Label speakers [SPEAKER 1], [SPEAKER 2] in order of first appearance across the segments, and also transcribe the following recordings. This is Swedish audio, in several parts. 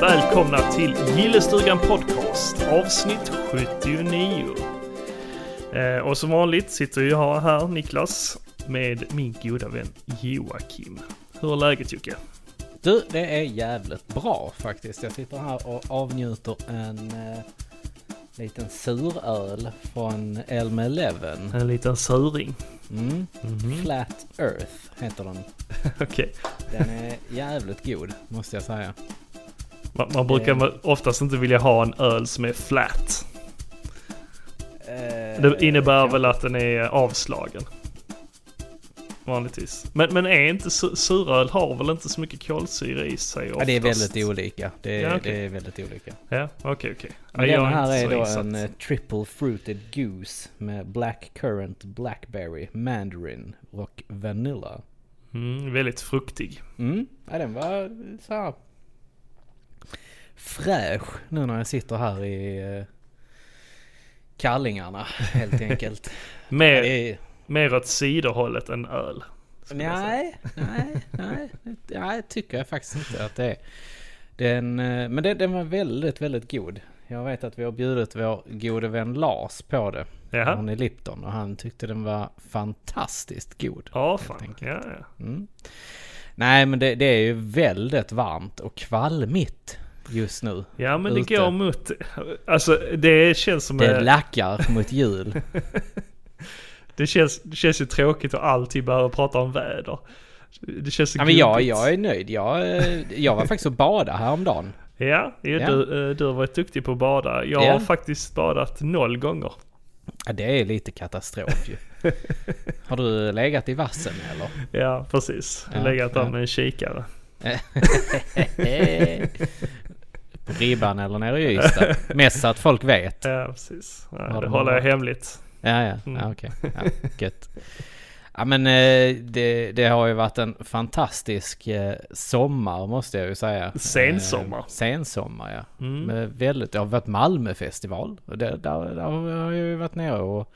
[SPEAKER 1] välkomna till Gillestugan Podcast, avsnitt 79. Eh, och som vanligt sitter jag här, Niklas, med min goda vän Joakim. Hur är läget Jocke?
[SPEAKER 2] Du, det är jävligt bra faktiskt. Jag sitter här och avnjuter en eh, liten suröl från Elm Eleven.
[SPEAKER 1] En liten suring.
[SPEAKER 2] Mm.
[SPEAKER 1] Mhm.
[SPEAKER 2] Flat Earth heter den.
[SPEAKER 1] Okej,
[SPEAKER 2] Den är jävligt god, måste jag säga.
[SPEAKER 1] man, man brukar
[SPEAKER 2] Eh.
[SPEAKER 1] oftast inte vilja ha en öl som är flat.
[SPEAKER 2] Eh,
[SPEAKER 1] Det innebär
[SPEAKER 2] kanske-
[SPEAKER 1] väl att den är avslagen. Vanligtvis. Men, men är inte su- suröl har väl inte så mycket kolsyra i sig
[SPEAKER 2] Ja,
[SPEAKER 1] oftast?
[SPEAKER 2] det är väldigt olika. Det är,
[SPEAKER 1] Ja, okej.
[SPEAKER 2] det är väldigt olika.
[SPEAKER 1] Ja, okej, okej. Ja,
[SPEAKER 2] Men
[SPEAKER 1] jag
[SPEAKER 2] den här
[SPEAKER 1] inte
[SPEAKER 2] är
[SPEAKER 1] så
[SPEAKER 2] då
[SPEAKER 1] insatt.
[SPEAKER 2] en eh, triple fruited goose med black currant, blackberry, mandarin och vanilla.
[SPEAKER 1] Mm, väldigt fruktig.
[SPEAKER 2] Mm, ja, den var så här fräsch nu när jag sitter här i eh, kallingarna helt enkelt.
[SPEAKER 1] Mer,
[SPEAKER 2] Det är-
[SPEAKER 1] mer åt ciderhållet än öl. skulle jag säga.
[SPEAKER 2] nej, nej, nej, det- nej, tycker jag faktiskt inte att det är. Den, eh, men den, den var väldigt, väldigt god. Jag vet att vi har bjudit vår gode vän Lars på det.
[SPEAKER 1] Jaha.
[SPEAKER 2] Han är Lipton och han tyckte den var fantastiskt god.
[SPEAKER 1] Ja, fan.
[SPEAKER 2] enkelt.
[SPEAKER 1] Ja, ja.
[SPEAKER 2] Mm. Nej men det, det är ju väldigt varmt och kvalmigt just nu.
[SPEAKER 1] ja, men det
[SPEAKER 2] Ute.
[SPEAKER 1] går mot... Alltså, det känns som... eh,
[SPEAKER 2] Det
[SPEAKER 1] Det,
[SPEAKER 2] lackar mot jul.
[SPEAKER 1] det, känns, det känns ju tråkigt att alltid behöva prata om väder. Det känns så
[SPEAKER 2] ja, men jag,
[SPEAKER 1] gubbigt.
[SPEAKER 2] jag är nöjd. Jag, eh, jag var faktiskt och badade häromdagen.
[SPEAKER 1] Ja, ju,
[SPEAKER 2] Ja.
[SPEAKER 1] Du, eh, du har varit duktig på att bada. Jag
[SPEAKER 2] Ja.
[SPEAKER 1] har faktiskt badat noll gånger.
[SPEAKER 2] Ja, det är lite katastrof ju. Har du legat i vassen eller?
[SPEAKER 1] Ja, precis.
[SPEAKER 2] Ja,
[SPEAKER 1] Legat där
[SPEAKER 2] ja.
[SPEAKER 1] med en kikare.
[SPEAKER 2] På ribban eller nere i Ystad? Mest så att folk vet.
[SPEAKER 1] Ja, precis. Ja,
[SPEAKER 2] Har
[SPEAKER 1] det
[SPEAKER 2] de
[SPEAKER 1] håller jag
[SPEAKER 2] varit?
[SPEAKER 1] hemligt.
[SPEAKER 2] Ja, ja,
[SPEAKER 1] Mm.
[SPEAKER 2] ja okej. Ja, gött. Ja, men eh, det, det har ju varit en fantastisk eh, sommar måste jag ju säga.
[SPEAKER 1] Sensommar.
[SPEAKER 2] Eh, sensommar, ja.
[SPEAKER 1] Mm.
[SPEAKER 2] Med väldigt, det har varit Malmöfestival. Och det, där, där har jag ju varit nere och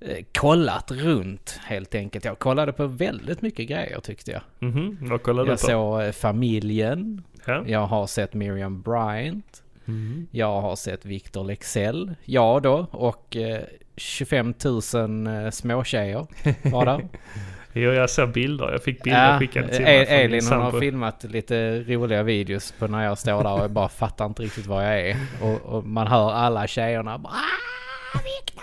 [SPEAKER 2] eh, kollat runt helt enkelt. Jag kollade på väldigt mycket grejer tyckte jag.
[SPEAKER 1] Mhm, vad kollar du
[SPEAKER 2] Jag
[SPEAKER 1] på?
[SPEAKER 2] såg eh, familjen.
[SPEAKER 1] Ja.
[SPEAKER 2] Jag har sett Miriam Bryant.
[SPEAKER 1] Mhm.
[SPEAKER 2] Jag har sett Victor Lexell, ja då, och eh, 25 000 eh, småtjejer var där.
[SPEAKER 1] Jo, jag ser bilder. Jag fick bilder
[SPEAKER 2] Ja,
[SPEAKER 1] skickade till mig
[SPEAKER 2] E-
[SPEAKER 1] från min
[SPEAKER 2] Elin hon
[SPEAKER 1] sambo.
[SPEAKER 2] har filmat lite roliga videos på när jag står där och jag bara fattar inte riktigt vad jag är. Och, och man hör alla tjejerna bara "Ah, Victor!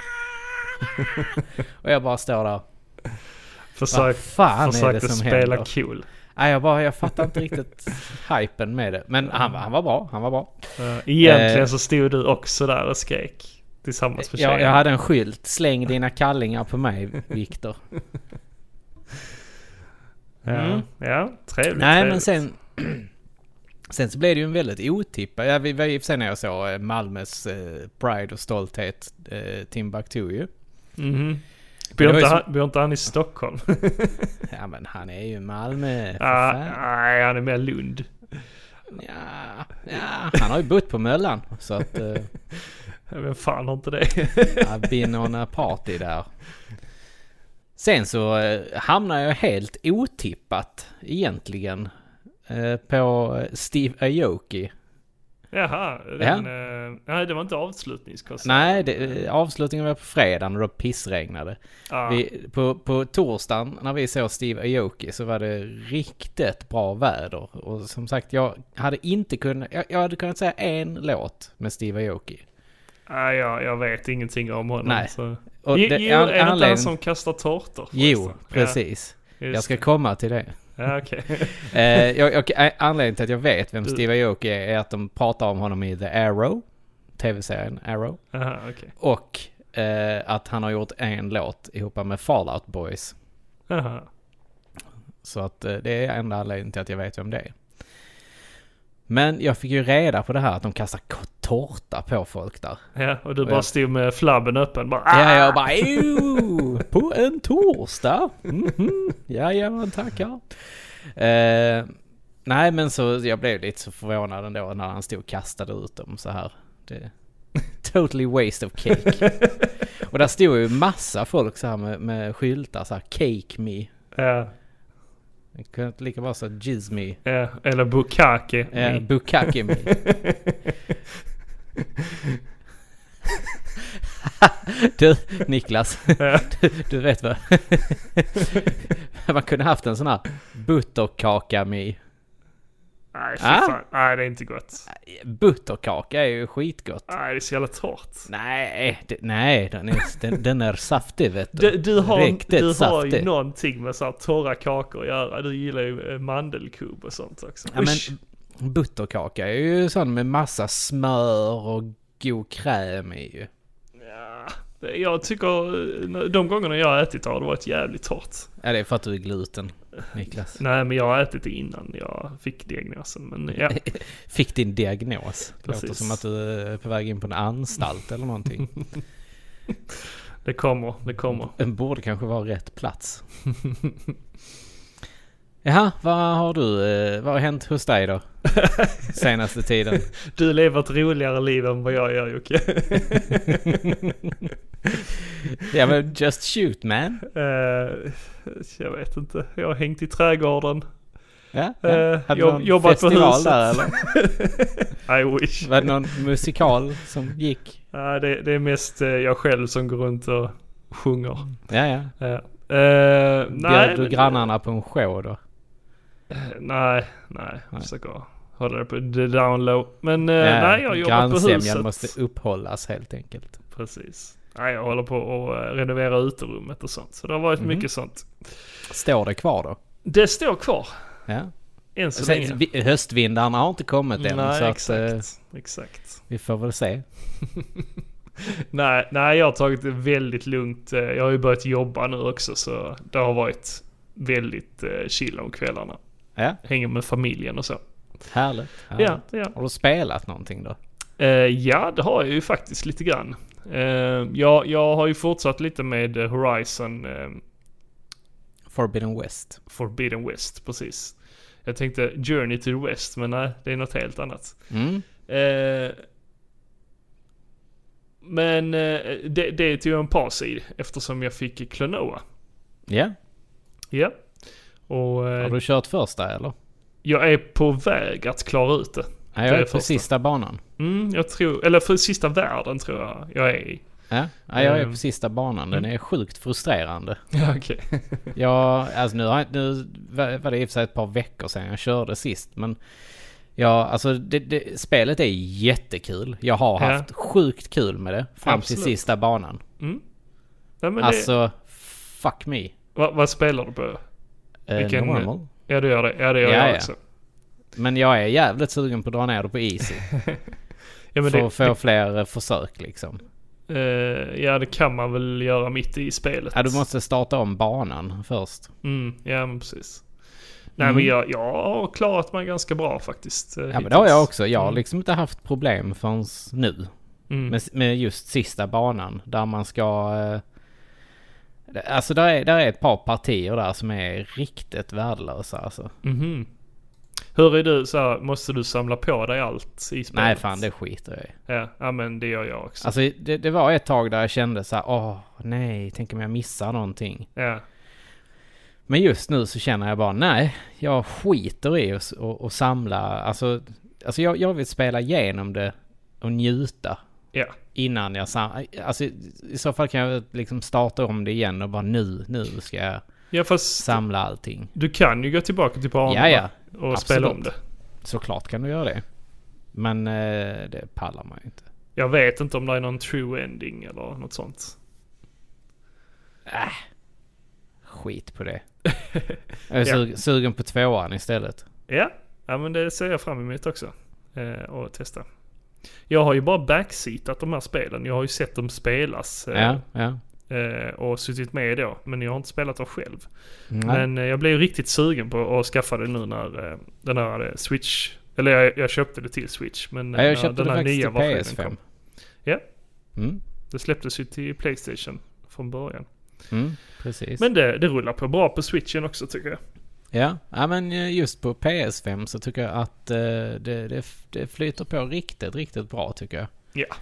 [SPEAKER 2] ah!" Och jag bara står där.
[SPEAKER 1] Försök,
[SPEAKER 2] Vad fan är det
[SPEAKER 1] försökte
[SPEAKER 2] som
[SPEAKER 1] spela
[SPEAKER 2] händer?
[SPEAKER 1] cool.
[SPEAKER 2] Nej, jag, bara, jag fattar inte riktigt hypen med det. Men han, var- han var bra, han var bra.
[SPEAKER 1] Eh, egentligen
[SPEAKER 2] Eh.
[SPEAKER 1] så stod du också där och skrek tillsammans med
[SPEAKER 2] Jag,
[SPEAKER 1] tjejen.
[SPEAKER 2] jag hade en skylt, släng dina kallingar på mig Victor. Mm.
[SPEAKER 1] ja, ja, trevligt.
[SPEAKER 2] Nej, men
[SPEAKER 1] trevligt.
[SPEAKER 2] sen... Sen så blev det ju en väldigt otippad... Ja, vi var ju i och för sig när jag såg eh, Malmös eh, Pride och stolthet, eh, Timbuktu ju.
[SPEAKER 1] Mhm.
[SPEAKER 2] det
[SPEAKER 1] Bor
[SPEAKER 2] var ju
[SPEAKER 1] inte,
[SPEAKER 2] som-
[SPEAKER 1] han, bor inte han i Stockholm?
[SPEAKER 2] Ja, men han är ju Malmö, för
[SPEAKER 1] Ah,
[SPEAKER 2] fan.
[SPEAKER 1] nej, han är mer Lund.
[SPEAKER 2] Ja, ja, han har ju bott på Möllan. Så att... Eh,
[SPEAKER 1] Vem fan har inte det?
[SPEAKER 2] I've been on a party där. Sen så eh, hamnar jag helt otippat egentligen eh, på Steve Aoki.
[SPEAKER 1] Jaha, den, eh, nej det var inte avslutningskonsert.
[SPEAKER 2] Nej, det, eh, avslutningen var på fredagen och då pissregnade.
[SPEAKER 1] Ah,
[SPEAKER 2] Vi, på, på torsdagen när vi såg Steve Aoki så var det riktigt bra väder. Och som sagt, jag hade inte kunnat, jag, jag hade kunnat säga en låt med Steve Aoki.
[SPEAKER 1] nej, jag, jag vet ingenting om honom.
[SPEAKER 2] Nej.
[SPEAKER 1] Så.
[SPEAKER 2] Och
[SPEAKER 1] jo,
[SPEAKER 2] det-
[SPEAKER 1] jo, är det inte
[SPEAKER 2] anledningen-
[SPEAKER 1] han som kastar tårtor?
[SPEAKER 2] Jo,
[SPEAKER 1] förresten?
[SPEAKER 2] precis.
[SPEAKER 1] Ja,
[SPEAKER 2] jag
[SPEAKER 1] just
[SPEAKER 2] ska komma till det.
[SPEAKER 1] det. Ja, okej.
[SPEAKER 2] eh, jag, jag, eh, anledningen till att jag vet vem
[SPEAKER 1] Du-
[SPEAKER 2] Steve Aoki är, är att de pratar om honom i The Arrow, tv-serien Arrow.
[SPEAKER 1] Jaha, okej.
[SPEAKER 2] Och eh, att han har gjort en låt ihop med Fallout Boys.
[SPEAKER 1] Jaha.
[SPEAKER 2] Så att eh, det är enda anledningen till att jag vet vem det är. Men jag fick ju reda på det här att de kastar k- tårta på folk där.
[SPEAKER 1] Ja, och du
[SPEAKER 2] Och
[SPEAKER 1] bara
[SPEAKER 2] jag-
[SPEAKER 1] stod med flabben öppen bara
[SPEAKER 2] Ja, jag bara "Ew, På en torsdag? Mhm. Jajamän, tackar. Eh, nej, men så jag blev lite så förvånad ändå när han stod och kastade ut dem så här. Det, totally waste of cake. och där
[SPEAKER 1] "Ah!"
[SPEAKER 2] stod ju massa folk så här med, med skyltar så här, Cake me.
[SPEAKER 1] Ja,
[SPEAKER 2] Det kunde inte lika bra säga jizz me.
[SPEAKER 1] Eh, eller Bukake.
[SPEAKER 2] Eh, Bukake me. du, Niklas.
[SPEAKER 1] Ja.
[SPEAKER 2] du, du vet vad? Man kunde haft en sån här butterkaka me.
[SPEAKER 1] Nej, fy
[SPEAKER 2] Ah.
[SPEAKER 1] fan. Nej, det är inte gott.
[SPEAKER 2] Butterkaka är ju skitgott.
[SPEAKER 1] Nej, det är så jävla torrt.
[SPEAKER 2] Nej, det, nej den, är, den, den är saftig vet du.
[SPEAKER 1] Du, du har,
[SPEAKER 2] Riktigt
[SPEAKER 1] du har ju
[SPEAKER 2] saftig.
[SPEAKER 1] någonting med så här torra kakor att göra. Du gillar ju eh, mandelkubb och sånt också.
[SPEAKER 2] Ja,
[SPEAKER 1] Usch.
[SPEAKER 2] men butterkaka är ju sån med massa smör och god kräm i ju.
[SPEAKER 1] Ja, det- jag tycker eh, de gångerna jag har ätit har det varit jävligt torrt.
[SPEAKER 2] Ja, det är för att du är gluten, Niklas.
[SPEAKER 1] Nej, men jag har ätit det innan jag fick diagnosen. Men ja,
[SPEAKER 2] Fick din diagnos. Det Låter
[SPEAKER 1] Precis.
[SPEAKER 2] som att du är på väg in på en anstalt eller någonting.
[SPEAKER 1] det kommer, det kommer.
[SPEAKER 2] Den borde kanske vara rätt plats. Jaha, vad har du, eh, vad har hänt hos dig då? Senaste tiden?
[SPEAKER 1] Du lever ett roligare liv än vad jag gör Jocke.
[SPEAKER 2] Ja men just shoot man.
[SPEAKER 1] Eh, jag vet inte. Jag har hängt i trädgården.
[SPEAKER 2] Ja,
[SPEAKER 1] Eh,
[SPEAKER 2] ja. Hade du
[SPEAKER 1] jobb-
[SPEAKER 2] någon
[SPEAKER 1] jobbat på
[SPEAKER 2] festival
[SPEAKER 1] huset.
[SPEAKER 2] där eller?
[SPEAKER 1] I wish.
[SPEAKER 2] Var det någon musikal som gick?
[SPEAKER 1] Nej, det, det är mest eh, jag själv som går runt och sjunger.
[SPEAKER 2] Ja, ja.
[SPEAKER 1] Ja. Eh, nej,
[SPEAKER 2] Mm. Bjöd du
[SPEAKER 1] men- Eh,
[SPEAKER 2] grannarna på en show då?
[SPEAKER 1] Nej, nej. Jag
[SPEAKER 2] Nej.
[SPEAKER 1] försöker hålla det på the down low. Men eh,
[SPEAKER 2] Ja,
[SPEAKER 1] nej, jag jobbar på huset.
[SPEAKER 2] Grannsämjan måste upphållas helt enkelt.
[SPEAKER 1] Precis. Nej, jag håller på och eh, renovera uterummet och sånt. Så det har varit
[SPEAKER 2] Mhm.
[SPEAKER 1] mycket sånt.
[SPEAKER 2] Står det kvar då?
[SPEAKER 1] Det står kvar.
[SPEAKER 2] Ja.
[SPEAKER 1] Än så
[SPEAKER 2] Sen,
[SPEAKER 1] länge.
[SPEAKER 2] vi- höstvindarna har inte kommit än.
[SPEAKER 1] Nej,
[SPEAKER 2] så att,
[SPEAKER 1] exakt.
[SPEAKER 2] eh,
[SPEAKER 1] exakt.
[SPEAKER 2] vi får väl se.
[SPEAKER 1] Nej, nej, jag har tagit det väldigt lugnt. Eh, Jag har ju börjat jobba nu också så det har varit väldigt eh, chill om kvällarna.
[SPEAKER 2] Ja,
[SPEAKER 1] Hänger med familjen och så.
[SPEAKER 2] härligt.
[SPEAKER 1] Ja, ja.
[SPEAKER 2] Har du spelat någonting då?
[SPEAKER 1] Eh, ja, det har jag ju faktiskt lite grann. Eh, jag, jag har ju fortsatt lite med eh, Horizon eh,
[SPEAKER 2] Forbidden West.
[SPEAKER 1] Forbidden West, precis. Jag tänkte Journey to the West, men nej, det är något helt annat.
[SPEAKER 2] Mm.
[SPEAKER 1] Eh, men eh, det, det tog jag en paus i eftersom jag fick Klonoa.
[SPEAKER 2] Ja,
[SPEAKER 1] Ja. Och
[SPEAKER 2] har
[SPEAKER 1] eh,
[SPEAKER 2] du kört första eller?
[SPEAKER 1] jag är på väg att klara ut det.
[SPEAKER 2] Nej, jag
[SPEAKER 1] är
[SPEAKER 2] är på
[SPEAKER 1] första.
[SPEAKER 2] sista banan.
[SPEAKER 1] Mm, jag tror, eller för sista världen tror jag jag är i.
[SPEAKER 2] Ja, ja jag är
[SPEAKER 1] Ehm.
[SPEAKER 2] på sista banan. Den är sjukt frustrerande.
[SPEAKER 1] Ja, okej.
[SPEAKER 2] Ja, alltså nu, har jag- nu var var det i och för sig ett par veckor sedan jag körde sist, men ja, alltså det, det, spelet är jättekul. Jag har
[SPEAKER 1] Ja.
[SPEAKER 2] haft sjukt kul med det fram till
[SPEAKER 1] Absolut.
[SPEAKER 2] sista banan.
[SPEAKER 1] Nej, men det,
[SPEAKER 2] alltså, fuck me.
[SPEAKER 1] vad, vad spelar du på?
[SPEAKER 2] Eh,
[SPEAKER 1] Vilken-
[SPEAKER 2] normal.
[SPEAKER 1] Ja, det gör det. Ja, det gör
[SPEAKER 2] Ja,
[SPEAKER 1] jag
[SPEAKER 2] ja.
[SPEAKER 1] också.
[SPEAKER 2] Men jag är jävligt sugen på att dra ner det på easy
[SPEAKER 1] Ja, men
[SPEAKER 2] för
[SPEAKER 1] det,
[SPEAKER 2] att få fler eh, försök liksom.
[SPEAKER 1] eh, ja, det kan man väl göra mitt i spelet.
[SPEAKER 2] Ja, du måste starta om banan först.
[SPEAKER 1] Mm, ja, men precis. Nej, men jag, jag har klarat mig ganska bra faktiskt. eh,
[SPEAKER 2] Mm. Ja, men det har jag
[SPEAKER 1] hittills.
[SPEAKER 2] också. Jag har liksom inte haft problem förrän nu.
[SPEAKER 1] Mm.
[SPEAKER 2] Med, med just sista banan där man ska... eh, Alltså där är, där är ett par partier där som är riktigt värdelösa alltså.
[SPEAKER 1] Mhm. Hur är du så här, måste du samla på dig allt i spelet?
[SPEAKER 2] Nej fan det skiter jag i.
[SPEAKER 1] Ja, ja men det gör jag också.
[SPEAKER 2] Alltså det, det var ett tag där jag kände så här, åh nej, tänk om jag missar någonting.
[SPEAKER 1] Ja,
[SPEAKER 2] Men just nu så känner jag bara, nej, jag skiter i att s- och, och samla, alltså, alltså jag, jag vill spela igenom det och njuta.
[SPEAKER 1] ja.
[SPEAKER 2] Innan jag sam- alltså i- i så fall kan jag liksom starta om det igen och bara nu, nu ska jag
[SPEAKER 1] ja fast
[SPEAKER 2] samla allting.
[SPEAKER 1] du kan ju gå tillbaka till banorna
[SPEAKER 2] Ja, ja.
[SPEAKER 1] och spela om
[SPEAKER 2] absolut.
[SPEAKER 1] det.
[SPEAKER 2] Såklart kan du göra det. Men eh, det pallar man ju inte.
[SPEAKER 1] Jag vet inte om det är någon true ending eller något sånt.
[SPEAKER 2] Skit på det. Jag är sug- sugen på tvåan istället.
[SPEAKER 1] Ja, ja men det ser jag fram emot också. Eh, och testa. Jag har ju bara backseatat de här spelen. Jag har ju sett dem spelas. Eh,
[SPEAKER 2] Ja, ja.
[SPEAKER 1] eh, och suttit med då. Men jag har inte spelat dem själv.
[SPEAKER 2] Nej.
[SPEAKER 1] Men eh, jag blev riktigt sugen på att skaffa det nu när eh, den här eh, Switch... Eller jag, jag köpte det till Switch. Men
[SPEAKER 2] ja,
[SPEAKER 1] när
[SPEAKER 2] jag köpte det faktiskt till PS5.
[SPEAKER 1] Ja.
[SPEAKER 2] Mm,
[SPEAKER 1] Det släpptes ju till Playstation från början.
[SPEAKER 2] mm, precis.
[SPEAKER 1] Men det, det rullar på bra på Switchen också tycker jag.
[SPEAKER 2] Ja. ja, men eh, just på PS5 så tycker jag att eh, det, det, f- det flyter på riktigt, riktigt bra tycker jag.
[SPEAKER 1] Ja.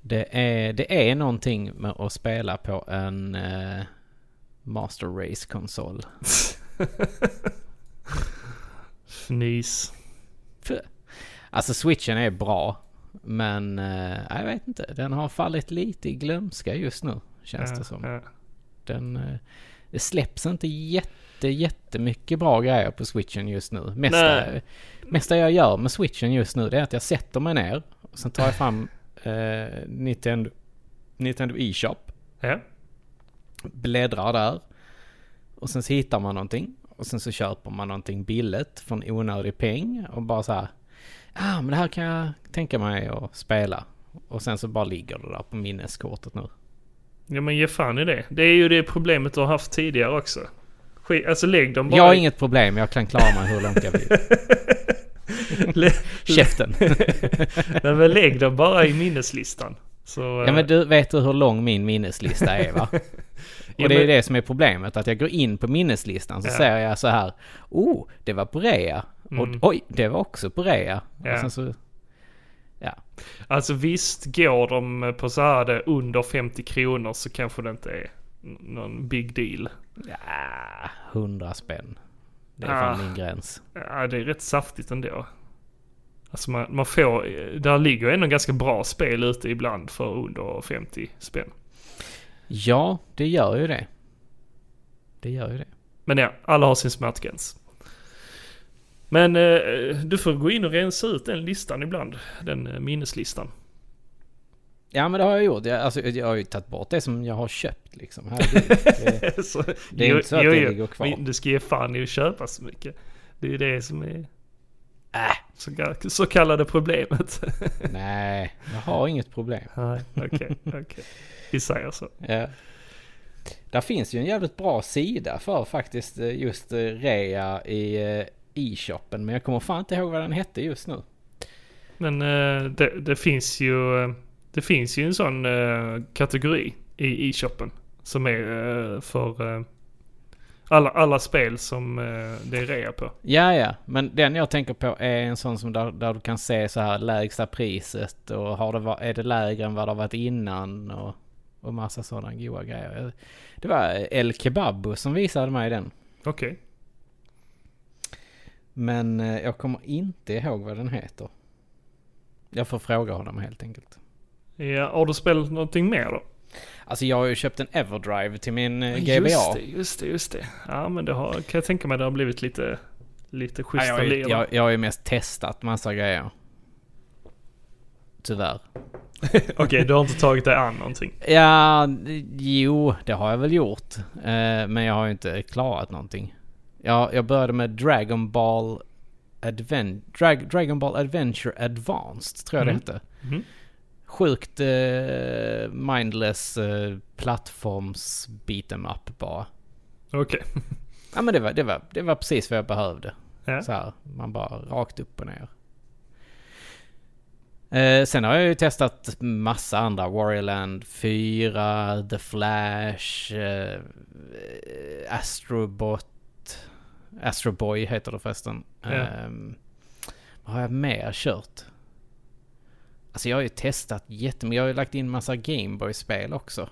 [SPEAKER 2] Det är, det är någonting med att spela på en eh, Master Race-konsol.
[SPEAKER 1] Fnys.
[SPEAKER 2] Fy. Alltså switchen är bra. Men eh, jag vet inte. Den har fallit lite i glömska just nu. Känns det som.
[SPEAKER 1] Ja,
[SPEAKER 2] Den, eh, det släpps inte jätte, jättemycket bra grejer på switchen just nu. Mesta,
[SPEAKER 1] Nej.
[SPEAKER 2] mesta jag gör med switchen just nu det är att jag sätter mig ner. Och sen tar jag fram eh, Nintendo, Nintendo E-shop.
[SPEAKER 1] ja.
[SPEAKER 2] Bläddrar där. Och sen så hittar man någonting. Och sen så köper man någonting billigt för en onödig peng. Och bara så här. Ah, men det här kan jag tänka mig att spela. Och sen så bara ligger det där på minneskortet nu.
[SPEAKER 1] ja men ge fan i det. Det är ju det problemet du har haft tidigare också. Sk- alltså lägg dem bara
[SPEAKER 2] Jag har
[SPEAKER 1] i-
[SPEAKER 2] inget problem, jag kan klara mig hur långt jag vill.
[SPEAKER 1] Lä-
[SPEAKER 2] Käften.
[SPEAKER 1] Nej, men lägg dem bara i minneslistan. Så, eh,
[SPEAKER 2] Ja men du, vet du hur lång min minneslista är va?
[SPEAKER 1] Ja,
[SPEAKER 2] Och det är
[SPEAKER 1] men-
[SPEAKER 2] det som är problemet, att jag går in på minneslistan så
[SPEAKER 1] Ja.
[SPEAKER 2] ser jag så här, oh, det var på rea. Och
[SPEAKER 1] Mm.
[SPEAKER 2] oj, det var också på rea.
[SPEAKER 1] Ja.
[SPEAKER 2] Och sen så, ja.
[SPEAKER 1] Alltså visst, går de på så här det under 50 kronor så kanske det inte är n- någon big deal.
[SPEAKER 2] ja, 100 spänn. Det är
[SPEAKER 1] Ah.
[SPEAKER 2] fan min gräns.
[SPEAKER 1] Ja, det är rätt saftigt ändå. Alltså man, man får, där ligger ändå ganska bra spel ute ibland för under 50 spänn.
[SPEAKER 2] Ja, det gör ju det. Det gör ju det.
[SPEAKER 1] Men ja, alla har sin smärtgräns. Men eh, du får gå in och rensa ut den listan ibland. Den eh, minneslistan.
[SPEAKER 2] Ja men det har jag gjort. Jag, alltså, jag har ju tagit bort det som jag har köpt liksom. Herregud. Det,
[SPEAKER 1] så,
[SPEAKER 2] Det är inte så att det ligger kvar.
[SPEAKER 1] Men du ska ge fan i att köpa så mycket. Det är ju det som är
[SPEAKER 2] äh,
[SPEAKER 1] så, ka- så kallade problemet.
[SPEAKER 2] nej, jag har inget problem.
[SPEAKER 1] Nej, okej, okej. Vi säger så.
[SPEAKER 2] Ja. Där finns ju en jävligt bra sida för faktiskt eh, just eh, rea i eh, e-shoppen. Men jag kommer fan inte ihåg vad den hette just nu.
[SPEAKER 1] Men eh, det, det finns ju eh, det finns ju en sån eh, kategori i e-shoppen som är eh, för eh, alla, alla spel som eh, det är rea på.
[SPEAKER 2] Ja, ja, men den jag tänker på är en sån som där, där du kan se så här lägsta priset och har det, va- är det lägre än vad det har varit innan och, och massa sådana goa grejer. Jag- Det var El Kebabo som visade mig den.
[SPEAKER 1] Okej.
[SPEAKER 2] Men eh, jag kommer inte ihåg vad den heter. Jag får fråga honom helt enkelt.
[SPEAKER 1] Ja, har du spelat någonting mer då?
[SPEAKER 2] Alltså jag har ju köpt en Everdrive till min eh, GBA.
[SPEAKER 1] Just det, just det, just det. Ja men det har, kan jag tänka mig det har blivit lite, lite
[SPEAKER 2] Ja,
[SPEAKER 1] schyssta
[SPEAKER 2] jag, har ju,
[SPEAKER 1] lir.
[SPEAKER 2] jag, jag har ju mest testat massa grejer. Tyvärr.
[SPEAKER 1] Okej, du har inte tagit dig an någonting.
[SPEAKER 2] Ja, d- jo, det har jag väl gjort. Eh, men jag har ju inte klarat någonting. Jag, jag började med Dragon Ball, Adven- Drag- Dragon Ball Adventure Advanced, tror jag
[SPEAKER 1] Mm.
[SPEAKER 2] det hette.
[SPEAKER 1] Mhm.
[SPEAKER 2] Sjukt eh, mindless eh, plattforms beat em up bara.
[SPEAKER 1] Okej.
[SPEAKER 2] Ja men det var, det var, det var precis vad jag behövde.
[SPEAKER 1] Ja.
[SPEAKER 2] Så här, man bara rakt upp och ner. Eh, sen har jag ju testat massa andra. Warrior Land 4, The Flash, eh, Astrobot. Astroboy heter det förresten.
[SPEAKER 1] Ja.
[SPEAKER 2] Ehm, vad har jag mer kört? Alltså jag har ju testat jättemycket. Jag har ju lagt in massa Gameboy-spel också.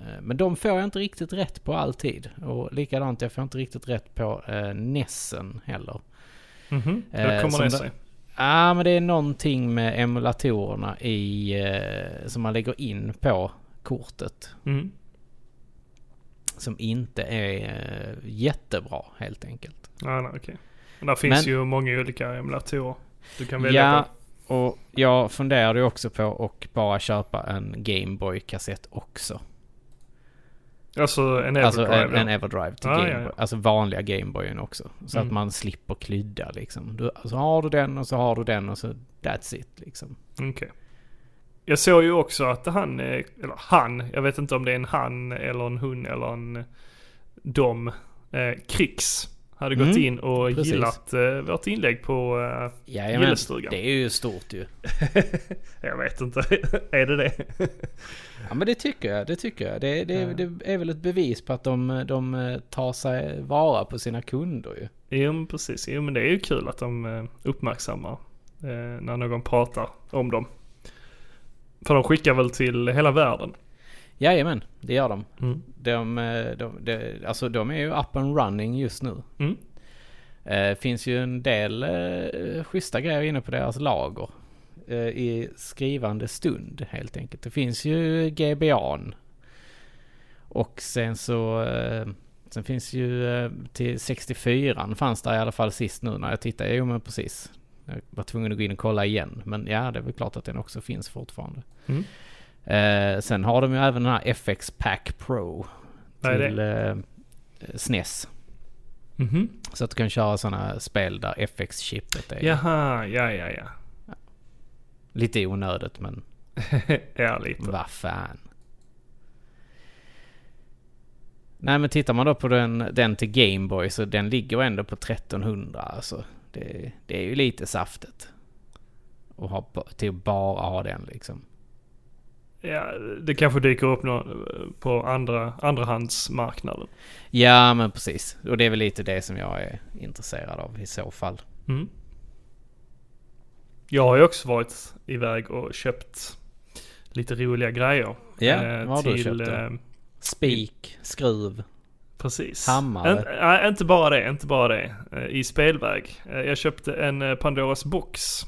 [SPEAKER 2] Eh, Men de får jag inte riktigt rätt på alltid. Och likadant, jag får inte riktigt rätt på eh, Nessen heller.
[SPEAKER 1] Mhm. Då
[SPEAKER 2] Eh,
[SPEAKER 1] kommer
[SPEAKER 2] som
[SPEAKER 1] det
[SPEAKER 2] det-
[SPEAKER 1] sig.
[SPEAKER 2] Ja, men det är någonting med emulatorerna i, eh, som man lägger in på kortet.
[SPEAKER 1] Mm.
[SPEAKER 2] Som inte är eh, jättebra helt enkelt.
[SPEAKER 1] Ja, nej, okej. Men där finns
[SPEAKER 2] Men-
[SPEAKER 1] ju många olika emulatorer. Du kan välja
[SPEAKER 2] ja,
[SPEAKER 1] på.
[SPEAKER 2] och jag funderade ju också på att bara köpa en Gameboy-kassett också.
[SPEAKER 1] Alltså en Everdrive.
[SPEAKER 2] alltså en,
[SPEAKER 1] ja.
[SPEAKER 2] en Everdrive till
[SPEAKER 1] Ja,
[SPEAKER 2] Gameboy.
[SPEAKER 1] ja, ja.
[SPEAKER 2] Alltså vanliga Gameboyen också. Så
[SPEAKER 1] Mm.
[SPEAKER 2] att man slipper klydda liksom. Du, så har du den och så har du den och så that's it liksom.
[SPEAKER 1] Okej. Jag såg ju också att han, eh, eller han, jag vet inte om det är en han eller en hon eller en eh, dom, eh, Krix hade gått
[SPEAKER 2] Mm,
[SPEAKER 1] in och
[SPEAKER 2] precis.
[SPEAKER 1] gillat eh, vårt inläg på, eh,
[SPEAKER 2] Jajamän,
[SPEAKER 1] Gillestugan.
[SPEAKER 2] det är ju stort ju.
[SPEAKER 1] jag vet inte, är det det?
[SPEAKER 2] Ja men det tycker jag, det tycker jag. Det, det,
[SPEAKER 1] Ja.
[SPEAKER 2] det är väl ett bevis på att de, de eh, tar sig vara på sina kunder ju.
[SPEAKER 1] jo men precis, jo men det är ju kul att de eh, uppmärksammar eh, när någon pratar om dem. För de skickar väl till hela världen?
[SPEAKER 2] Jajamän, det gör de.
[SPEAKER 1] Mm.
[SPEAKER 2] De, eh, de, de, alltså de är ju up and running just nu.
[SPEAKER 1] Mm.
[SPEAKER 2] Eh, finns ju en del eh, schyssta grejer inne på deras lager. Eh, I skrivande stund helt enkelt. Det finns ju GBA'n. Och sen så... Eh, sen finns ju eh, till 64 fanns där i alla fall sist nu när jag tittade. Jo men precis. Jag var tvungen att gå in och kolla igen. Men ja, det är väl klart att den också finns fortfarande.
[SPEAKER 1] Mm.
[SPEAKER 2] Eh, sen har de ju även den här FX Pack Pro.
[SPEAKER 1] Vad är det?
[SPEAKER 2] Till eh, SNES.
[SPEAKER 1] Mhm.
[SPEAKER 2] Så att du kan köra sådana spel där FX-chippet är
[SPEAKER 1] Jaha, ja, ja, ja.
[SPEAKER 2] lite onödigt men
[SPEAKER 1] ja, lite.
[SPEAKER 2] vad fan. Nej men tittar man då på den, den till Gameboy så den ligger ändå på 1300 alltså. Det, det är ju lite saftigt. Och ha, ba- till att bara ha den liksom.
[SPEAKER 1] Ja, det kanske dyker upp någon eh, på andra, andrahandsmarknaden.
[SPEAKER 2] Ja men precis. Och det är väl lite det som jag är intresserad av i så fall.
[SPEAKER 1] Mm. Jag har ju också varit iväg och köpt lite roliga grejer.
[SPEAKER 2] Ja,
[SPEAKER 1] Eh,
[SPEAKER 2] vad har du
[SPEAKER 1] till,
[SPEAKER 2] köpt då?
[SPEAKER 1] eh,
[SPEAKER 2] Spik, skruv.
[SPEAKER 1] Precis.
[SPEAKER 2] Hammare.
[SPEAKER 1] En, nej, inte bara det, inte bara det. Eh, I spelväg. Eh, jag köpte en eh, Pandoras box.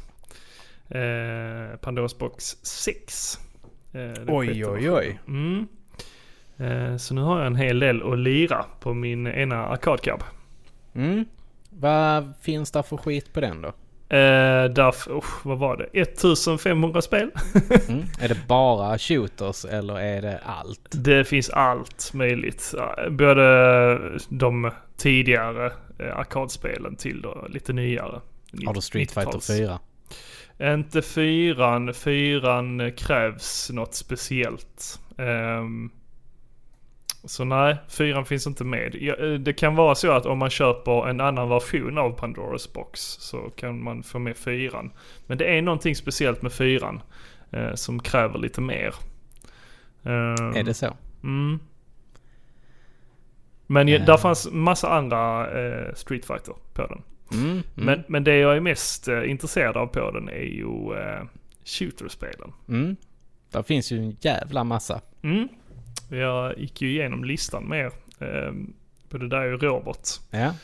[SPEAKER 1] Eh, Pandoras box 6. Eh, det skiter man.
[SPEAKER 2] oj.
[SPEAKER 1] Mm. Eh, så nu har jag en hel del att lira på min ena arkadkab.
[SPEAKER 2] Mm. Vad finns där för skit på den då?
[SPEAKER 1] Eh, därför, usch, vad var det? 1500 spel.
[SPEAKER 2] Mm. Är det bara shooters eller är det allt?
[SPEAKER 1] Det finns allt möjligt. Både de tidigare eh, arkadspelen till då, lite nyare.
[SPEAKER 2] Har du Street Fighter
[SPEAKER 1] 90-tals.
[SPEAKER 2] 4?
[SPEAKER 1] Inte fyran. Fyran krävs något speciellt. Ehm, så nej, fyran finns inte med. Ja, eh, Det kan vara så att om man köper en annan version av Pandoras box så kan man få med fyran. Men det är någonting speciellt med fyran eh, som kräver lite mer. Ehm,
[SPEAKER 2] Är det så?
[SPEAKER 1] Mm. Men ju-
[SPEAKER 2] Eh.
[SPEAKER 1] där fanns massa andra eh, Street Fighter på den.
[SPEAKER 2] Mm. Mm.
[SPEAKER 1] Men, men det jag är mest eh, intresserad av på den är ju eh, shooterspelen.
[SPEAKER 2] Mm. Där finns ju en jävla massa.
[SPEAKER 1] Mm. Jag gick ju igenom listan med er. Eh, på det där är ju Robert.
[SPEAKER 2] Ja.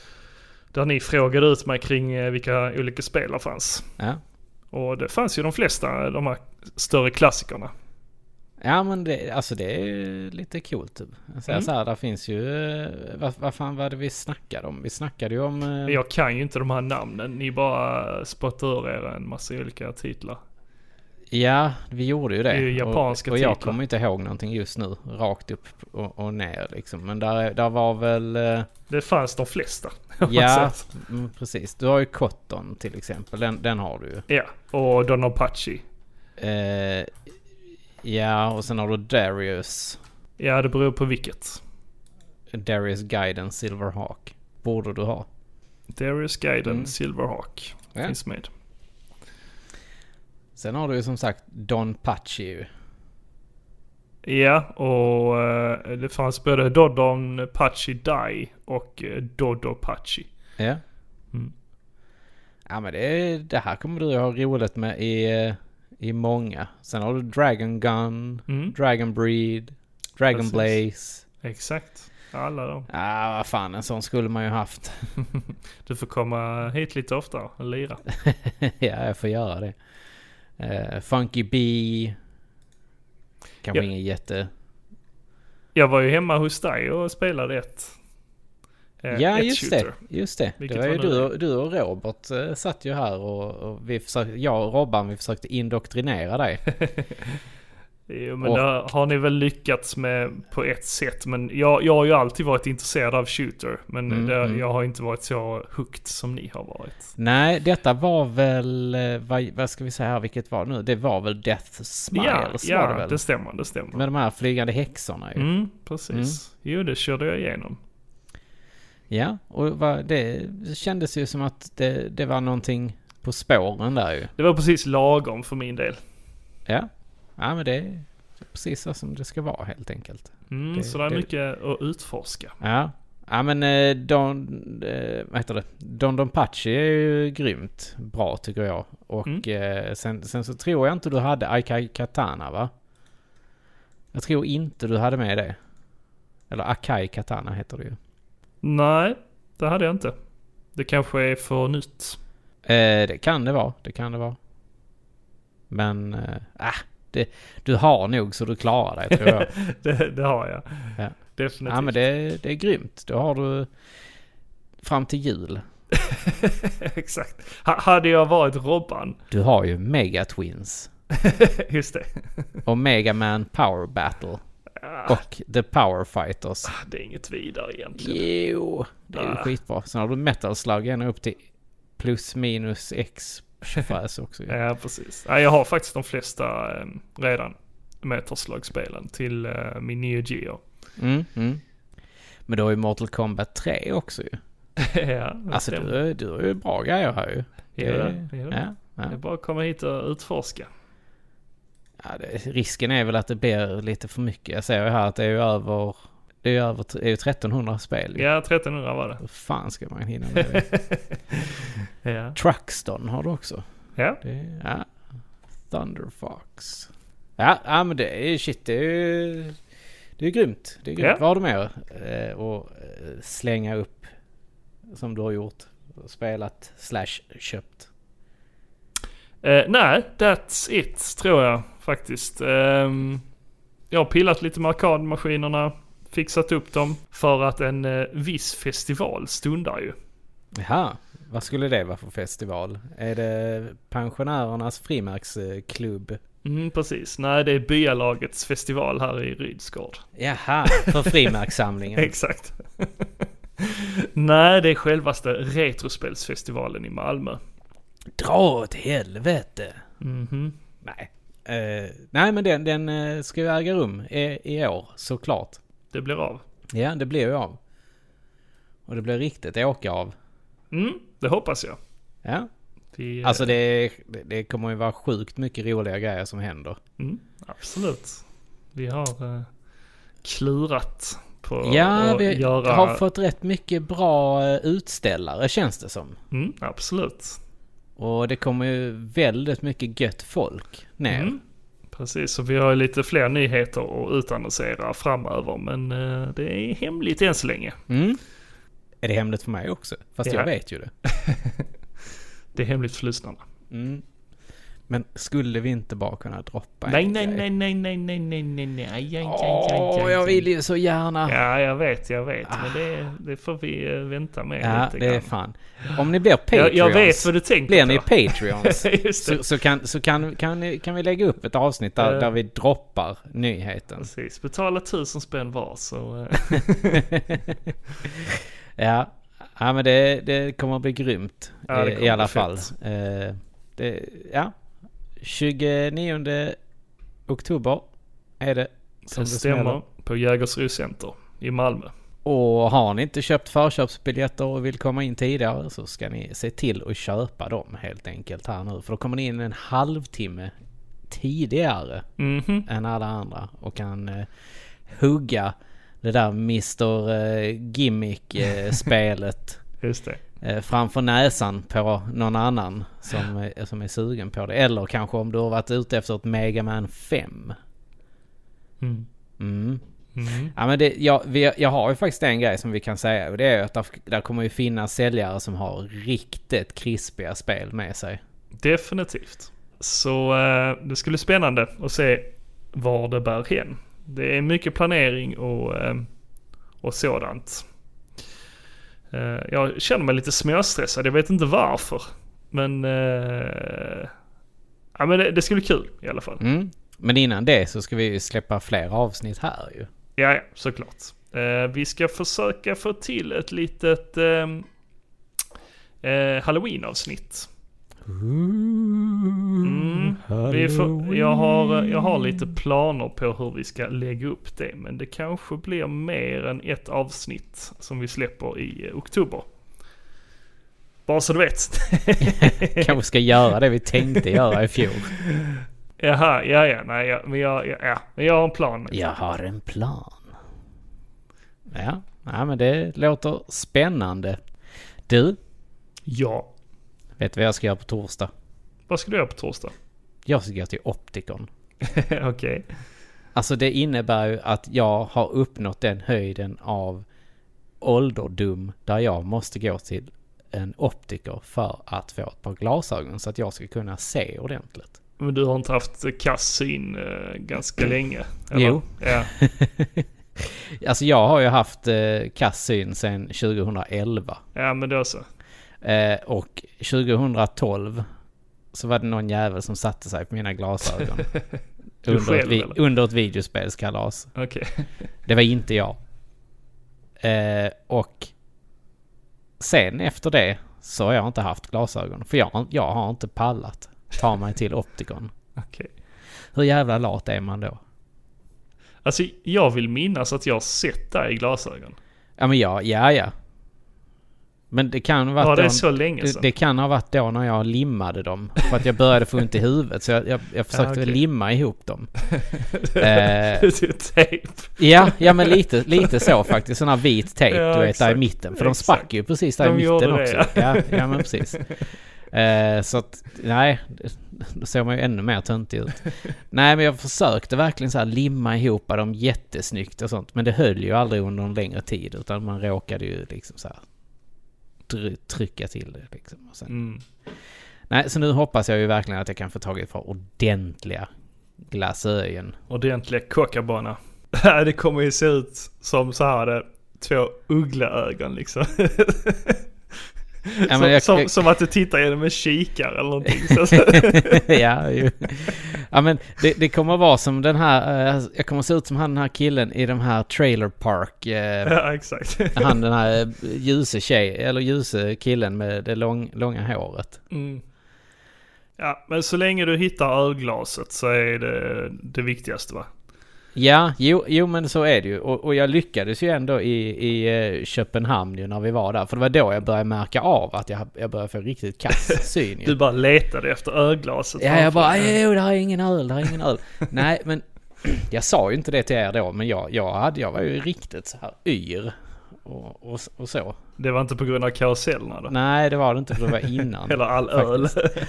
[SPEAKER 1] Där ni frågade ut mig kring eh, vilka olika spel det fanns.
[SPEAKER 2] Ja.
[SPEAKER 1] Och det fanns ju de flesta, eh, de här större klassikerna.
[SPEAKER 2] Ja men det, alltså det är ju lite coolt typ. Jag säger
[SPEAKER 1] Mm.
[SPEAKER 2] så här, där finns ju... eh, Vad, vad fan var det vi snackade om? Vi snackade ju om... eh,
[SPEAKER 1] Men jag kan ju inte de här namnen, ni bara spottar ur er en massa olika titlar.
[SPEAKER 2] Ja, vi gjorde ju det.
[SPEAKER 1] Det är ju japanska
[SPEAKER 2] och, och jag
[SPEAKER 1] titlar.
[SPEAKER 2] kommer inte ihåg någonting just nu. Rakt upp och, och ner liksom. Men där, där var väl... eh,
[SPEAKER 1] Det fanns de flesta. om man säger
[SPEAKER 2] Ja,
[SPEAKER 1] så.
[SPEAKER 2] mm, precis. Du har ju Cotton till exempel. Den, den har du ju.
[SPEAKER 1] ja. Och Don Apache.
[SPEAKER 2] Eh, ja, och sen har du Darius.
[SPEAKER 1] Ja, det beror på vilket.
[SPEAKER 2] Darius Guiden Silverhawk. Borde du ha.
[SPEAKER 1] Darius Gaiden,
[SPEAKER 2] Mm.
[SPEAKER 1] Silverhawk
[SPEAKER 2] Ja.
[SPEAKER 1] finns med.
[SPEAKER 2] Sen har du ju som sagt Don Pachi ju.
[SPEAKER 1] Ja, och eh, det fanns både Dodon Pachi Dai och eh, Dodo Pachi.
[SPEAKER 2] Ja.
[SPEAKER 1] Mm.
[SPEAKER 2] Ja men det, det här kommer du ha roligt med i, eh, i många. Sen har du Dragon Gun,
[SPEAKER 1] Mm.
[SPEAKER 2] Dragon Breed, Dragon
[SPEAKER 1] Precis.
[SPEAKER 2] Blaze.
[SPEAKER 1] Exakt. Alla de.
[SPEAKER 2] Ah, vad fan, en sån skulle man ju haft.
[SPEAKER 1] Du får komma hit lite oftare och lira.
[SPEAKER 2] ja, jag får göra det. Eh, Funky Bee. Kanske
[SPEAKER 1] Ja.
[SPEAKER 2] ingen jätte...
[SPEAKER 1] Jag var ju hemma hos dig och spelade ett. eh,
[SPEAKER 2] Ja,
[SPEAKER 1] ett
[SPEAKER 2] just
[SPEAKER 1] shooter.
[SPEAKER 2] det. Just det.
[SPEAKER 1] Vilket
[SPEAKER 2] det var ju
[SPEAKER 1] var nu
[SPEAKER 2] du, och- du och Robert eh, satt ju här och, och vi försökte, jag och Robban vi försökte indoktrinera dig.
[SPEAKER 1] Jo, men
[SPEAKER 2] Och-
[SPEAKER 1] det har ni väl lyckats med på ett sätt. Men jag, jag har ju alltid varit intresserad av shooter. Men
[SPEAKER 2] Mm,
[SPEAKER 1] det,
[SPEAKER 2] mm.
[SPEAKER 1] jag har inte varit så hooked som ni har varit.
[SPEAKER 2] Nej, detta var väl, eh, vad, vad ska vi säga här, vilket var nu? Det var väl Death Smiles
[SPEAKER 1] ja,
[SPEAKER 2] var det
[SPEAKER 1] ja
[SPEAKER 2] väl?
[SPEAKER 1] det stämmer, det stämmer.
[SPEAKER 2] Med de här flygande häxorna ju.
[SPEAKER 1] Mm, precis.
[SPEAKER 2] Mm.
[SPEAKER 1] Jo, det körde jag igenom.
[SPEAKER 2] Ja, och vad, det kändes ju som att det, det var någonting på spåren där ju.
[SPEAKER 1] Det var precis lagom för min del.
[SPEAKER 2] Ja, ja men det är precis så som det ska vara helt enkelt.
[SPEAKER 1] Mm,
[SPEAKER 2] Det-
[SPEAKER 1] så det är
[SPEAKER 2] det-
[SPEAKER 1] mycket att utforska.
[SPEAKER 2] Ja. Ja men eh, Don, eh, vad heter det? Don Don Pachi är ju grymt bra tycker jag. Och eh, sen, sen så tror jag inte du hade Aikai Katana va? Jag tror inte du hade med det. Eller Akai Katana heter det ju.
[SPEAKER 1] Nej, det hade jag inte. Det kanske är för nytt.
[SPEAKER 2] Eh, det kan det vara, det kan det vara. Men, eh, ah, det, du har nog så du klarar dig tror jag.
[SPEAKER 1] Det, det har jag.
[SPEAKER 2] Ja.
[SPEAKER 1] Definitivt.
[SPEAKER 2] ja men det, det är grymt. Då har du fram till jul.
[SPEAKER 1] Exakt. Ha, hade jag varit Robban.
[SPEAKER 2] Du har ju Mega Twins.
[SPEAKER 1] Just det.
[SPEAKER 2] Och Mega Man Power Battle.
[SPEAKER 1] Ah,
[SPEAKER 2] Och The Power Fighters.
[SPEAKER 1] det är inget vidare egentligen.
[SPEAKER 2] Jo, det är ju
[SPEAKER 1] Ah.
[SPEAKER 2] skitbra. Sen har du Metal Slug ända upp till plus minus X fräs också. ju.
[SPEAKER 1] Ja, precis. Ja, jag har faktiskt de flesta eh, redan. Meterslagspelen till eh, min Neo Geo.
[SPEAKER 2] Mm, mm. Men du har ju Mortal Kombat 3 också ju.
[SPEAKER 1] ja, det
[SPEAKER 2] Alltså
[SPEAKER 1] stämmer.
[SPEAKER 2] du, du har ju bra grejer här ju.
[SPEAKER 1] Ja, det- ja, det.
[SPEAKER 2] ja, ja.
[SPEAKER 1] Det är bara att komma hit och utforska.
[SPEAKER 2] Ja, det, risken är väl att det blir lite för mycket. Jag ser ju här att det är ju över, det är ju över det är ju 1300 spel. ju.
[SPEAKER 1] Ja, 1300 var det.
[SPEAKER 2] Hur fan ska man hinna med det?
[SPEAKER 1] Ja.
[SPEAKER 2] Truckston har du också.
[SPEAKER 1] Ja.
[SPEAKER 2] Det är, ja. Thunderfox. Ja, ja, men det är shit, det är ju... Det är grymt. Det är grymt.
[SPEAKER 1] Ja.
[SPEAKER 2] Vad har du med eh, och eh, slänga upp som du har gjort? Spelat slash köpt.
[SPEAKER 1] Eh, nej, that's it tror jag faktiskt. Ehm, jag har pillat lite med arkadmaskinerna, fixat upp dem för att en eh, viss festival stundar ju.
[SPEAKER 2] Jaha, vad skulle det vara för festival? Är det pensionärernas frimärksklubb?
[SPEAKER 1] Mm, precis. Nej, det är byalagets festival här i Rydsgård.
[SPEAKER 2] Jaha, för frimärkssamlingen.
[SPEAKER 1] Exakt. nej, det är självaste Retrospelsfestivalen i Malmö.
[SPEAKER 2] Dra åt helvete!
[SPEAKER 1] Mhm.
[SPEAKER 2] Nej. Eh, nej men den, den eh, ska ju äga rum i, i år, såklart.
[SPEAKER 1] Det blir av.
[SPEAKER 2] Ja, det blir ju av. Och det blir riktigt åka av.
[SPEAKER 1] Mm, det hoppas jag.
[SPEAKER 2] Ja,
[SPEAKER 1] Vi, eh,
[SPEAKER 2] alltså det, det- det kommer ju vara sjukt mycket roliga grejer som händer.
[SPEAKER 1] Mm, absolut. Vi har eh, klurat på
[SPEAKER 2] ja,
[SPEAKER 1] att
[SPEAKER 2] vi
[SPEAKER 1] göra...
[SPEAKER 2] har fått rätt mycket bra eh, utställare känns det som.
[SPEAKER 1] Mm, absolut.
[SPEAKER 2] Och det kommer ju väldigt mycket gött folk ner.
[SPEAKER 1] Mm. Precis, och vi har ju lite fler nyheter att utannonsera framöver. Men eh, det är hemligt än så länge.
[SPEAKER 2] Mm. Är det hemligt för mig också? Fast
[SPEAKER 1] Ja.
[SPEAKER 2] jag vet ju det.
[SPEAKER 1] Det är hemligt för lyssnarna.
[SPEAKER 2] Mm. Men skulle vi inte bara kunna droppa
[SPEAKER 1] Nej,
[SPEAKER 2] en
[SPEAKER 1] nej, nej,
[SPEAKER 2] grej?
[SPEAKER 1] nej, nej, nej, nej, nej, nej, aj, aj, aj, aj,
[SPEAKER 2] Åh,
[SPEAKER 1] aj,
[SPEAKER 2] jag
[SPEAKER 1] aj.
[SPEAKER 2] vill ju så gärna. Ja,
[SPEAKER 1] Ja, jag vet, jag vet. Men det, det får vi eh, vänta med lite
[SPEAKER 2] det är
[SPEAKER 1] grann.
[SPEAKER 2] fan. Om ni blir
[SPEAKER 1] Jag,
[SPEAKER 2] Patreons,
[SPEAKER 1] jag vet vad du tänker
[SPEAKER 2] blir ni
[SPEAKER 1] på.
[SPEAKER 2] Patreons
[SPEAKER 1] Just det.
[SPEAKER 2] så, så, kan, så kan, kan, ni- kan vi lägga upp ett avsnitt där,
[SPEAKER 1] Eh.
[SPEAKER 2] där vi droppar nyheten.
[SPEAKER 1] Precis, betala tusen spänn var så... eh,
[SPEAKER 2] Ja, ja men det, det kommer att bli grymt
[SPEAKER 1] Ja, det
[SPEAKER 2] eh, i
[SPEAKER 1] kommer
[SPEAKER 2] alla
[SPEAKER 1] bli
[SPEAKER 2] fall.
[SPEAKER 1] fett.
[SPEAKER 2] Eh, det, ja, 29 oktober är det som
[SPEAKER 1] Det
[SPEAKER 2] det smäller.
[SPEAKER 1] stämmer på Jägersro Center i Malmö.
[SPEAKER 2] Och har ni inte köpt förköpsbiljetter och vill komma in tidigare så ska ni se till att köpa dem helt enkelt här nu. För då kommer ni in en halvtimme tidigare
[SPEAKER 1] Mhm.
[SPEAKER 2] än alla andra och kan eh, hugga det där Mr eh, Gimmick-spelet
[SPEAKER 1] Just det.
[SPEAKER 2] eh, framför näsan på någon annan som, eh, som är sugen på det. Eller kanske om du har varit ute efter ett Mega Man 5.
[SPEAKER 1] Mm.
[SPEAKER 2] Mm.
[SPEAKER 1] Mhm.
[SPEAKER 2] Ja, men det, jag, vi, jag har ju faktiskt en grej som vi kan säga och det är ju att där, där kommer ju finnas säljare som har riktigt krispiga spel med sig.
[SPEAKER 1] Definitivt. Så eh, det skulle bli spännande att se var det bär hen. Det är mycket planering och, eh, och sådant. Eh, jag känner mig lite småstressad, jag vet inte varför. Men, eh, ja, men det, det skulle bli kul i alla fall.
[SPEAKER 2] Mm. Men innan det så ska vi ju släppa fler avsnitt här ju.
[SPEAKER 1] Ja, ja såklart. Eh, vi ska försöka få till ett litet eh, eh, halloween-avsnitt. Mm. Vi får, jag, har, eh, jag har lite planer på hur vi ska lägga upp det, men det kanske blir mer än ett avsnitt som vi släpper i eh, oktober. Bara så du vet.
[SPEAKER 2] Kanske ska göra det vi tänkte göra i fjol.
[SPEAKER 1] Jaha, ja, ja, nej, ja, men jag, ja, ja, men jag har en plan.
[SPEAKER 2] Jag har en plan. Ja, ja men det låter spännande. Du,
[SPEAKER 1] Ja.
[SPEAKER 2] vet du vad jag ska göra på torsdag?
[SPEAKER 1] Vad ska du göra på torsdag?
[SPEAKER 2] Jag ska gå till optikon.
[SPEAKER 1] Okej.
[SPEAKER 2] Alltså det innebär ju att jag har uppnått den höjden av ålderdom där jag måste gå till en optiker för att få ett par glasögon så att jag ska kunna se ordentligt.
[SPEAKER 1] Men du har inte haft kassin eh, ganska länge?
[SPEAKER 2] Mm. Jo.
[SPEAKER 1] Ja.
[SPEAKER 2] Alltså jag har ju haft eh, kass syn sedan 2011.
[SPEAKER 1] ja, men då så.
[SPEAKER 2] Eh, och 2012 så var det någon jävel som satte sig på mina glasögon.
[SPEAKER 1] Du
[SPEAKER 2] under, ett
[SPEAKER 1] själv,
[SPEAKER 2] vi-
[SPEAKER 1] eller?
[SPEAKER 2] under ett videospelskalas.
[SPEAKER 1] Okej.
[SPEAKER 2] Det var inte jag. Eh, och sen efter det så har jag inte haft glasögon. För jag, har- jag har inte pallat ta mig till optikon.
[SPEAKER 1] Okej.
[SPEAKER 2] Hur jävla lat är man då?
[SPEAKER 1] Alltså, jag vill minnas att jag har sett dig i glasögon.
[SPEAKER 2] Ja men ja, ja ja. Men det kan ha varit
[SPEAKER 1] Ja, det
[SPEAKER 2] då-
[SPEAKER 1] är så länge
[SPEAKER 2] Det,
[SPEAKER 1] sedan.
[SPEAKER 2] det kan ha varit då när jag limmade dem. För att jag började få ont i huvudet. Så jag, jag, jag försökte
[SPEAKER 1] okej.
[SPEAKER 2] limma ihop dem. eh,
[SPEAKER 1] Det är tejp.
[SPEAKER 2] ja, ja, men lite, lite så faktiskt. Sån här vit tejp,
[SPEAKER 1] Ja,
[SPEAKER 2] du vet, där i
[SPEAKER 1] exakt.
[SPEAKER 2] mitten. För de
[SPEAKER 1] Exakt.
[SPEAKER 2] sprack ju precis där
[SPEAKER 1] De
[SPEAKER 2] i
[SPEAKER 1] gjorde
[SPEAKER 2] mitten
[SPEAKER 1] det,
[SPEAKER 2] också. ja. ja, men precis. Eh, så att, nej, då ser man ju ännu mer töntig ut. Nej, men jag försökte verkligen så här limma ihop dem jättesnyggt och sånt. Men det höll ju aldrig under en längre tid. Utan man råkade ju liksom så här dry- trycka till det liksom. Och sen,
[SPEAKER 1] Mm.
[SPEAKER 2] Nej, så nu hoppas jag ju verkligen att jag kan få tag i ett par ordentliga glasögon.
[SPEAKER 1] Ordentliga kockabana. Nej, det kommer ju se ut som så här det, två uggleögon liksom.
[SPEAKER 2] Ja,
[SPEAKER 1] som,
[SPEAKER 2] men jag,
[SPEAKER 1] som, som att du tittar genom en kikare eller någonting. Så, så.
[SPEAKER 2] ja, ju. ja, men det, det kommer vara som den här, eh, jag kommer se ut som han den här killen i de här trailer park. Eh,
[SPEAKER 1] ja, exakt.
[SPEAKER 2] han den här eh, ljuse tjej, eller ljuse killen med det lång, långa håret.
[SPEAKER 1] Mm. Ja, men så länge du hittar ölglaset så är det det viktigaste va?
[SPEAKER 2] Ja, jo, jo men så är det ju. Och, och jag lyckades ju ändå i, i eh, Köpenhamn ju när vi var där. För det var då jag började märka av att jag, jag började få riktigt kass syn ju.
[SPEAKER 1] Du bara letade efter ölglaset.
[SPEAKER 2] Ja,
[SPEAKER 1] framför
[SPEAKER 2] jag bara
[SPEAKER 1] dig.
[SPEAKER 2] jo, det här är ingen öl, det här är ingen öl. Nej, men jag sa ju inte det till er då, men jag, jag, hade, jag var ju riktigt så här yr. Och, och, och så.
[SPEAKER 1] Det var inte på grund av karusellerna då?
[SPEAKER 2] Nej, det var det inte för det var innan.
[SPEAKER 1] Eller all öl?
[SPEAKER 2] faktiskt.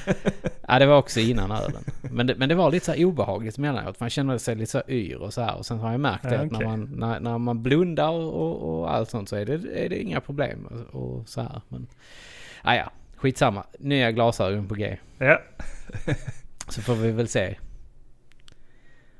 [SPEAKER 2] Ja, det var också innan ölen. Men det, men det var lite så här obehagligt mellanåt. Man kände sig lite så här yr och så här. Och sen har jag märkt det
[SPEAKER 1] Ja,
[SPEAKER 2] att när
[SPEAKER 1] okej.
[SPEAKER 2] man, när, när man blundar och, och, och allt sånt så är det, är det inga problem. Och, och så här. Men, ja, ja, skitsamma. Nya glasögon på G.
[SPEAKER 1] Ja.
[SPEAKER 2] Så får vi väl se.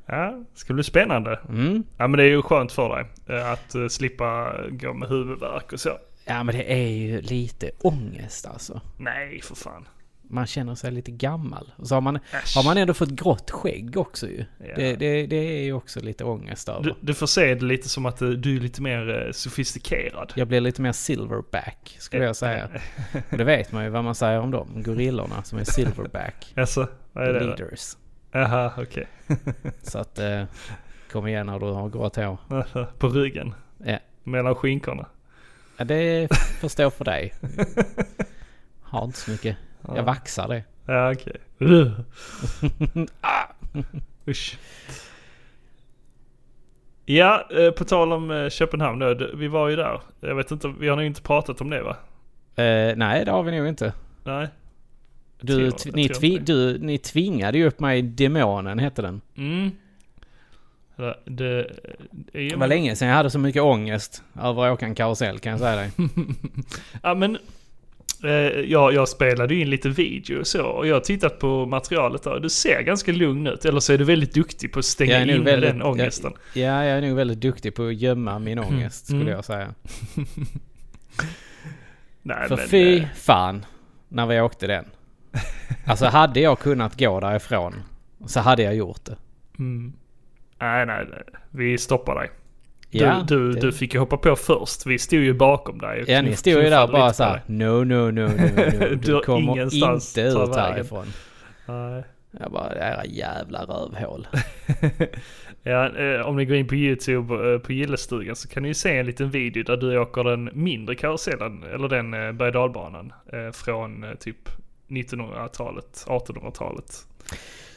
[SPEAKER 1] ja, ska bli spännande.
[SPEAKER 2] Mm.
[SPEAKER 1] Ja men det är ju skönt för dig eh, att eh, slippa gå med huvudvärk och så.
[SPEAKER 2] Ja men det är ju lite ångest alltså.
[SPEAKER 1] Nej för fan.
[SPEAKER 2] Man känner sig lite gammal. Och så har man,
[SPEAKER 1] Äsch.
[SPEAKER 2] har man ändå fått grått skägg också ju.
[SPEAKER 1] Ja.
[SPEAKER 2] Det, det, det är ju också lite ångest över.
[SPEAKER 1] Du, du får se det lite som att eh, du är lite mer eh, sofistikerad.
[SPEAKER 2] Jag blir lite mer silverback skulle jag säga. Och det vet man ju vad man säger om dem. Gorillorna som är silverback.
[SPEAKER 1] Jaså, Alltså, vad
[SPEAKER 2] the
[SPEAKER 1] är det? då?
[SPEAKER 2] leaders.
[SPEAKER 1] Jaha, okej.
[SPEAKER 2] Så att eh, kom igen när du har grått hår.
[SPEAKER 1] På ryggen?
[SPEAKER 2] Ja.
[SPEAKER 1] Mellan skinkorna?
[SPEAKER 2] Ja, det får stå för dig. Har inte så mycket.
[SPEAKER 1] Ja.
[SPEAKER 2] Jag vaxar det.
[SPEAKER 1] Ja okej. Ugh.
[SPEAKER 2] Ah.
[SPEAKER 1] Usch. Ja, eh, på tal om eh, Köpenhamn då, d- vi var ju där. Jag vet inte, vi har nog inte pratat om det va?
[SPEAKER 2] Eh, nej det har vi nog inte.
[SPEAKER 1] Nej?
[SPEAKER 2] Du,
[SPEAKER 1] Tror-
[SPEAKER 2] tv-
[SPEAKER 1] jag
[SPEAKER 2] ni,
[SPEAKER 1] tror
[SPEAKER 2] tvi,
[SPEAKER 1] inte.
[SPEAKER 2] du, ni tvingade ju upp mig i Demonen, hette den.
[SPEAKER 1] Mm. Eller, Det, det är
[SPEAKER 2] Det
[SPEAKER 1] ju...
[SPEAKER 2] var länge sedan jag hade så mycket ångest över att åka en karusell kan jag säga dig.
[SPEAKER 1] Ja men, eh, jag, jag spelade ju in lite video och så och jag har tittat på materialet där. Du ser ganska lugn ut, eller så är du väldigt duktig på att
[SPEAKER 2] Jag
[SPEAKER 1] stänga
[SPEAKER 2] är nog
[SPEAKER 1] in
[SPEAKER 2] väldigt-
[SPEAKER 1] den ångesten.
[SPEAKER 2] Ja, jag är nog väldigt duktig på att gömma min ångest skulle
[SPEAKER 1] Mm.
[SPEAKER 2] jag säga.
[SPEAKER 1] Nej,
[SPEAKER 2] För
[SPEAKER 1] men,
[SPEAKER 2] fy
[SPEAKER 1] eh,
[SPEAKER 2] fan när vi åkte den. Alltså hade jag kunnat gå därifrån så hade jag gjort det.
[SPEAKER 1] Mm. Nej, nej, nej. vi stoppar dig. Du,
[SPEAKER 2] Ja,
[SPEAKER 1] du,
[SPEAKER 2] det-
[SPEAKER 1] du fick ju hoppa på först. Vi stod ju bakom dig. och
[SPEAKER 2] ja ni
[SPEAKER 1] knuff-
[SPEAKER 2] stod ju där
[SPEAKER 1] knuffade
[SPEAKER 2] bara
[SPEAKER 1] lite
[SPEAKER 2] såhär no, no, no, no, no.
[SPEAKER 1] Du
[SPEAKER 2] Du
[SPEAKER 1] har
[SPEAKER 2] kommer
[SPEAKER 1] ingenstans
[SPEAKER 2] inte
[SPEAKER 1] ta
[SPEAKER 2] ut
[SPEAKER 1] vägen.
[SPEAKER 2] härifrån.
[SPEAKER 1] på dig. Nej.
[SPEAKER 2] Jag bara, era jävla rövhål.
[SPEAKER 1] Ja, eh, om ni går in på YouTube eh, på gillestugan så kan ni ju se en liten video där du åker den mindre karusellen, eller den eh, berg och dalbanan, eh, från eh, typ 1900-talet, 1800-talet.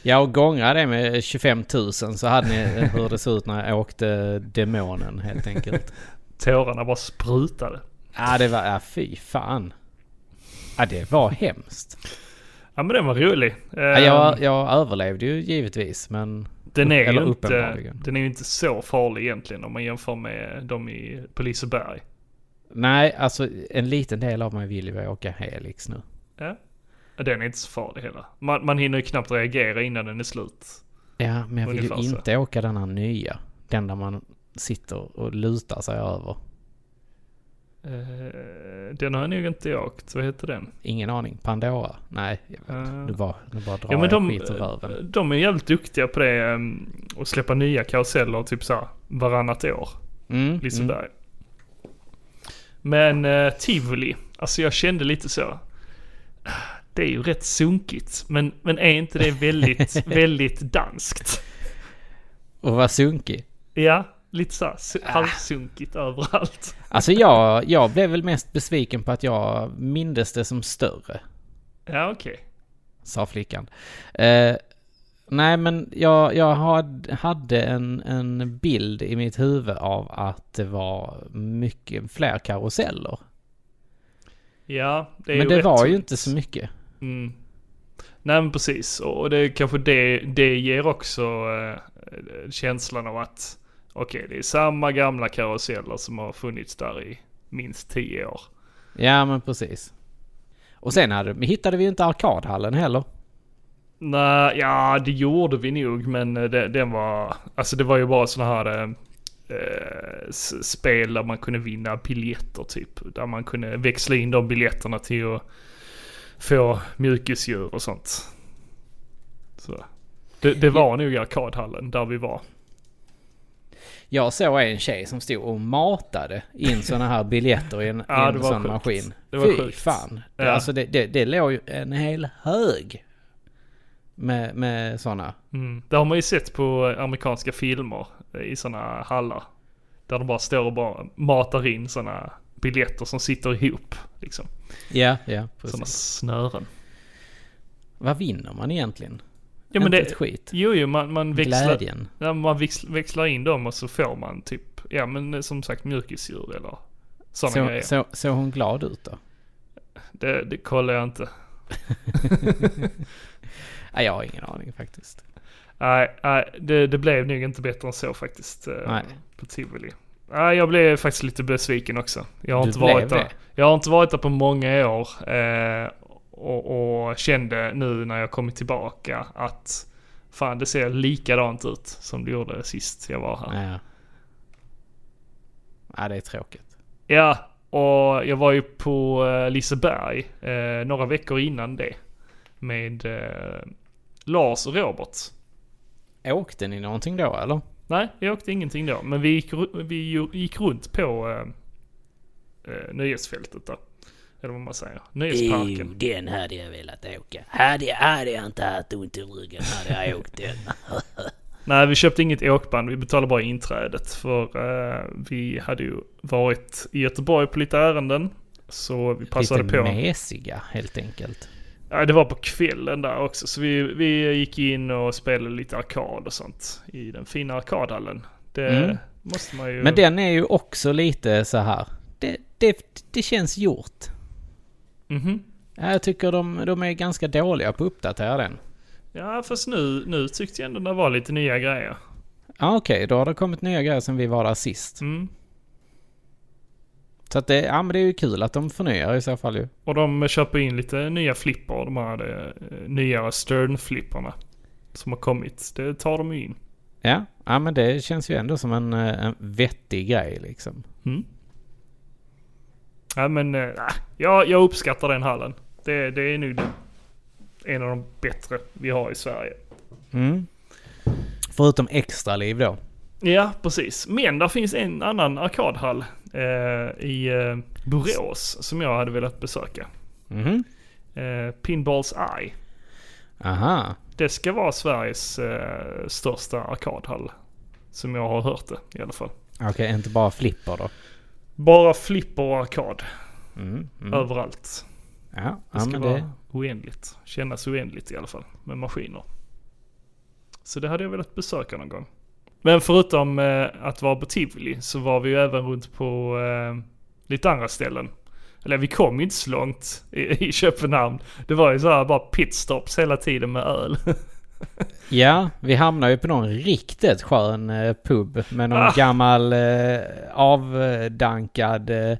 [SPEAKER 2] Ja, och gångra det med 25 000 så hade ni hur det såg ut när jag åkte demonen helt enkelt.
[SPEAKER 1] Tårarna bara sprutade.
[SPEAKER 2] Ja, det var... Ja, fy fan. Ja, det var hemskt.
[SPEAKER 1] Ja men den var rolig. Eh,
[SPEAKER 2] Ja, jag, jag överlevde ju givetvis men...
[SPEAKER 1] den, är
[SPEAKER 2] eller
[SPEAKER 1] ju inte,
[SPEAKER 2] uppenbarligen.
[SPEAKER 1] den är ju inte så farlig egentligen om man jämför med de i, på Liseberg.
[SPEAKER 2] Nej, alltså en liten del av mig vill ju åka Helix nu.
[SPEAKER 1] Ja. Den är inte så farlig heller. Man, man hinner ju knappt reagera innan den är slut.
[SPEAKER 2] Ja, men jag vill ju
[SPEAKER 1] Ungefär så.
[SPEAKER 2] inte åka den här nya. Den där man sitter och lutar sig över.
[SPEAKER 1] Eh, den har jag nog inte åkt. Vad heter den?
[SPEAKER 2] Ingen aning. Pandora? Nej, jag vet.
[SPEAKER 1] Eh,
[SPEAKER 2] Nu bara, nu bara drar
[SPEAKER 1] Ja, men
[SPEAKER 2] jag
[SPEAKER 1] de, eh,
[SPEAKER 2] skit ur röven.
[SPEAKER 1] de är jävligt duktiga på det. ehm, Att släppa nya karuseller typ så här varannat år.
[SPEAKER 2] Mm, mm.
[SPEAKER 1] Liseberg. Men eh, Tivoli, alltså jag kände lite så. Det är ju rätt sunkigt, men, men är inte det väldigt, väldigt danskt?
[SPEAKER 2] Och var sunkig.
[SPEAKER 1] Ja, lite så här, su-
[SPEAKER 2] Ah.
[SPEAKER 1] halvsunkigt överallt.
[SPEAKER 2] Alltså jag, jag blev väl mest besviken på att jag mindes det som större,
[SPEAKER 1] Ja, okej.
[SPEAKER 2] sa flickan. Eh, nej, men jag, jag had, hade en, en bild i mitt huvud av att det var mycket fler karuseller.
[SPEAKER 1] Ja, det är
[SPEAKER 2] Men
[SPEAKER 1] ju
[SPEAKER 2] det
[SPEAKER 1] rätt
[SPEAKER 2] var ju
[SPEAKER 1] sunt.
[SPEAKER 2] inte så mycket.
[SPEAKER 1] Mm. Nej men precis, och och det är kanske det, det ger också eh, känslan av att okej det är samma gamla karuseller som har funnits där i minst tio år.
[SPEAKER 2] Ja, men precis. Och sen hade, hittade vi ju inte arkadhallen heller.
[SPEAKER 1] Nej, ja det gjorde vi nog men eh, det, den var, alltså det var ju bara sådana här eh, eh, s- spel där man kunde vinna biljetter typ. Där man kunde växla in de biljetterna till att få mjukisdjur och sånt. Så. Det, det var nog arkadhallen där vi var.
[SPEAKER 2] Jag såg en tjej som stod och matade in sådana här biljetter i en,
[SPEAKER 1] Ja,
[SPEAKER 2] i
[SPEAKER 1] det
[SPEAKER 2] en
[SPEAKER 1] var
[SPEAKER 2] sån
[SPEAKER 1] sjukt.
[SPEAKER 2] maskin.
[SPEAKER 1] Det var
[SPEAKER 2] Fy
[SPEAKER 1] sjukt.
[SPEAKER 2] fan.
[SPEAKER 1] Ja.
[SPEAKER 2] Alltså det, det, det låg ju en hel hög med, med sådana.
[SPEAKER 1] Mm. Det har man ju sett på amerikanska filmer eh, i sådana hallar. Där de bara står och bara matar in sådana biljetter som sitter ihop. Liksom.
[SPEAKER 2] Ja, ja
[SPEAKER 1] Sådana
[SPEAKER 2] precis.
[SPEAKER 1] snören.
[SPEAKER 2] Vad vinner man egentligen?
[SPEAKER 1] Ja, men
[SPEAKER 2] inte
[SPEAKER 1] det-
[SPEAKER 2] ett skit.
[SPEAKER 1] Jo, jo, man, man, växlar,
[SPEAKER 2] Glädjen.
[SPEAKER 1] ja, man växl- växlar in dem och så får man typ, ja men eh, som sagt mjukisdjur eller sådana
[SPEAKER 2] Så,
[SPEAKER 1] grejer.
[SPEAKER 2] så, såg hon glad ut då?
[SPEAKER 1] Det, det kollar jag inte.
[SPEAKER 2] Nej, jag har ingen aning faktiskt.
[SPEAKER 1] Nej, nej det, det blev nog inte bättre än så faktiskt. eh,
[SPEAKER 2] Nej.
[SPEAKER 1] På Tivoli. Nej, jag blev faktiskt lite besviken också. Jag har,
[SPEAKER 2] Du
[SPEAKER 1] inte varit,
[SPEAKER 2] blev
[SPEAKER 1] där.
[SPEAKER 2] det?
[SPEAKER 1] jag har inte varit där på många år. Eh, och, och kände nu när jag kommit tillbaka att fan det ser likadant ut som det gjorde sist jag var här.
[SPEAKER 2] Ja. ja, det är tråkigt.
[SPEAKER 1] Ja, och jag var ju på eh, Liseberg eh, några veckor innan det. Med eh, Lars och Robert.
[SPEAKER 2] Åkte ni någonting då eller?
[SPEAKER 1] Nej, jag åkte ingenting då. Men vi gick, ru- vi ju- gick runt på eh, eh, nöjesfältet där. Eller vad man säger. Nöjesparken.
[SPEAKER 3] Jo, den hade jag velat åka. Hade jag, hade jag inte haft ont i ryggen hade jag åkt den.
[SPEAKER 1] Nej, vi köpte inget åkband. Vi betalade bara inträdet. För eh, vi hade ju varit i Göteborg på lite ärenden. Så vi passade
[SPEAKER 2] Lite
[SPEAKER 1] på.
[SPEAKER 2] mesiga helt enkelt.
[SPEAKER 1] Ja, det var på kvällen där också. Så vi, vi gick in och spelade lite arkad och sånt. I den fina arkadhallen. Det
[SPEAKER 2] Mm.
[SPEAKER 1] måste man ju...
[SPEAKER 2] Men den är ju också lite så här. Det, det, det känns gjort.
[SPEAKER 1] Mhm.
[SPEAKER 2] Ja, Jag tycker de, de är ganska dåliga på att uppdatera den.
[SPEAKER 1] Ja, fast nu, nu tyckte jag ändå det var lite nya grejer.
[SPEAKER 2] Ja, okej, då har det kommit nya grejer sen vi var där sist.
[SPEAKER 1] Mm.
[SPEAKER 2] Så att det, ja, men det är ju kul att de förnyar i så fall ju.
[SPEAKER 1] Och de köper in lite nya flipper, de här eh, nyare Stern-flipparna. Som har kommit. Det tar de ju in.
[SPEAKER 2] Ja, ja men det känns ju ändå som en, eh, en vettig grej liksom.
[SPEAKER 1] Mm. Ja men, eh, ah, jag, jag uppskattar den hallen. Det, det är nog en av de bättre vi har i Sverige.
[SPEAKER 2] Mm. Förutom extra liv då.
[SPEAKER 1] Ja, precis. Men där finns en annan arkadhall eh, i eh, Borås som jag hade velat besöka.
[SPEAKER 2] Mhm.
[SPEAKER 1] Eh, Pinballs Eye.
[SPEAKER 2] Aha.
[SPEAKER 1] Det ska vara Sveriges eh, största arkadhall. Som jag har hört det i alla fall.
[SPEAKER 2] Okej, inte bara flipper då.
[SPEAKER 1] Bara flipper och arkad
[SPEAKER 2] Mm. mm.
[SPEAKER 1] överallt.
[SPEAKER 2] Ja,
[SPEAKER 1] Det
[SPEAKER 2] ja
[SPEAKER 1] ska
[SPEAKER 2] men det...
[SPEAKER 1] vara oändligt. Kännas oändligt i alla fall med maskiner. Så det hade jag velat besöka någon gång. Men förutom eh, att vara på Tivoli så var vi ju även runt på eh, lite andra ställen. Eller vi kom ju inte så långt i, i Köpenhamn. Det var ju så här bara pitstops hela tiden med öl.
[SPEAKER 2] Ja, vi hamnade ju på någon riktigt skön eh, pub med någon
[SPEAKER 1] Ah.
[SPEAKER 2] gammal eh, avdankad eh,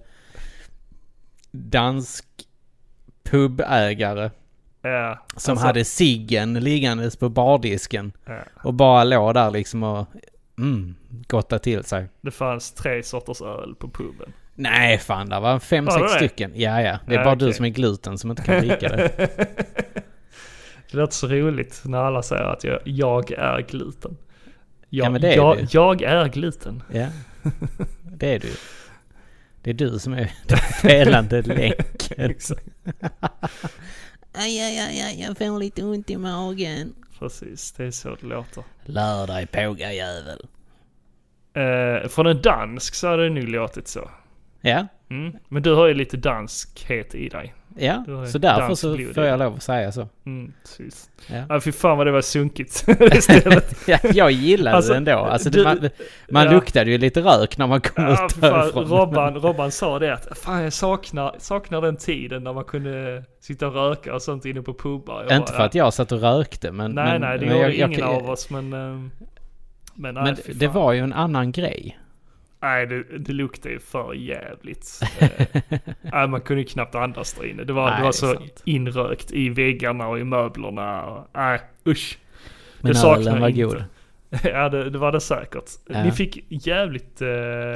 [SPEAKER 2] dansk pubägare
[SPEAKER 1] Ja,
[SPEAKER 2] som
[SPEAKER 1] alltså,
[SPEAKER 2] hade ciggen liggandes på bardisken
[SPEAKER 1] ja.
[SPEAKER 2] och bara låg där liksom och mm, gottade till sig.
[SPEAKER 1] Det fanns tre sorters öl på puben.
[SPEAKER 2] Nej fan, där var fem,
[SPEAKER 1] Var det
[SPEAKER 2] sex
[SPEAKER 1] det?
[SPEAKER 2] stycken. Ja, ja. Det är
[SPEAKER 1] Ja,
[SPEAKER 2] bara
[SPEAKER 1] okej.
[SPEAKER 2] du som är gluten som inte kan dricka det.
[SPEAKER 1] Det låter så roligt när alla säger att jag, jag är gluten. Jag,
[SPEAKER 2] Ja, men det är
[SPEAKER 1] jag,
[SPEAKER 2] du.
[SPEAKER 1] jag är gluten.
[SPEAKER 2] Ja, det är du. Det är du som är den felande länken.
[SPEAKER 3] Aj, aj, aj, aj, jag får lite ont i magen.
[SPEAKER 1] Precis, det är så det låter.
[SPEAKER 3] Lär dig pågajävel.
[SPEAKER 1] Eh, från en dansk så hade det nog låtit så.
[SPEAKER 2] Ja,
[SPEAKER 1] Mm. Men du har ju lite danskhet i dig.
[SPEAKER 2] ja.
[SPEAKER 1] Du har ju
[SPEAKER 2] Så därför
[SPEAKER 1] danskt
[SPEAKER 2] så
[SPEAKER 1] blod i
[SPEAKER 2] får jag
[SPEAKER 1] dig.
[SPEAKER 2] lov att säga så.
[SPEAKER 1] Mm, precis.
[SPEAKER 2] Ja.
[SPEAKER 1] Ja, fy fan vad det var sunkigt istället.
[SPEAKER 2] Ja, jag gillade
[SPEAKER 1] Alltså,
[SPEAKER 2] det ändå. Alltså,
[SPEAKER 1] du-
[SPEAKER 2] man man
[SPEAKER 1] ja.
[SPEAKER 2] luktade ju lite rök när man kom
[SPEAKER 1] Ja,
[SPEAKER 2] ut
[SPEAKER 1] fy fan,
[SPEAKER 2] därifrån.
[SPEAKER 1] Robban, Robban sa det att fan jag saknar, saknar den tiden när man kunde sitta och röka och sånt inne på pubar. Jag
[SPEAKER 2] Inte
[SPEAKER 1] bara,
[SPEAKER 2] för att jag satt och rökte men...
[SPEAKER 1] Nej,
[SPEAKER 2] men,
[SPEAKER 1] nej, det
[SPEAKER 2] men
[SPEAKER 1] gjorde
[SPEAKER 2] jag- jag-
[SPEAKER 1] ingen av oss, men... ehm, Men, nej,
[SPEAKER 2] Men
[SPEAKER 1] fy
[SPEAKER 2] det
[SPEAKER 1] fan.
[SPEAKER 2] var ju en annan grej.
[SPEAKER 1] Nej, det, det luktade ju för jävligt. Eh, nej, man kunde ju knappt andas där inne. Det var,
[SPEAKER 2] Nej,
[SPEAKER 1] det
[SPEAKER 2] det är
[SPEAKER 1] var så
[SPEAKER 2] sant.
[SPEAKER 1] inrökt i väggarna och i möblerna. och- Nej, usch.
[SPEAKER 2] Men
[SPEAKER 1] det
[SPEAKER 2] ölen
[SPEAKER 1] saknar
[SPEAKER 2] var
[SPEAKER 1] jag
[SPEAKER 2] god.
[SPEAKER 1] inte. Ja, det, det var det säkert.
[SPEAKER 2] Ja.
[SPEAKER 1] Ni fick jävligt... eh,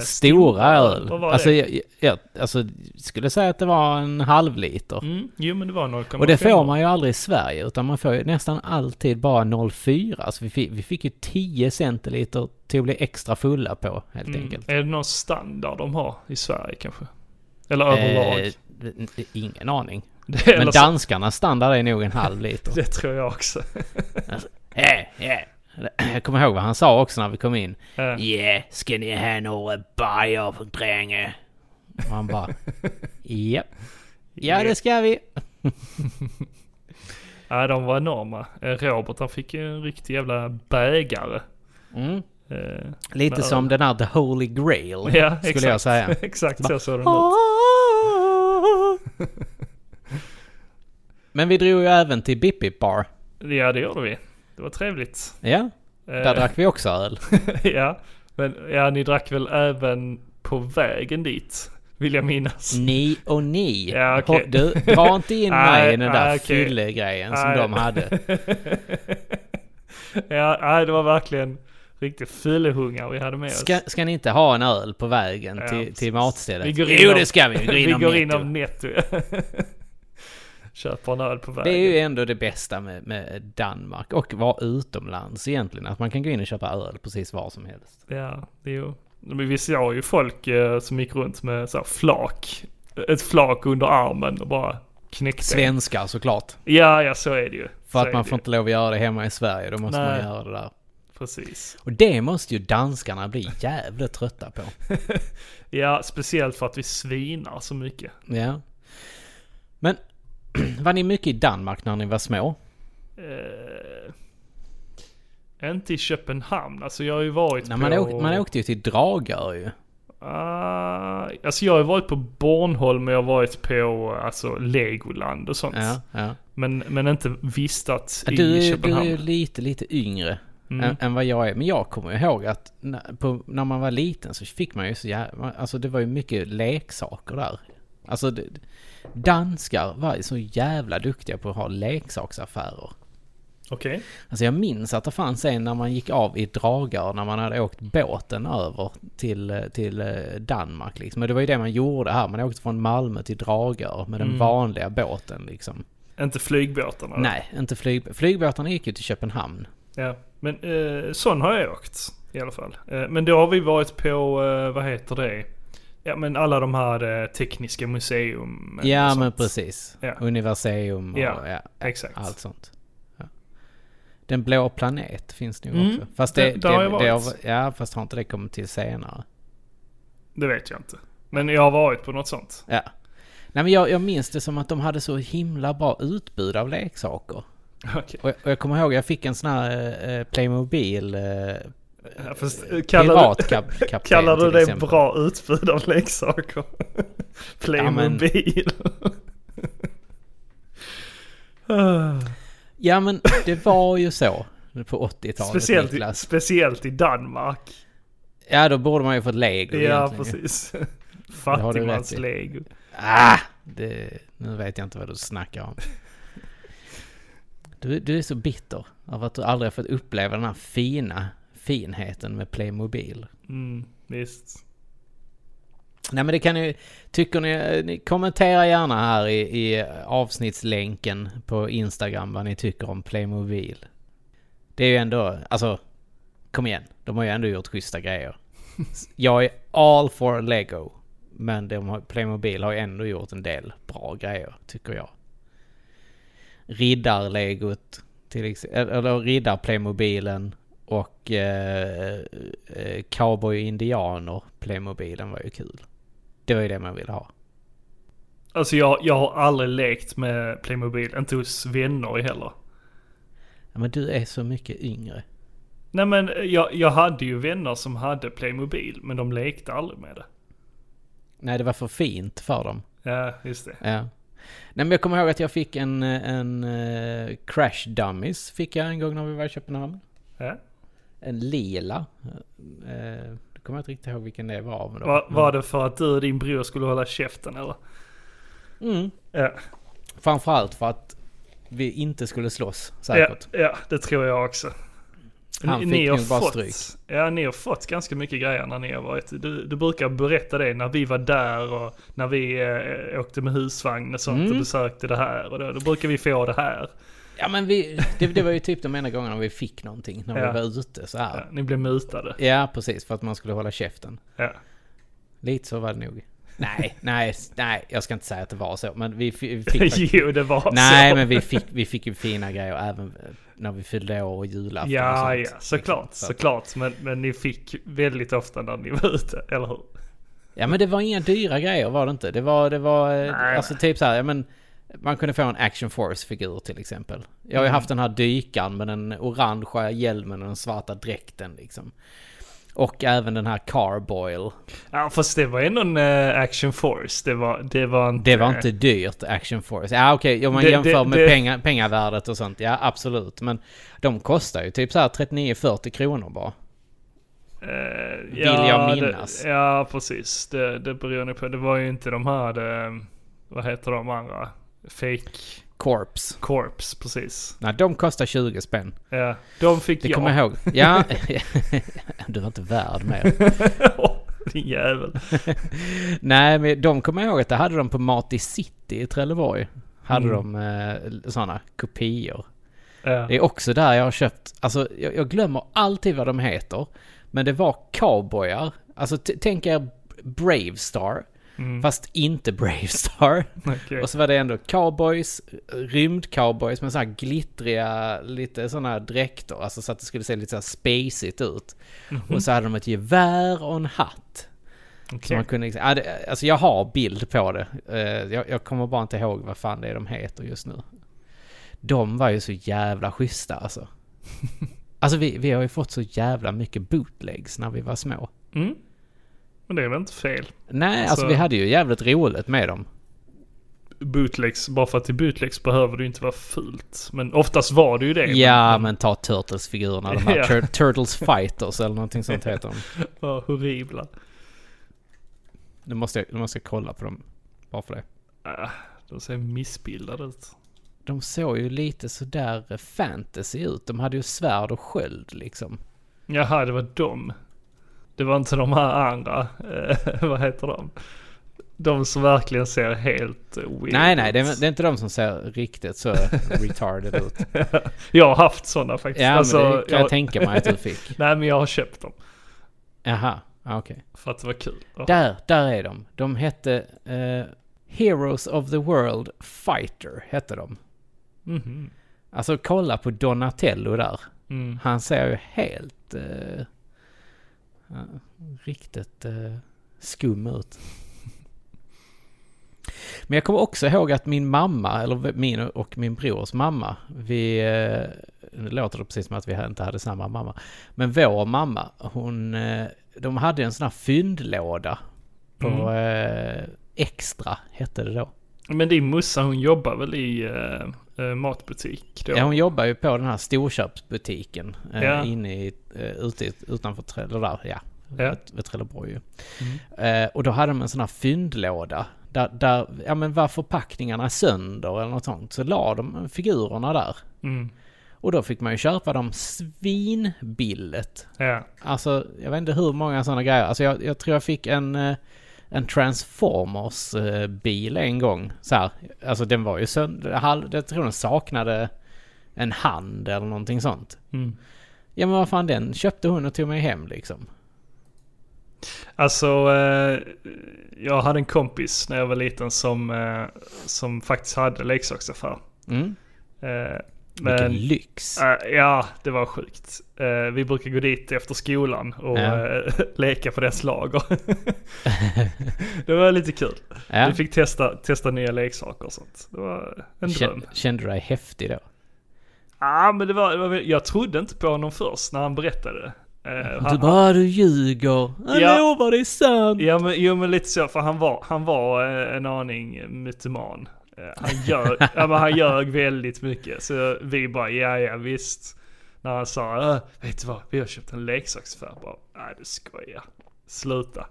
[SPEAKER 2] Stora
[SPEAKER 1] Vad
[SPEAKER 2] öl.
[SPEAKER 1] var
[SPEAKER 2] Alltså
[SPEAKER 1] det?
[SPEAKER 2] jag, jag alltså, skulle säga att det var en halv liter.
[SPEAKER 1] Mm, jo, men det var 0,5.
[SPEAKER 2] Och det får man ju aldrig i Sverige, utan man får ju nästan alltid bara 0,4. Alltså vi fick, vi fick ju 10 centiliter till att bli extra fulla på, helt
[SPEAKER 1] Mm.
[SPEAKER 2] enkelt.
[SPEAKER 1] Är det någon standard de har i Sverige kanske? Eller överlag?
[SPEAKER 2] Eh, n- n- ingen aning.
[SPEAKER 1] det, eller
[SPEAKER 2] Men
[SPEAKER 1] så,
[SPEAKER 2] danskarnas standard är nog en halv liter.
[SPEAKER 1] det tror jag också.
[SPEAKER 2] Eh, eh. Jag kommer ihåg vad han sa också när vi kom in.
[SPEAKER 1] Eh,
[SPEAKER 3] Yeah, ska ni ha några bajer för dränge?
[SPEAKER 2] Och han bara... Japp. Ja, det ska vi.
[SPEAKER 1] Nej, de var enorma. Eh, Robert han fick ju en riktig jävla bägare.
[SPEAKER 2] Mm.
[SPEAKER 1] Eh,
[SPEAKER 2] Lite
[SPEAKER 1] Men-
[SPEAKER 2] som den här The Holy Grail,
[SPEAKER 1] Ja,
[SPEAKER 2] skulle
[SPEAKER 1] exakt.
[SPEAKER 2] jag säga.
[SPEAKER 1] exakt så såg den ut.
[SPEAKER 2] Ah. Men vi drog ju även till Bip Bip Bar.
[SPEAKER 1] Ja, det gjorde vi. Det var trevligt.
[SPEAKER 2] Ja,
[SPEAKER 1] Eh,
[SPEAKER 2] där drack vi också öl.
[SPEAKER 1] ja, men ja, ni drack väl även på vägen dit, vill jag minnas.
[SPEAKER 2] Ni och ni.
[SPEAKER 1] Ja, okej.
[SPEAKER 2] Håll- Du, dra inte in mig
[SPEAKER 1] Nej,
[SPEAKER 2] i den där
[SPEAKER 1] nej, okej.
[SPEAKER 2] fyllegrejen som
[SPEAKER 1] Nej.
[SPEAKER 2] de hade.
[SPEAKER 1] Ja, nej, det var verkligen riktigt fyllehungar vi hade med oss.
[SPEAKER 2] Ska, ska ni inte ha en öl på vägen
[SPEAKER 1] Ja,
[SPEAKER 2] till, till
[SPEAKER 1] precis.
[SPEAKER 2] matstället?
[SPEAKER 1] Vi går in
[SPEAKER 2] jo,
[SPEAKER 1] av-
[SPEAKER 2] det ska vi. Vi går in,
[SPEAKER 1] vi
[SPEAKER 2] om
[SPEAKER 1] går
[SPEAKER 2] netto.
[SPEAKER 1] in av netto. Köper en öl på vägen.
[SPEAKER 2] Det är ju ändå det bästa med, med Danmark och vara utomlands egentligen. Att man kan gå in och köpa öl precis var som helst.
[SPEAKER 1] Ja, det är ju... Men vi såg ju folk eh, som gick runt med så här flak. Ett flak under armen och bara knäckte.
[SPEAKER 2] Svenskar såklart.
[SPEAKER 1] Ja, ja så är det ju. så
[SPEAKER 2] För
[SPEAKER 1] är
[SPEAKER 2] att man
[SPEAKER 1] det
[SPEAKER 2] får
[SPEAKER 1] ju.
[SPEAKER 2] inte lov att göra det hemma i Sverige. Då måste
[SPEAKER 1] Nej.
[SPEAKER 2] man göra det där.
[SPEAKER 1] Precis.
[SPEAKER 2] Och det måste ju danskarna bli jävligt trötta på.
[SPEAKER 1] Ja, speciellt för att vi svinar så mycket.
[SPEAKER 2] Ja. Men var ni mycket i Danmark när ni var små?
[SPEAKER 1] Eh, inte i Köpenhamn, alltså jag har ju varit
[SPEAKER 2] Nej,
[SPEAKER 1] på...
[SPEAKER 2] man, åkte, man åkte ju till Dragör ju.
[SPEAKER 1] Ah, alltså jag har ju varit på Bornholm och jag har varit på alltså Legoland och sånt.
[SPEAKER 2] Ja, ja.
[SPEAKER 1] Men, men inte vistats i
[SPEAKER 2] Du, är- du är
[SPEAKER 1] Köpenhamn.
[SPEAKER 2] ju lite, lite yngre
[SPEAKER 1] Mm.
[SPEAKER 2] än, än vad jag är. Men jag kommer ihåg att när, på, när man var liten så fick man ju så jävla... Alltså det var ju mycket leksaker där. Alltså det, danskar var ju så jävla duktiga på att ha leksaksaffärer.
[SPEAKER 1] Okej.
[SPEAKER 2] Alltså jag minns att det fanns en när man gick av i Dragör när man hade åkt båten över till, till eh, Danmark liksom. Men det var ju det man gjorde här. Man åkte från Malmö till Dragör med den
[SPEAKER 1] Mm.
[SPEAKER 2] vanliga båten liksom.
[SPEAKER 1] Inte flygbåtarna? då?
[SPEAKER 2] Nej, inte flyg... Flygbåtarna gick ju till Köpenhamn.
[SPEAKER 1] Ja, men eh, sån har jag åkt i alla fall. Eh, men då har vi varit på, eh, vad heter det? Ja men alla de här eh, tekniska museum. eh, och
[SPEAKER 2] ja,
[SPEAKER 1] sånt.
[SPEAKER 2] men precis.
[SPEAKER 1] Ja.
[SPEAKER 2] Universeum och
[SPEAKER 1] Ja,
[SPEAKER 2] ja.
[SPEAKER 1] Exakt.
[SPEAKER 2] allt sånt. Ja. Den blå planet finns nog
[SPEAKER 1] Mm,
[SPEAKER 2] också. Fast det,
[SPEAKER 1] där- där har jag
[SPEAKER 2] det
[SPEAKER 1] varit.
[SPEAKER 2] Ja, fast har inte det kommit till senare?
[SPEAKER 1] Det vet jag inte. Men jag har varit på något sånt.
[SPEAKER 2] Ja. Nej men jag, jag minns det som att de hade så himla bra utbud av leksaker.
[SPEAKER 1] Okej.
[SPEAKER 2] Och jag, och jag kommer ihåg, jag fick en sån här eh, Playmobil eh,
[SPEAKER 1] Ja, fast, eh, kallar, du,
[SPEAKER 2] piratkapten
[SPEAKER 1] kallar du
[SPEAKER 2] till
[SPEAKER 1] det
[SPEAKER 2] exempel.
[SPEAKER 1] bra utbud av leksaker? Playmobil. Ah,
[SPEAKER 2] Ja men det var ju så på 80-talet
[SPEAKER 1] speciellt, i,
[SPEAKER 2] Niklas.
[SPEAKER 1] speciellt i Danmark.
[SPEAKER 2] Ja då borde man ju fått lego
[SPEAKER 1] Ja,
[SPEAKER 2] egentligen.
[SPEAKER 1] precis.
[SPEAKER 2] har du rätt i.
[SPEAKER 1] Fattigmanslego.
[SPEAKER 2] Ah! Det, nu vet jag inte vad du snackar om. Du, du är så bitter över att du aldrig har fått uppleva den här fina finheten med Playmobil.
[SPEAKER 1] Mm, visst.
[SPEAKER 2] Nej men det kan ni, tycker ni, ni kommentera gärna här i, i avsnittslänken på Instagram vad ni tycker om Playmobil. Det är ju ändå, alltså, kom igen, de har ju ändå gjort schyssta grejer. Jag är all for Lego, men de har, Playmobil har ju ändå gjort en del bra grejer, tycker jag. Riddar-legot, till exempel, eller Riddar-Playmobilen och eh, eh, Cowboy-indianer-Playmobilen var ju kul. Det var ju det man ville ha.
[SPEAKER 1] Alltså jag, jag har aldrig lekt med Playmobil, inte hos vänner heller.
[SPEAKER 2] Ja, Men du är så mycket yngre.
[SPEAKER 1] Nej men eh, jag, jag hade ju vänner som hade Playmobil, men de lekte aldrig med det.
[SPEAKER 2] Nej, det var för fint för dem.
[SPEAKER 1] Ja, just det.
[SPEAKER 2] Ja. Nej, men jag kommer ihåg att jag fick en, en eh, Crash Dummies fick jag en gång när vi var i Köpenhamn.
[SPEAKER 1] Ja.
[SPEAKER 2] En lila. Eh, det kommer jag inte riktigt ihåg vilken det var. Men då.
[SPEAKER 1] Var, var det för att du och din bror skulle hålla käften eller?
[SPEAKER 2] Mm.
[SPEAKER 1] Ja,
[SPEAKER 2] Framförallt för att vi inte skulle slåss
[SPEAKER 1] ja,
[SPEAKER 2] säkert.
[SPEAKER 1] ja det tror jag också.
[SPEAKER 2] Han
[SPEAKER 1] Ni-
[SPEAKER 2] fick
[SPEAKER 1] ni har
[SPEAKER 2] nog bara
[SPEAKER 1] fått-
[SPEAKER 2] stryk.
[SPEAKER 1] Ja, ni har fått ganska mycket grejer när ni har varit. Du, du brukar berätta det när vi var där och när vi eh, åkte med husvagn och sånt
[SPEAKER 2] Mm.
[SPEAKER 1] och besökte det här. Och då, då brukar vi få det här.
[SPEAKER 2] Ja men vi, det, det var ju typ de enda gångerna vi fick någonting när
[SPEAKER 1] Ja.
[SPEAKER 2] vi var ute så
[SPEAKER 1] Ja,
[SPEAKER 2] här.
[SPEAKER 1] ni blev mutade.
[SPEAKER 2] Ja. precis, för att man skulle hålla käften.
[SPEAKER 1] Ja.
[SPEAKER 2] Lite så var det nog. Nej, nej, s- nej, jag ska inte säga att det var så. Men vi, f- vi fick faktiskt...
[SPEAKER 1] jo, det var
[SPEAKER 2] Nej,
[SPEAKER 1] så.
[SPEAKER 2] men vi fick, vi fick ju fina grejer även när vi fyllde år och julafton och
[SPEAKER 1] Ja,
[SPEAKER 2] sånt. Liksom.
[SPEAKER 1] ja, såklart,
[SPEAKER 2] Så att-
[SPEAKER 1] såklart. Men, men ni fick väldigt ofta när ni var ute, eller hur?
[SPEAKER 2] Ja men det var inga dyra grejer var det inte. Det var, det var, eh,
[SPEAKER 1] Nej.
[SPEAKER 2] alltså typ så här, ja men man kunde få en Action Force-figur till exempel. Jag
[SPEAKER 1] Mm.
[SPEAKER 2] har ju haft den här dykan med den orangea hjälmen och den svarta dräkten liksom. Och även den här Carboil.
[SPEAKER 1] Ja, fast det var ändå en eh, Action Force. Det var, det var inte...
[SPEAKER 2] Det var inte dyrt, Action Force. Ja okej, om man
[SPEAKER 1] Eh. Det-
[SPEAKER 2] jämför
[SPEAKER 1] det-
[SPEAKER 2] med
[SPEAKER 1] det-
[SPEAKER 2] Penga, pengavärdet och sånt, ja absolut. Men de kostar ju typ så här 39-40 kronor bara.
[SPEAKER 1] eh,
[SPEAKER 2] vill jag minnas.
[SPEAKER 1] Det, ja, precis. Det, det beror nog på. Det var ju inte de här, det, vad heter de andra? Fake
[SPEAKER 2] Corps.
[SPEAKER 1] Corps, precis.
[SPEAKER 2] Nej, de kostar 20 spänn.
[SPEAKER 1] Ja, de fick
[SPEAKER 2] Det
[SPEAKER 1] jag.
[SPEAKER 2] kommer jag ihåg. Ja, du var inte värd mer.
[SPEAKER 1] Din jävel.
[SPEAKER 2] Nej, men de kommer jag ihåg att det hade de på Mati City i Trelleborg. Hade
[SPEAKER 1] Mm.
[SPEAKER 2] de eh, sådana kopior.
[SPEAKER 1] Ja.
[SPEAKER 2] Det är också där jag har köpt, alltså jag, jag glömmer alltid vad de heter. Men det var cowboyar. Alltså t- tänk er Bravestar. Fast inte Bravestar.
[SPEAKER 1] Okej.
[SPEAKER 2] Och så var det ändå cowboys, rymdcowboys med sådana här glittriga, lite sådana här dräkter. Alltså så att det skulle se lite så här spacigt ut. Och så hade de ett gevär och en hatt. Så
[SPEAKER 1] Okej.
[SPEAKER 2] man kunde liksom, ja, det- alltså jag har bild på det. Eh, Jag, jag kommer bara inte ihåg vad fan det är de heter just nu. De var ju så jävla schyssta alltså. alltså vi, vi har ju fått så jävla mycket bootlegs när vi var små.
[SPEAKER 1] Mm. Men det är väl inte fel.
[SPEAKER 2] Nej, alltså,
[SPEAKER 1] Så-
[SPEAKER 2] vi hade ju jävligt roligt med dem.
[SPEAKER 1] bootlegs, bara för att det är bootlegs behöver det ju inte vara fult. Men oftast var det ju det.
[SPEAKER 2] Ja, men ta Turtles-figurerna, de här
[SPEAKER 1] Ja.
[SPEAKER 2] Tur- Turtles Fighters eller någonting sånt heter de.
[SPEAKER 1] men de var horribla.
[SPEAKER 2] Nu måste, jag, nu måste jag kolla på dem, bara för det.
[SPEAKER 1] Äh, de ser missbildade ut.
[SPEAKER 2] De såg ju lite sådär eh, fantasy ut. De hade ju svärd och sköld liksom.
[SPEAKER 1] Jaha, det var dem. Det var inte de här andra, eh, vad heter de? De som verkligen ser helt eh, weird
[SPEAKER 2] Nej, nej, det är,
[SPEAKER 1] ut.
[SPEAKER 2] det är inte de som ser riktigt så retarded ut.
[SPEAKER 1] Jag har haft sådana faktiskt.
[SPEAKER 2] Ja,
[SPEAKER 1] Alltså,
[SPEAKER 2] men det kan jag
[SPEAKER 1] jag-
[SPEAKER 2] tänka mig att du fick.
[SPEAKER 1] Nej, men jag har köpt dem.
[SPEAKER 2] Jaha, ah, okej.
[SPEAKER 1] För att det var kul. Ja.
[SPEAKER 2] Där, där är de. De hette eh, Heroes of the World Fighter, hette de.
[SPEAKER 1] Mhm.
[SPEAKER 2] Alltså kolla på Donatello där.
[SPEAKER 1] Mm.
[SPEAKER 2] Han ser ju helt... Eh, eh, riktigt eh, skum ut. Men jag kommer också ihåg att min mamma, eller v- min och min brors mamma, vi... Eh, nu låter det precis som att vi inte hade samma mamma. Men vår mamma, hon... Eh, de hade en sån här fyndlåda på eh, Extra hette det då.
[SPEAKER 1] Men din morsa hon jobbar väl i eh, eh, matbutik då?
[SPEAKER 2] Ja, hon jobbar ju på den här storköpsbutiken eh,
[SPEAKER 1] Ja.
[SPEAKER 2] inne i, eh, ute, i- utanför Trelleborg, där, ja,
[SPEAKER 1] Ja. Mm.
[SPEAKER 2] vid Trelleborg ju. Eh, och då hade de en sån här fyndlåda där, där ja, men var förpackningarna sönder eller något sånt. Så la de figurerna där.
[SPEAKER 1] Mm.
[SPEAKER 2] Och då fick man ju köpa dem svinbilligt.
[SPEAKER 1] Ja.
[SPEAKER 2] Alltså, jag vet inte hur många sådana grejer. Alltså, jag, jag tror jag fick en, eh, en Transformers-bil en gång. Så här, alltså den var ju sönder, halv, jag tror den saknade en hand eller någonting sånt.
[SPEAKER 1] Mm.
[SPEAKER 2] Ja men vad fan, den köpte hon och tog mig hem liksom.
[SPEAKER 1] Alltså, eh, jag hade en kompis när jag var liten som, eh, som faktiskt hade leksaksaffär.
[SPEAKER 2] Mm.
[SPEAKER 1] Eh,
[SPEAKER 2] Vilken
[SPEAKER 1] men,
[SPEAKER 2] lyx.
[SPEAKER 1] eh, ja, det var sjukt. Eh, vi brukar gå dit efter skolan och
[SPEAKER 2] Ja.
[SPEAKER 1] eh, leka på deras lager. det var lite kul.
[SPEAKER 2] Ja.
[SPEAKER 1] Vi fick testa, testa nya leksaker och sånt. Det var en dröm.
[SPEAKER 2] Kände, kände du dig häftig då?
[SPEAKER 1] Ah, men det var, det var, väl- jag trodde inte på honom först när han berättade. det. Eh,
[SPEAKER 2] Du
[SPEAKER 1] han,
[SPEAKER 2] bara, du ljuger. Jag
[SPEAKER 1] Ja.
[SPEAKER 2] lovar, det är sant.
[SPEAKER 1] ja, men, jo men lite så, för han var, han var eh, en aning mytoman. Eh, Han ljög, ja, men han ljög väldigt mycket. Så vi bara, ja ja visst. När han sa, "Äh, vet du vad, vi har köpt en leksaksaffär. Bara, Nej du skojar. Sluta.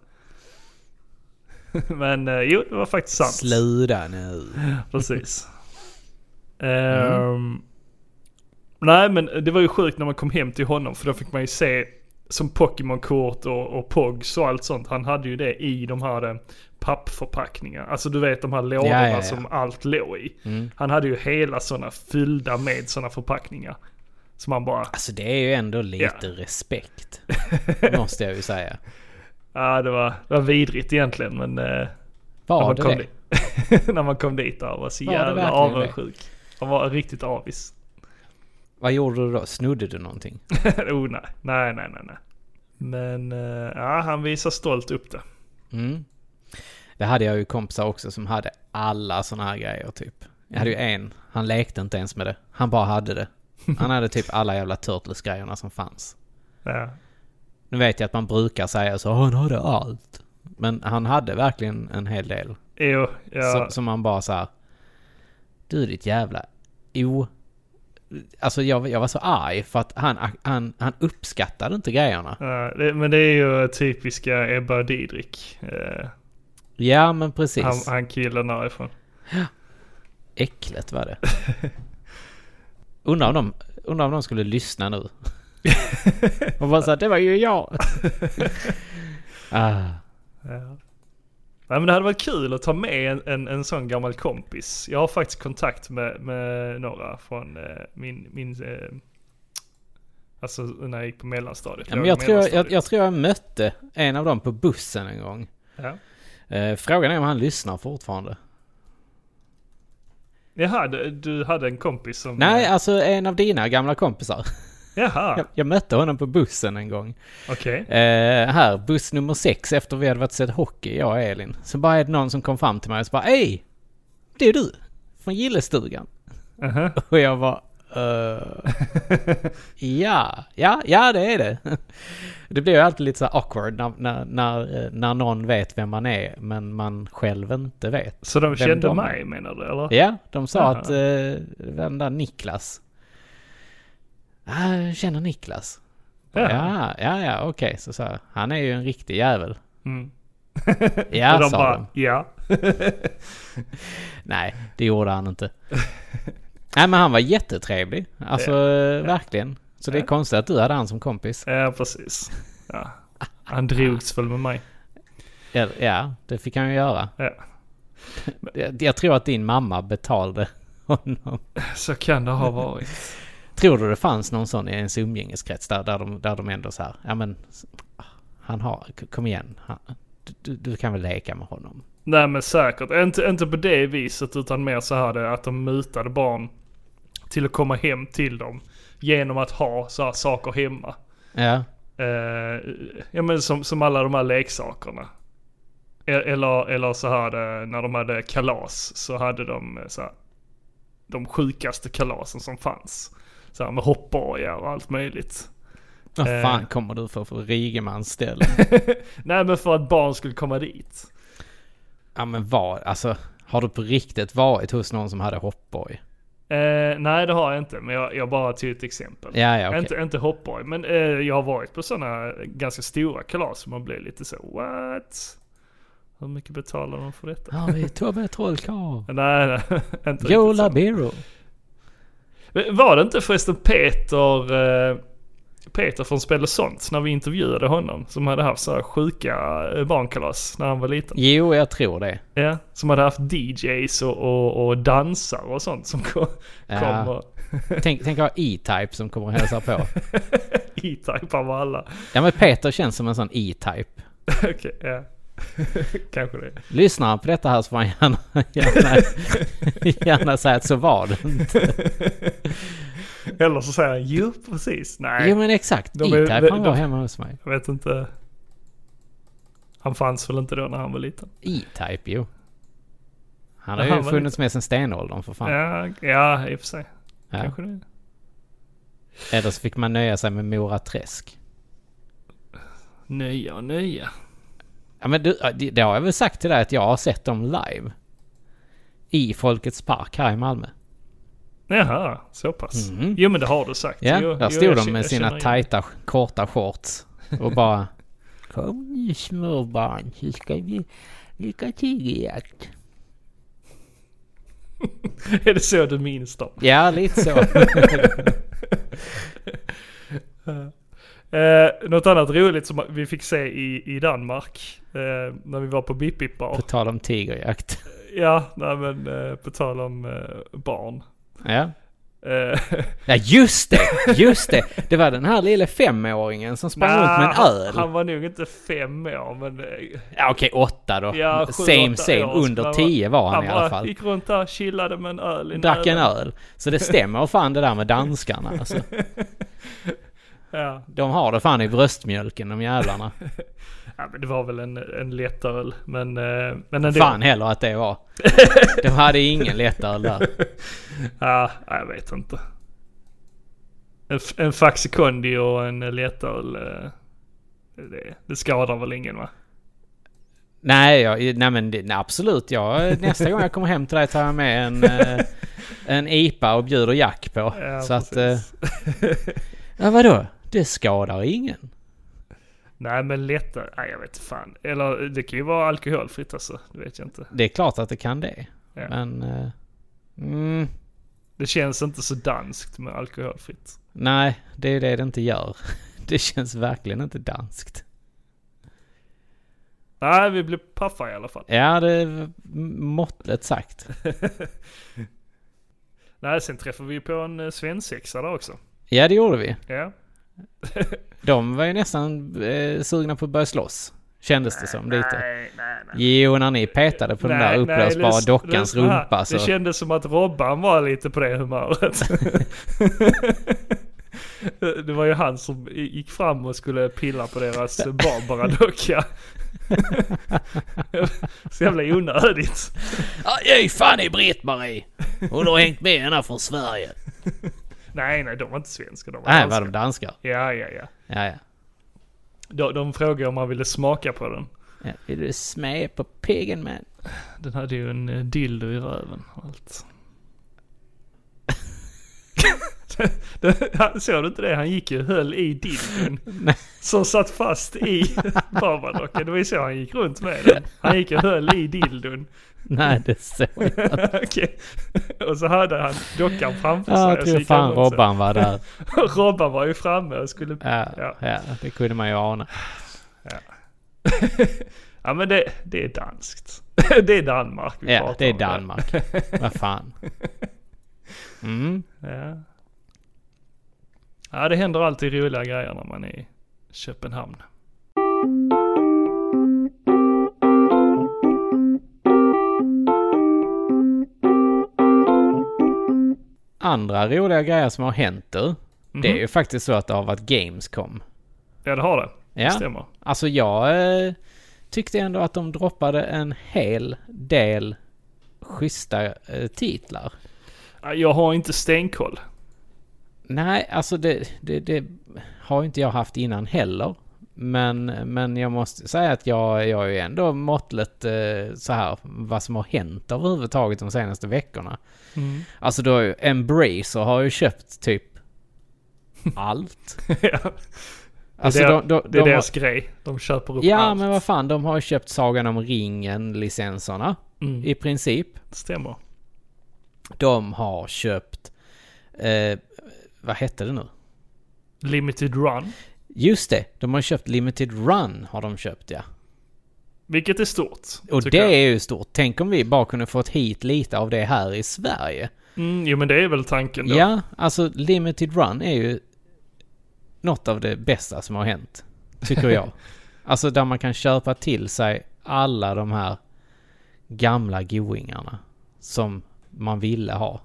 [SPEAKER 1] men eh, jo, det var faktiskt sant.
[SPEAKER 2] Sluta nu.
[SPEAKER 1] Precis.
[SPEAKER 2] Mm.
[SPEAKER 1] Ehm, nej men det var ju sjukt när man kom hem till honom för då fick man ju se som Pokémon-kort och, och Pogs och allt sånt. Han hade ju det i de här eh, pappförpackningarna. Alltså du vet de här lådorna
[SPEAKER 2] Ja, ja, ja.
[SPEAKER 1] som allt låg i.
[SPEAKER 2] Mm.
[SPEAKER 1] Han hade ju hela sådana fyllda med sådana förpackningar. Som man bara,
[SPEAKER 2] Alltså det är ju ändå lite
[SPEAKER 1] Ja.
[SPEAKER 2] respekt. Måste jag ju säga.
[SPEAKER 1] ja det, var, det var vidrigt egentligen men eh, när,
[SPEAKER 2] Var
[SPEAKER 1] man
[SPEAKER 2] det
[SPEAKER 1] kom
[SPEAKER 2] det?
[SPEAKER 1] dit- när man kom dit där var så
[SPEAKER 2] Var det
[SPEAKER 1] jävla
[SPEAKER 2] verkligen det?
[SPEAKER 1] avundsjuk. Han var riktigt avis.
[SPEAKER 2] Vad gjorde du då? Snodde du någonting?
[SPEAKER 1] oh, nej. nej, nej, nej, nej. Men eh, ja, han visar stolt upp det.
[SPEAKER 2] Mm. Det hade jag ju kompisar också som hade alla såna här grejer typ. Jag hade ju
[SPEAKER 1] Mm.
[SPEAKER 2] en, han lekte inte ens med det. Han bara hade det. Han hade typ alla jävla Turtles-grejerna som fanns.
[SPEAKER 1] Ja.
[SPEAKER 2] Nu vet jag att man brukar säga så, han hade allt. Men han hade verkligen en hel del.
[SPEAKER 1] Jo,
[SPEAKER 2] Som,
[SPEAKER 1] ja.
[SPEAKER 2] som man bara så här. Du ditt jävla o... Alltså jag, jag var så arg för att han, han, han uppskattade inte grejerna.
[SPEAKER 1] Ja, det, men det är ju typiska Ebba Didrik. eh,
[SPEAKER 2] Ja men precis.
[SPEAKER 1] han, han killen därifrån.
[SPEAKER 2] Äcklet var det. Undrar om de, undrar om de skulle lyssna nu. Och bara så här, det var ju jag. ah,
[SPEAKER 1] Ja. Nej, men det hade varit kul att ta med en, en, en sån gammal kompis. Jag har faktiskt kontakt med, med några från eh, min... min eh, alltså när jag gick på mellanstadiet.
[SPEAKER 2] ja,
[SPEAKER 1] låg
[SPEAKER 2] men
[SPEAKER 1] i
[SPEAKER 2] jag, tror jag, jag,
[SPEAKER 1] mellanstadiet.
[SPEAKER 2] jag tror jag mötte en av dem på bussen en gång.
[SPEAKER 1] Ja.
[SPEAKER 2] Eh, frågan är om han lyssnar fortfarande.
[SPEAKER 1] Jaha, du, du hade en kompis som...
[SPEAKER 2] Nej, alltså en av dina gamla kompisar.
[SPEAKER 1] Jaha,
[SPEAKER 2] Jag, jag mötte honom på bussen en gång.
[SPEAKER 1] okej.
[SPEAKER 2] Eh, här, buss nummer sex efter vi hade varit och sett hockey, jag och Elin. Så bara är det någon som kom fram till mig och så bara Ey! Det är du! Från gillestugan.
[SPEAKER 1] Aha.
[SPEAKER 2] Och jag var eh, ja, ja, ja det är det. Det blir ju alltid lite så här awkward när, när, när, eh, när någon vet vem man är men man själv inte vet.
[SPEAKER 1] Så de kände
[SPEAKER 2] de?
[SPEAKER 1] mig menar du eller?
[SPEAKER 2] Ja, de sa
[SPEAKER 1] Jaha.
[SPEAKER 2] att eh, den där Niklas. Ah, jag känner Niklas. Ja, ja, ja, okej. Så sa jag, han är ju en riktig jävel.
[SPEAKER 1] Mm.
[SPEAKER 2] Ja,
[SPEAKER 1] och de
[SPEAKER 2] sa
[SPEAKER 1] bara,
[SPEAKER 2] de.
[SPEAKER 1] ja.
[SPEAKER 2] Nej, det gjorde han inte. Nej, men han var jättetrevlig. Alltså, eh, verkligen. Så det är
[SPEAKER 1] Ja.
[SPEAKER 2] konstigt att du hade han som kompis.
[SPEAKER 1] Ja, precis. Ja. Han drogs väl med mig.
[SPEAKER 2] Ja, ja det fick han ju göra.
[SPEAKER 1] Ja.
[SPEAKER 2] Jag, jag tror att din mamma betalade honom.
[SPEAKER 1] Så kan det ha varit.
[SPEAKER 2] Tror du det fanns någon sån i ens umgängeskrets där, där, de, där de ändå så här, ja men, han har, kom igen, han, du- du, du kan väl leka med honom.
[SPEAKER 1] Nej men säkert. Inte, inte på det viset utan mer så här det, att de mutade barn till att komma hem till dem. Genom att ha så här saker hemma.
[SPEAKER 2] Ja,
[SPEAKER 1] Eh, ja men som, som alla de här leksakerna. E- Eller, eller så här eh, när de hade kalas så hade de eh, så här, de sjukaste kalasen som fanns. Så här med hoppborgar och allt möjligt.
[SPEAKER 2] vad
[SPEAKER 1] Eh.
[SPEAKER 2] fan kommer du för, för Rigemans ställe?
[SPEAKER 1] Nej men för att barn skulle komma dit.
[SPEAKER 2] Ja men var, alltså har du på riktigt varit hos någon som hade hoppborg?
[SPEAKER 1] Eh, nej, det har jag inte, men jag, jag bara tog ett exempel.
[SPEAKER 2] Ja, ja, okej.
[SPEAKER 1] Inte, inte hoppborg, men eh, jag har varit på sådana ganska stora kalas som man blir lite så what? Hur mycket betalar de för detta?
[SPEAKER 2] Har vi Tobbe Trollkarl?
[SPEAKER 1] Nej, nej, inte riktigt
[SPEAKER 2] Joe
[SPEAKER 1] så.
[SPEAKER 2] Labero?
[SPEAKER 1] Men Var det inte förresten Peter, eh, Peter från Spel och sånt, när vi intervjuade honom, som hade haft så här sjuka eh, barnkalas när han var liten?
[SPEAKER 2] Jo, jag tror det.
[SPEAKER 1] Ja, som hade haft DJs och, och, och dansare och sånt som kom,
[SPEAKER 2] Ja.
[SPEAKER 1] kom och
[SPEAKER 2] Tänk, tänk ha E-Type som kommer och hälsar på.
[SPEAKER 1] E-typar med typ alla.
[SPEAKER 2] Ja men Peter känns som en sån E-Type.
[SPEAKER 1] Okej, ja. Kanske det.
[SPEAKER 2] Lyssnar han på detta här så får han gärna, gärna, gärna säga att så var det.
[SPEAKER 1] Eller så säger han jo precis. Nej,
[SPEAKER 2] Jo men exakt,
[SPEAKER 1] De är-
[SPEAKER 2] E-Type han
[SPEAKER 1] de-
[SPEAKER 2] var hemma hos mig.
[SPEAKER 1] jag vet inte. Han fanns väl inte då när han var liten?
[SPEAKER 2] E-Type jo. Han har
[SPEAKER 1] Aha,
[SPEAKER 2] ju
[SPEAKER 1] vad
[SPEAKER 2] funnits med sen stenåldern för fan.
[SPEAKER 1] Ja, ja, i och för sig.
[SPEAKER 2] Ja.
[SPEAKER 1] Kanske det.
[SPEAKER 2] Eller så fick man nöja sig med Mora Träsk.
[SPEAKER 1] Nya och nya.
[SPEAKER 2] Ja men du, ja, det, det har jag väl sagt till dig att jag har sett dem live. I Folkets Park här i Malmö.
[SPEAKER 1] Jaha, så pass.
[SPEAKER 2] Mhm.
[SPEAKER 1] Jo men det har du sagt.
[SPEAKER 2] Ja,
[SPEAKER 1] jo,
[SPEAKER 2] där
[SPEAKER 1] jo,
[SPEAKER 2] stod
[SPEAKER 1] jag
[SPEAKER 2] de
[SPEAKER 1] känner-
[SPEAKER 2] med
[SPEAKER 1] jag
[SPEAKER 2] sina
[SPEAKER 1] känner igen.
[SPEAKER 2] tajta, korta shorts och bara... Kom nu småbarn, så ska vi leka tigerjakt.
[SPEAKER 1] Är det så du minns dem?
[SPEAKER 2] Ja, lite så.
[SPEAKER 1] Eh, något annat roligt som vi fick se i, i Danmark eh, när vi var på Bip Bip Bar.
[SPEAKER 2] På tal om tigerjakt.
[SPEAKER 1] Ja, nej men eh, på tal om eh, barn.
[SPEAKER 2] Ja.
[SPEAKER 1] Eh,
[SPEAKER 2] ja, just det! Just det! Det var den här lilla femåringen som sprang
[SPEAKER 1] nja,
[SPEAKER 2] runt med en
[SPEAKER 1] han-
[SPEAKER 2] öl.
[SPEAKER 1] Han var nog inte fem år men... eh,
[SPEAKER 2] Ja, okej, åtta då.
[SPEAKER 1] Ja, sju,
[SPEAKER 2] same
[SPEAKER 1] åtta
[SPEAKER 2] same.
[SPEAKER 1] år.
[SPEAKER 2] Under
[SPEAKER 1] Han
[SPEAKER 2] tio var han i alla
[SPEAKER 1] bara
[SPEAKER 2] fall.
[SPEAKER 1] gick runt där, chillade med en öl i
[SPEAKER 2] Drack en
[SPEAKER 1] näven.
[SPEAKER 2] öl. Så det stämmer fan det där med danskarna alltså.
[SPEAKER 1] Ja.
[SPEAKER 2] De har det fan i bröstmjölken de jävlarna.
[SPEAKER 1] ja, men det var väl en, en lättöl men... Eh, men ändå.
[SPEAKER 2] Fan heller att det var. De hade ingen lättöl där.
[SPEAKER 1] Ja, jag vet inte. En, f- en Faxicondi och en lättöl. eh, Det, det skadar väl ingen va?
[SPEAKER 2] Nej, jag, nej men det, nej, absolut. Jag, nästa gång jag kommer hem till dig tar jag med en, eh, en IPA och bjuder Jack på.
[SPEAKER 1] Ja,
[SPEAKER 2] så att... Eh,
[SPEAKER 1] precis.
[SPEAKER 2] ja, vadå? Det skadar ingen.
[SPEAKER 1] Nej men lättare, nej jag vet fan. Eller det kan ju vara alkoholfritt alltså, det vet jag inte.
[SPEAKER 2] Det är klart att det kan det.
[SPEAKER 1] Ja.
[SPEAKER 2] Men... Eh, mm,
[SPEAKER 1] Det känns inte så danskt med alkoholfritt.
[SPEAKER 2] nej, det är det det inte gör. Det känns verkligen inte danskt.
[SPEAKER 1] Nej vi blev paffa i alla fall.
[SPEAKER 2] Ja, det är måttligt sagt.
[SPEAKER 1] Nej sen träffade vi på en eh, svensexa där också.
[SPEAKER 2] Ja, det gjorde vi.
[SPEAKER 1] Ja.
[SPEAKER 2] De var ju nästan eh, sugna på att börja slåss. Kändes det som lite.
[SPEAKER 1] Nej, nej, nej.
[SPEAKER 2] Jo, när ni petade på den
[SPEAKER 1] Nej,
[SPEAKER 2] där
[SPEAKER 1] nej,
[SPEAKER 2] upplösbara
[SPEAKER 1] lys-
[SPEAKER 2] dockans
[SPEAKER 1] lyssna här.
[SPEAKER 2] rumpa så...
[SPEAKER 1] Det kändes som att Robban var lite på det humöret. det var ju han som i- gick fram och skulle pilla på deras Barbara-docka. så jävla onödigt.
[SPEAKER 3] Ja, ge fan i Britt-Marie! Hon har hängt med ända från Sverige.
[SPEAKER 1] Nej, nej, de var inte svenska. De var
[SPEAKER 2] Nej,
[SPEAKER 1] danska.
[SPEAKER 2] var de danskar?
[SPEAKER 1] Ja, ja, ja.
[SPEAKER 2] Ja, ja.
[SPEAKER 1] De, de frågade om man ville smaka på den.
[SPEAKER 2] ja. Vill du smä på piggen man?
[SPEAKER 1] Den hade ju en eh, dildo i röven och allt. Det- han, såg du inte det? Han gick ju och höll i dildon. som satt fast i barbardockan. Det var ju så han gick runt med den. Han gick och höll i dildon.
[SPEAKER 2] Nej, det såg jag.
[SPEAKER 1] Okej. Och så hade han dockan framför sig.
[SPEAKER 2] Ja, jag
[SPEAKER 1] och så
[SPEAKER 2] tror
[SPEAKER 1] gick han runt
[SPEAKER 2] fan
[SPEAKER 1] så.
[SPEAKER 2] Robban var där.
[SPEAKER 1] Och Robban var ju framme och skulle...
[SPEAKER 2] Ja,
[SPEAKER 1] Ja.
[SPEAKER 2] ja. det kunde man ju ana.
[SPEAKER 1] Ja men det, det är danskt. Det är Danmark vi pratar
[SPEAKER 2] Ja,
[SPEAKER 1] om.
[SPEAKER 2] det är Danmark. Vad fan. Mm.
[SPEAKER 1] Ja. ja, det händer alltid roliga grejer när man är i Köpenhamn.
[SPEAKER 2] Andra roliga grejer som har hänt du. Det
[SPEAKER 1] Mhm.
[SPEAKER 2] är ju faktiskt så att det har varit Gamescom.
[SPEAKER 1] Ja, det har det. Det
[SPEAKER 2] Ja,
[SPEAKER 1] stämmer.
[SPEAKER 2] alltså jag eh, tyckte ändå att de droppade en hel del schyssta eh, titlar.
[SPEAKER 1] Ja, Jag har inte stenkoll.
[SPEAKER 2] Nej, alltså det, det, det har ju inte jag haft innan heller. Men, men jag måste säga att jag, jag är ju ändå måttligt eh, så här vad som har hänt överhuvudtaget de senaste veckorna.
[SPEAKER 1] Mm.
[SPEAKER 2] Alltså då har ju Embracer har ju köpt typ allt.
[SPEAKER 1] Ja,
[SPEAKER 2] Alltså
[SPEAKER 1] det är,
[SPEAKER 2] de, de,
[SPEAKER 1] det är
[SPEAKER 2] de har,
[SPEAKER 1] deras grej. De köper upp
[SPEAKER 2] Ja
[SPEAKER 1] allt.
[SPEAKER 2] men vad fan, de har ju köpt Sagan om ringen-licenserna
[SPEAKER 1] Mm.
[SPEAKER 2] i princip.
[SPEAKER 1] Stämmer.
[SPEAKER 2] De har köpt... Eh, vad hette det nu?
[SPEAKER 1] Limited Run.
[SPEAKER 2] Just det, de har köpt Limited Run har de köpt ja.
[SPEAKER 1] Vilket är stort.
[SPEAKER 2] Och
[SPEAKER 1] tycker
[SPEAKER 2] det
[SPEAKER 1] jag.
[SPEAKER 2] är ju stort. Tänk om vi bara kunde fått hit lite av det här i Sverige.
[SPEAKER 1] Mm, jo men det är väl tanken då.
[SPEAKER 2] Ja, alltså Limited Run är ju något av det bästa som har hänt. Tycker jag. alltså där man kan köpa till sig alla de här gamla goingarna som man ville ha.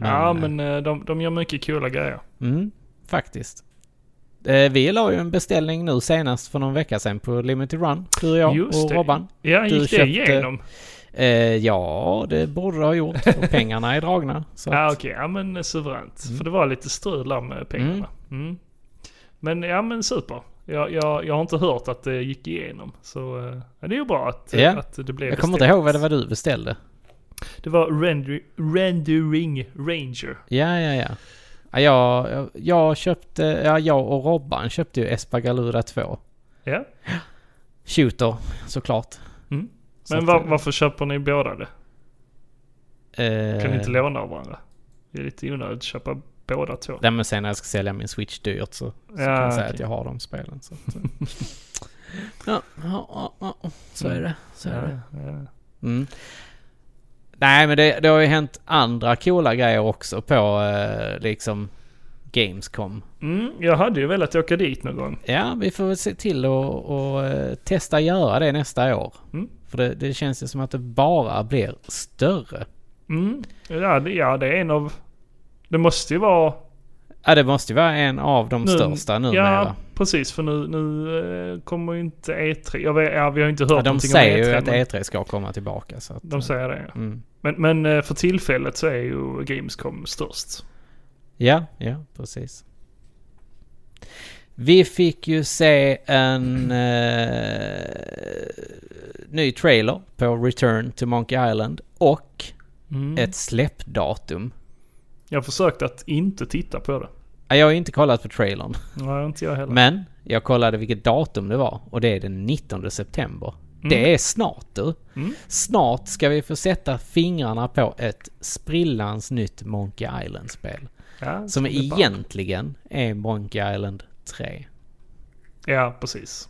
[SPEAKER 1] ja
[SPEAKER 2] Men, eh,
[SPEAKER 1] men eh, de, de gör mycket coola grejer.
[SPEAKER 2] Mm, faktiskt. Eh, vi la ju en beställning nu senast för någon vecka sedan på Limited Run. Du och jag
[SPEAKER 1] Just
[SPEAKER 2] och
[SPEAKER 1] det.
[SPEAKER 2] Robban.
[SPEAKER 1] Ja,
[SPEAKER 2] Du
[SPEAKER 1] gick det
[SPEAKER 2] köpte-
[SPEAKER 1] igenom?
[SPEAKER 2] Eh, ja, det borde det ha gjort. Och pengarna är dragna. Så
[SPEAKER 1] Ja
[SPEAKER 2] att,
[SPEAKER 1] okej, ja men eh, suveränt.
[SPEAKER 2] Mm.
[SPEAKER 1] För det var lite strul där med pengarna. Mm. Men ja men super. Jag, jag, jag har inte hört att det gick igenom. Så eh, ja, det är ju bra att, eh,
[SPEAKER 2] Ja.
[SPEAKER 1] att det blev
[SPEAKER 2] jag kommer inte
[SPEAKER 1] beställt.
[SPEAKER 2] ihåg vad det var du beställde.
[SPEAKER 1] Det var render, Rendering Ranger.
[SPEAKER 2] Ja, ja, ja. Ja, jag, jag, jag köpte, ja, jag och Robban köpte ju Espagalura 2.
[SPEAKER 1] Ja.
[SPEAKER 2] Shooter, såklart.
[SPEAKER 1] Mm.
[SPEAKER 2] Så
[SPEAKER 1] Men
[SPEAKER 2] att,
[SPEAKER 1] var, varför köper ni båda det?
[SPEAKER 2] eh,
[SPEAKER 1] Kan ni inte låna av varandra? Det är lite onödigt att köpa båda två.
[SPEAKER 2] Nej, men sen när jag ska sälja min Switch dyrt så, så kan
[SPEAKER 1] Ja,
[SPEAKER 2] jag
[SPEAKER 1] Ah,
[SPEAKER 2] säga
[SPEAKER 1] okej.
[SPEAKER 2] att jag har de spelen. Så att, eh. ja, ja, ja, ja, så är det. Så är det.
[SPEAKER 1] Mm. Ja.
[SPEAKER 2] Mm. Nej, men det, det har ju hänt andra coola grejer också på eh, liksom Gamescom.
[SPEAKER 1] Mm, jag hade ju velat åka dit någon gång.
[SPEAKER 2] Ja, vi får väl se till att och, eh, testa göra det nästa år.
[SPEAKER 1] Mm.
[SPEAKER 2] För det, det känns ju som att det bara blir större.
[SPEAKER 1] Mm. Ja, det, ja, det är en av... Det måste ju vara...
[SPEAKER 2] Ja, det måste ju vara en av de största
[SPEAKER 1] Ja,
[SPEAKER 2] numera.
[SPEAKER 1] precis. För nu, nu eh, kommer ju inte E3... Jag vet, ja, vi har inte hört
[SPEAKER 2] Ja, de
[SPEAKER 1] någonting
[SPEAKER 2] säger
[SPEAKER 1] om E3.
[SPEAKER 2] ju att
[SPEAKER 1] men
[SPEAKER 2] E3 ska komma tillbaka. Så att,
[SPEAKER 1] De säger det.
[SPEAKER 2] mm.
[SPEAKER 1] Men, men eh, för tillfället så är ju Gamescom störst.
[SPEAKER 2] Ja, ja, precis. Vi fick ju se en eh, ny trailer på Return to Monkey Island och
[SPEAKER 1] Mm.
[SPEAKER 2] ett släppdatum.
[SPEAKER 1] Jag försökte att inte titta på det.
[SPEAKER 2] Ja, Jag har ju inte kollat på trailern,
[SPEAKER 1] Nej, inte jag heller.
[SPEAKER 2] men jag kollade vilket datum det var och det är den 19 september. Det är snart du.
[SPEAKER 1] Mm.
[SPEAKER 2] Snart ska vi få sätta fingrarna på ett sprillans nytt Monkey Island-spel.
[SPEAKER 1] ja,
[SPEAKER 2] Som
[SPEAKER 1] det är bara-
[SPEAKER 2] egentligen är Monkey Island 3.
[SPEAKER 1] Ja, precis.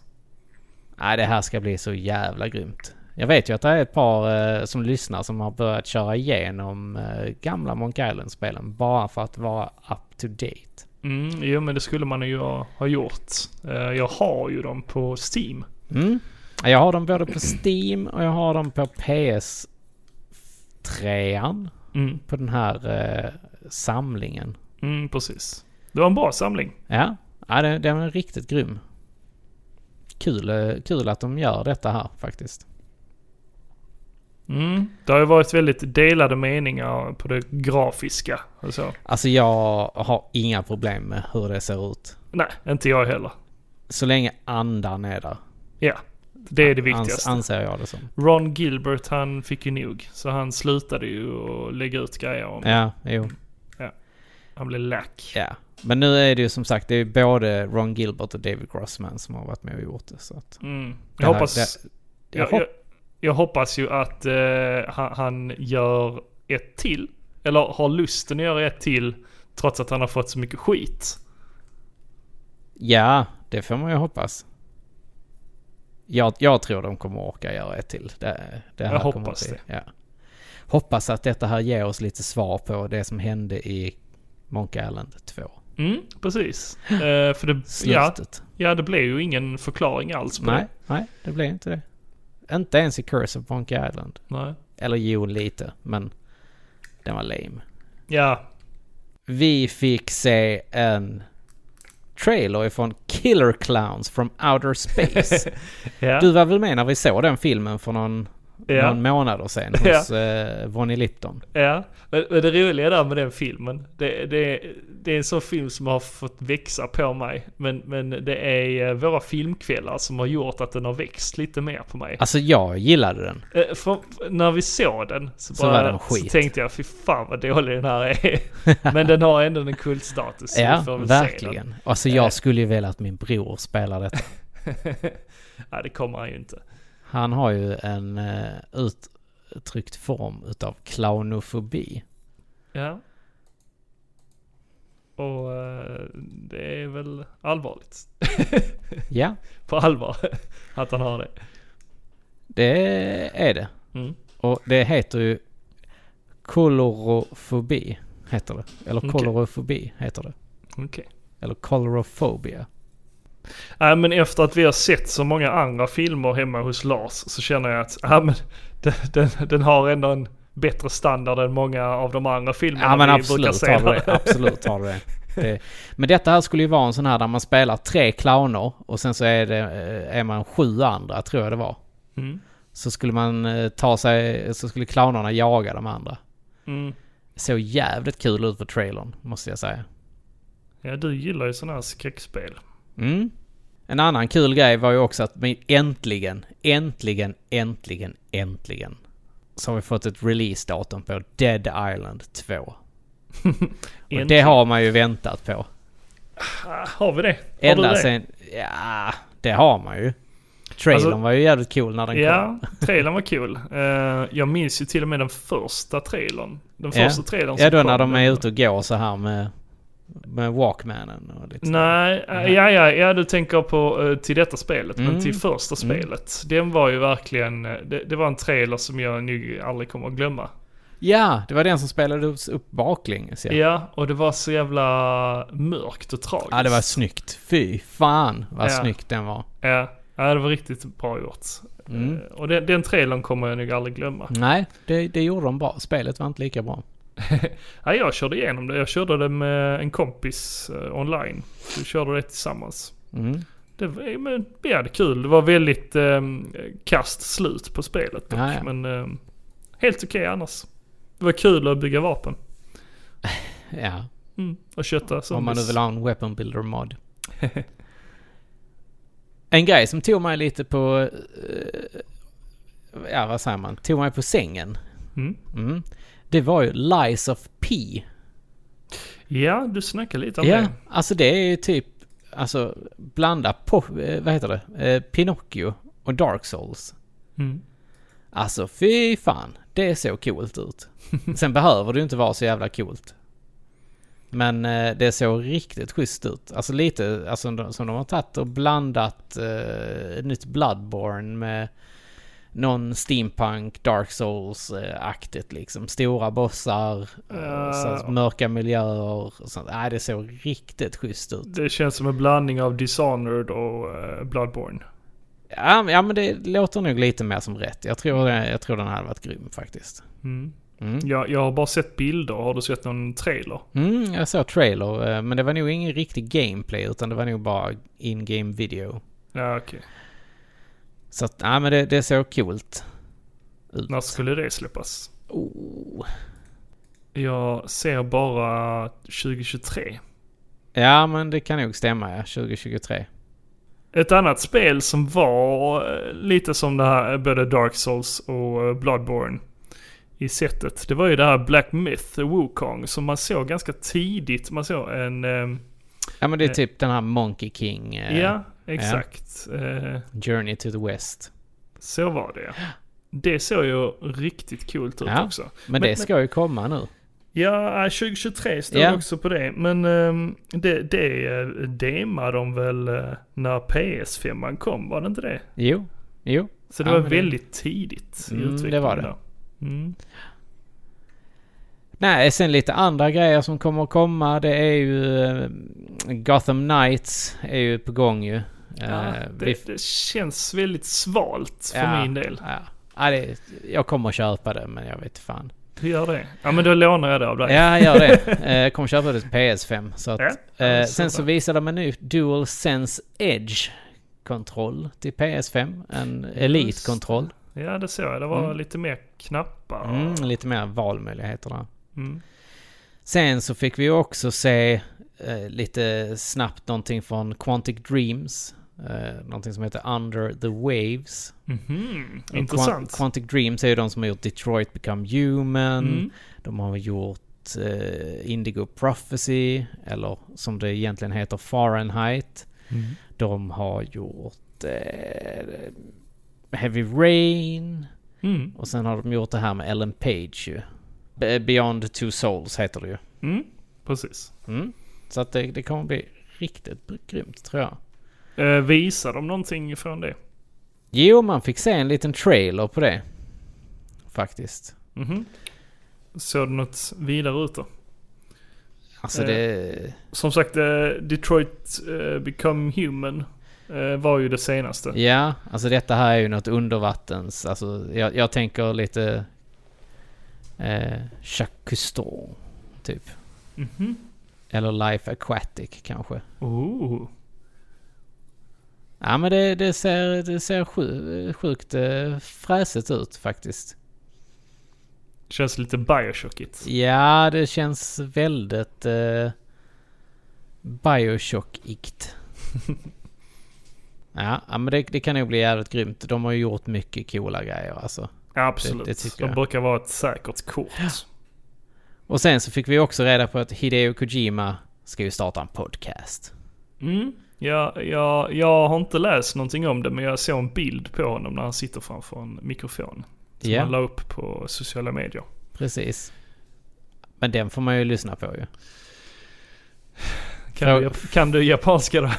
[SPEAKER 2] Nej, det här ska bli så jävla grymt. Jag vet ju att det är ett par eh, som lyssnar som har börjat köra igenom eh, gamla Monkey Island-spelen bara för att vara up to date.
[SPEAKER 1] Mm, jo, men det skulle man ju ha ha gjort. Eh, jag har ju dem på Steam.
[SPEAKER 2] Mm. Jag har dem både på Steam och jag har dem på PS3
[SPEAKER 1] Mm,
[SPEAKER 2] på den här eh, samlingen.
[SPEAKER 1] mm, precis. Det var en bra samling.
[SPEAKER 2] Ja, ja den, den är riktigt grym. Kul, eh, kul att de gör detta här faktiskt.
[SPEAKER 1] Mm. Det har ju varit väldigt delade meningar på det grafiska och så.
[SPEAKER 2] Alltså jag har inga problem med hur det ser ut.
[SPEAKER 1] Nej, inte jag heller.
[SPEAKER 2] Så länge andan är där.
[SPEAKER 1] Ja, det är det
[SPEAKER 2] Ans-
[SPEAKER 1] viktigaste.
[SPEAKER 2] anser jag det som.
[SPEAKER 1] Ron Gilbert, han fick ju nog. Så han slutade ju att lägga ut grejer om
[SPEAKER 2] Ja, jo.
[SPEAKER 1] Han blev lack.
[SPEAKER 2] Ja. Men nu är det ju som sagt, det är både Ron Gilbert och David Grossman som har varit med och gjort det. Så att
[SPEAKER 1] Mm.
[SPEAKER 2] Det
[SPEAKER 1] Jag
[SPEAKER 2] här-
[SPEAKER 1] hoppas...
[SPEAKER 2] det- jag
[SPEAKER 1] jag,
[SPEAKER 2] hopp-
[SPEAKER 1] jag, jag hoppas ju att eh, han, han gör ett till. Eller har lusten att göra ett till. Trots att han har fått så mycket skit.
[SPEAKER 2] ja, det får man ju hoppas. Jag, jag tror de kommer orka göra ett till. Det, det här
[SPEAKER 1] Jag
[SPEAKER 2] kommer
[SPEAKER 1] hoppas
[SPEAKER 2] bli- Ja. Hoppas att detta här ger oss lite svar på det som hände i Monkey Island 2.
[SPEAKER 1] Mm, precis. Eh, för det, ja,
[SPEAKER 2] Slutet.
[SPEAKER 1] ja, det blev ju ingen förklaring alls på
[SPEAKER 2] nej,
[SPEAKER 1] det.
[SPEAKER 2] nej, det blev inte det. Inte ens i Curse of Monkey Island.
[SPEAKER 1] Nej.
[SPEAKER 2] Eller jo, lite, men den var lame.
[SPEAKER 1] Ja,
[SPEAKER 2] Vi fick se en trailer ifrån Killer Clowns from Outer Space.
[SPEAKER 1] ja.
[SPEAKER 2] Du var väl med när vi såg den filmen för någon
[SPEAKER 1] Ja.
[SPEAKER 2] någon månader sedan hos eh, Vonnie Lipton.
[SPEAKER 1] Ja, men men det roliga där med den filmen, det, det, det är en sån film som har fått växa på mig. Men, men det är eh, våra filmkvällar som har gjort att den har växt lite mer på mig.
[SPEAKER 2] Alltså jag gillade den.
[SPEAKER 1] Eh, För, för när vi såg den så,
[SPEAKER 2] Så
[SPEAKER 1] bara,
[SPEAKER 2] var den
[SPEAKER 1] så
[SPEAKER 2] skit.
[SPEAKER 1] tänkte jag fy fan vad dålig den här är. men den har ändå en kultstatus. så vi
[SPEAKER 2] Ja,
[SPEAKER 1] får väl se den.
[SPEAKER 2] verkligen. Alltså jag skulle ju vilja att min bror spelar detta.
[SPEAKER 1] Nej, det kommer han ju inte.
[SPEAKER 2] Han har ju en eh, uttryckt form utav clownofobi.
[SPEAKER 1] Ja. Och eh, det är väl allvarligt.
[SPEAKER 2] Ja,
[SPEAKER 1] På allvar. att han har det.
[SPEAKER 2] det är det.
[SPEAKER 1] Mm.
[SPEAKER 2] Och det heter ju kolorofobi, heter det. Eller
[SPEAKER 1] Okej.
[SPEAKER 2] kolorofobi heter det.
[SPEAKER 1] Okej.
[SPEAKER 2] Eller kolorofobia.
[SPEAKER 1] Nej men efter att vi har sett så många andra filmer hemma hos Lars så känner jag att ja, men, den, den, den har ändå en bättre standard än många av de andra filmerna
[SPEAKER 2] Ja
[SPEAKER 1] vi
[SPEAKER 2] men
[SPEAKER 1] brukar
[SPEAKER 2] absolut
[SPEAKER 1] se.
[SPEAKER 2] har du det. Absolut har du det. det. Men detta här skulle ju vara en sån här där man spelar tre clowner och sen så är, det, eh, är man sju andra tror jag det var.
[SPEAKER 1] Mm.
[SPEAKER 2] Så skulle man eh, ta sig, så skulle clownerna jaga de andra.
[SPEAKER 1] Mm.
[SPEAKER 2] Såg jävligt kul ut på trailern måste jag säga.
[SPEAKER 1] Ja du gillar ju sådana här skräckspel.
[SPEAKER 2] Mm. En annan kul grej var ju också att men äntligen, äntligen, äntligen, äntligen. Så har vi fått ett releasedatum på Dead Island 2. Och det
[SPEAKER 1] Äntligen.
[SPEAKER 2] har man ju väntat på.
[SPEAKER 1] Ah, har vi det? Har du
[SPEAKER 2] Ända
[SPEAKER 1] det?
[SPEAKER 2] sen... Ja, det har man ju. Trailern
[SPEAKER 1] Alltså-
[SPEAKER 2] var ju jävligt cool när den kom.
[SPEAKER 1] Ja, trailern var kul. Eh, jag minns ju till och med den första trailern. Den
[SPEAKER 2] Ja.
[SPEAKER 1] första trailern
[SPEAKER 2] Ja,
[SPEAKER 1] som
[SPEAKER 2] då
[SPEAKER 1] kom,
[SPEAKER 2] när de
[SPEAKER 1] den-
[SPEAKER 2] är ute och går så här med, med Walkmanen och lite sådär.
[SPEAKER 1] Nej, eh,
[SPEAKER 2] Nej.
[SPEAKER 1] ja, ja, ja du tänker på eh, till detta spelet,
[SPEAKER 2] Mm.
[SPEAKER 1] men till första
[SPEAKER 2] Mm.
[SPEAKER 1] spelet. Den var ju verkligen, eh, det, det var en trailer som jag nog aldrig kommer att glömma.
[SPEAKER 2] Ja, det var den som spelades upp baklänges
[SPEAKER 1] Ja.
[SPEAKER 2] ja.
[SPEAKER 1] och det var så jävla mörkt och tragiskt.
[SPEAKER 2] ja, det var snyggt. Fy fan vad
[SPEAKER 1] Ja.
[SPEAKER 2] snyggt den var.
[SPEAKER 1] Ja, ja, det var riktigt bra gjort.
[SPEAKER 2] Mm.
[SPEAKER 1] Eh, Och den, den trailern kommer jag nog aldrig glömma.
[SPEAKER 2] Nej, det, det gjorde de bra. Spelet var inte lika bra.
[SPEAKER 1] Ja, jag körde igenom det. Jag körde det med en kompis eh, online. Vi körde det tillsammans.
[SPEAKER 2] Mm.
[SPEAKER 1] Det var, eh, men, vi hade kul. Det var väldigt eh, kast slut på spelet dock.
[SPEAKER 2] Ja, ja.
[SPEAKER 1] Men eh, helt okej annars. Det var kul att bygga vapen.
[SPEAKER 2] Ja,
[SPEAKER 1] Mm. Och kötta
[SPEAKER 2] om man nu
[SPEAKER 1] zombies.
[SPEAKER 2] vill ha en Weapon Builder mod. en grej som tog mig lite på... eh, ja, vad säger man? Tog mig på sängen.
[SPEAKER 1] Mm.
[SPEAKER 2] Mm. Det var ju Lies of P.
[SPEAKER 1] Ja, du snackade lite om
[SPEAKER 2] Ja,
[SPEAKER 1] det.
[SPEAKER 2] alltså det är ju typ... Alltså, blanda på... eh, vad heter det? Eh, Pinocchio och Dark Souls.
[SPEAKER 1] Mm.
[SPEAKER 2] Alltså fy fan, det ser coolt ut. Sen behöver det ju inte vara så jävla coolt. Men eh, det såg riktigt schysst ut. Alltså lite alltså, som de- som de har tagit och blandat eh, nytt Bloodborne med någon steampunk, dark souls-aktigt liksom. Stora bossar,
[SPEAKER 1] Ja.
[SPEAKER 2] uh. så mörka miljöer och sånt. Nej, det såg riktigt schysst ut.
[SPEAKER 1] Det känns som en blandning av Dishonored och eh, Bloodborne.
[SPEAKER 2] Ja, men- ja, men det låter nog lite mer som rätt. Jag tror, jag tror den hade varit grym faktiskt.
[SPEAKER 1] Mm.
[SPEAKER 2] Mm.
[SPEAKER 1] Jag, jag har bara sett bilder. Har du sett någon trailer?
[SPEAKER 2] Mm, jag såg trailer, eh, men det var nog ingen riktig gameplay utan det var nog bara in-game video.
[SPEAKER 1] Ja, okej.
[SPEAKER 2] Så att, nej men det, det såg coolt.
[SPEAKER 1] När skulle det släppas?
[SPEAKER 2] Oh.
[SPEAKER 1] Jag ser bara 2023.
[SPEAKER 2] Ja men det kan nog stämma ja, 2023.
[SPEAKER 1] Ett annat spel som var eh, lite som det här, eh, både Dark Souls och eh, Bloodborne i sättet. Det var ju det här Black Myth, eh, Wukong, som man såg ganska tidigt. Man såg en... ehm,
[SPEAKER 2] Ja men det är
[SPEAKER 1] Eh.
[SPEAKER 2] typ den här Monkey King, eh,
[SPEAKER 1] ja, exakt. Eh,
[SPEAKER 2] Journey to the West.
[SPEAKER 1] så var det. Det såg ju riktigt coolt ut
[SPEAKER 2] Ja.
[SPEAKER 1] också.
[SPEAKER 2] Men,
[SPEAKER 1] Men-
[SPEAKER 2] det
[SPEAKER 1] men-
[SPEAKER 2] ska ju komma nu.
[SPEAKER 1] Ja, eh, 2023 står
[SPEAKER 2] Ja.
[SPEAKER 1] det också på det. Men ehm, det, det eh, demade de väl eh, när PS5 an kom, var det inte det?
[SPEAKER 2] Jo, jo.
[SPEAKER 1] Så det
[SPEAKER 2] Ja,
[SPEAKER 1] var
[SPEAKER 2] men det-
[SPEAKER 1] väldigt tidigt i
[SPEAKER 2] Mm, det
[SPEAKER 1] utvecklingen.
[SPEAKER 2] var det.
[SPEAKER 1] där. Mm.
[SPEAKER 2] Nej, sen lite andra grejer som kommer att komma. Det är ju eh, Gotham Knights är ju på gång ju.
[SPEAKER 1] Ja,
[SPEAKER 2] Eh, vi-
[SPEAKER 1] det, det känns väldigt svalt för
[SPEAKER 2] Ja,
[SPEAKER 1] min del.
[SPEAKER 2] Ja. Ja, det, jag kommer att köpa det men jag vet fan.
[SPEAKER 1] Hur gör det? Ja men då lånar jag det av dig.
[SPEAKER 2] Ja, gör det. Eh, Jag kommer köpa det till PS5. Så att,
[SPEAKER 1] Ja, ja,
[SPEAKER 2] eh,
[SPEAKER 1] det är
[SPEAKER 2] sen så
[SPEAKER 1] superbra.
[SPEAKER 2] visade de en ny DualSense Edge-kontroll till PS5. En Elite-kontroll.
[SPEAKER 1] Ja, det såg jag. Det var
[SPEAKER 2] Mm.
[SPEAKER 1] lite mer knappar.
[SPEAKER 2] Mm, lite mer valmöjligheter där.
[SPEAKER 1] Mm.
[SPEAKER 2] Sen så fick vi ju också se eh, lite snabbt någonting från Quantic Dreams. Eh, någonting som heter Under the Waves.
[SPEAKER 1] Mhm.
[SPEAKER 2] Och
[SPEAKER 1] Intressant.
[SPEAKER 2] Quan- Quantic Dreams är ju de som har gjort Detroit Become Human.
[SPEAKER 1] Mm.
[SPEAKER 2] De har gjort eh, Indigo Prophecy, eller som det egentligen heter Fahrenheit.
[SPEAKER 1] Mm.
[SPEAKER 2] De har gjort eh, Heavy Rain.
[SPEAKER 1] Mm.
[SPEAKER 2] Och sen har de gjort det här med Ellen Page ju. Be- Beyond Two Souls heter det ju.
[SPEAKER 1] Mm. Precis.
[SPEAKER 2] Mm. Så att det, det kommer bli riktigt grymt tror jag.
[SPEAKER 1] Eh, visar de någonting från det?
[SPEAKER 2] Jo, man fick se en liten trailer på det. Faktiskt.
[SPEAKER 1] Mhm. Såg det något vidare ut då?
[SPEAKER 2] Alltså
[SPEAKER 1] Eh.
[SPEAKER 2] det...
[SPEAKER 1] Som sagt, eh, Detroit eh, Become Human eh, var ju det senaste.
[SPEAKER 2] Ja, alltså detta här är ju något undervattens. Alltså jag, jag tänker lite... Eh, Jacques Cousteau, typ.
[SPEAKER 1] Mhm.
[SPEAKER 2] Eller Life Aquatic kanske.
[SPEAKER 1] Oh.
[SPEAKER 2] Ja men det, det ser, det ser sju, sjukt eh, fräsigt ut faktiskt.
[SPEAKER 1] Känns lite Bioshockigt.
[SPEAKER 2] Ja, det känns väldigt eh, Bioshock-igt. ja, ja, men det, det kan nog bli jävligt grymt. De har ju gjort mycket coola grejer alltså.
[SPEAKER 1] Absolut.
[SPEAKER 2] Det- det tycker
[SPEAKER 1] de
[SPEAKER 2] jag.
[SPEAKER 1] brukar vara ett säkert kort.
[SPEAKER 2] Och sen så fick vi också reda på att Hideo Kojima ska ju starta en podcast.
[SPEAKER 1] Mm. Ja, ja, jag har inte läst någonting om det men jag såg en bild på honom när han sitter framför en mikrofon. Som
[SPEAKER 2] Ja.
[SPEAKER 1] han la upp på sociala medier.
[SPEAKER 2] Precis. Men den får man ju lyssna på ju.
[SPEAKER 1] Kan,
[SPEAKER 2] Frå-
[SPEAKER 1] du, kan du japanska då?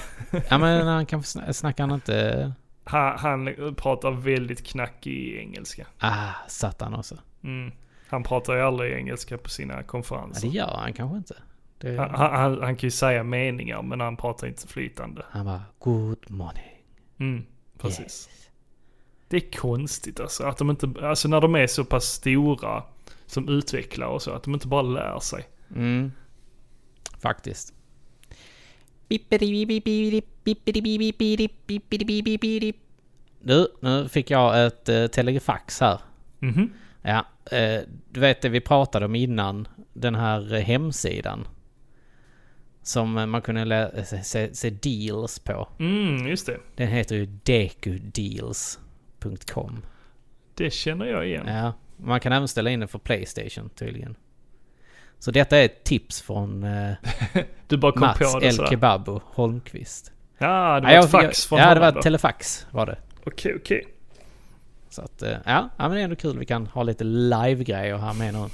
[SPEAKER 2] Ja men han kan snacka han inte...
[SPEAKER 1] Han, han pratar väldigt knackig engelska.
[SPEAKER 2] Ah, satan också.
[SPEAKER 1] Mm. Han pratar ju aldrig engelska på sina
[SPEAKER 2] Ja, det
[SPEAKER 1] konferenser.
[SPEAKER 2] gör han kanske inte. Det,
[SPEAKER 1] Han, han, han, han kan ju säga meningar men han pratar inte flytande.
[SPEAKER 2] Han bara good morning.
[SPEAKER 1] Mm, precis. Det är konstigt alltså att de inte, alltså när de är så pass stora som utvecklare och så, att de inte bara lär sig.
[SPEAKER 2] Mm. Faktiskt. Du, nu fick jag ett eh, telefax här.
[SPEAKER 1] Mhm.
[SPEAKER 2] Ja, eh, du vet det vi pratade om innan. Den här eh, hemsidan. Som eh, man kunde lä- se, se, se deals på.
[SPEAKER 1] Mm, just det.
[SPEAKER 2] Den heter ju dekudeals.com.
[SPEAKER 1] Det känner jag igen.
[SPEAKER 2] Ja, man kan även ställa in den för Playstation tydligen. Så detta är ett tips från eh,
[SPEAKER 1] Du bara kom
[SPEAKER 2] Mats
[SPEAKER 1] på det
[SPEAKER 2] El
[SPEAKER 1] sådär.
[SPEAKER 2] Kebabo Holmqvist.
[SPEAKER 1] Ja, det var
[SPEAKER 2] Ja, jag-
[SPEAKER 1] ett fax från
[SPEAKER 2] Ja, det
[SPEAKER 1] honom
[SPEAKER 2] var
[SPEAKER 1] då.
[SPEAKER 2] ett telefax var det.
[SPEAKER 1] Okej, okej.
[SPEAKER 2] Så att, eh, ja, ja, men det är ändå kul. Vi kan ha lite live-grejer här med nu.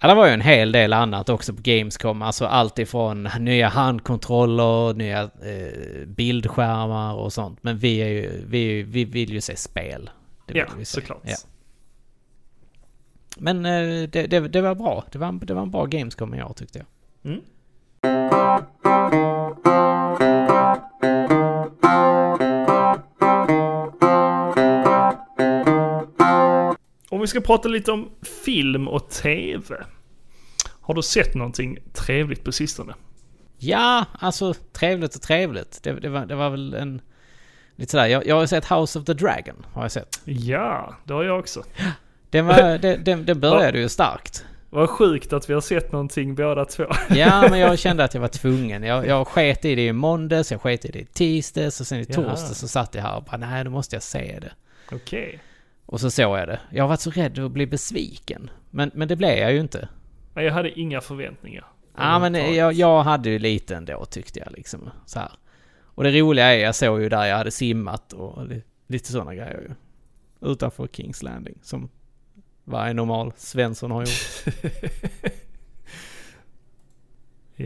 [SPEAKER 2] ja, det var ju en hel del annat också på Gamescom. Alltså allt ifrån nya handkontroller, nya eh, bildskärmar och sånt. Men vi, är ju, vi, är ju, vi vill ju se spel. Det vill
[SPEAKER 1] Ja,
[SPEAKER 2] vi se.
[SPEAKER 1] såklart.
[SPEAKER 2] Ja. Men eh, det, det, det var bra. Det var, en, det var en bra Gamescom i år tyckte jag.
[SPEAKER 1] Mm. Om vi ska prata lite om film och TV. Har du sett någonting trevligt på sistone?
[SPEAKER 2] Ja, alltså trevligt och trevligt. Det, det, var, det var väl en... Lite sådär, jag, jag har sett House of the Dragon, har jag sett.
[SPEAKER 1] Ja, det har jag också.
[SPEAKER 2] Den, var, den, den, den började ju starkt.
[SPEAKER 1] Vad sjukt att vi har sett någonting båda två.
[SPEAKER 2] Ja, men jag kände att jag var tvungen. Jag, jag sket i det i måndags, jag sket i det i tisdags och sen i
[SPEAKER 1] Jaha.
[SPEAKER 2] torsdags så satt jag här och bara nej, då måste jag se det.
[SPEAKER 1] Okej.
[SPEAKER 2] Och så såg jag det. Jag har varit så rädd att bli besviken. Men, men det blev jag ju inte.
[SPEAKER 1] Nej, Jag hade inga förväntningar.
[SPEAKER 2] Ja, men jag, jag hade ju lite ändå tyckte jag liksom. Så här. Och det roliga är, jag såg ju där jag hade simmat och li- lite sådana grejer ju. Utanför Kings Landing, som varje normal Svensson har gjort. eh,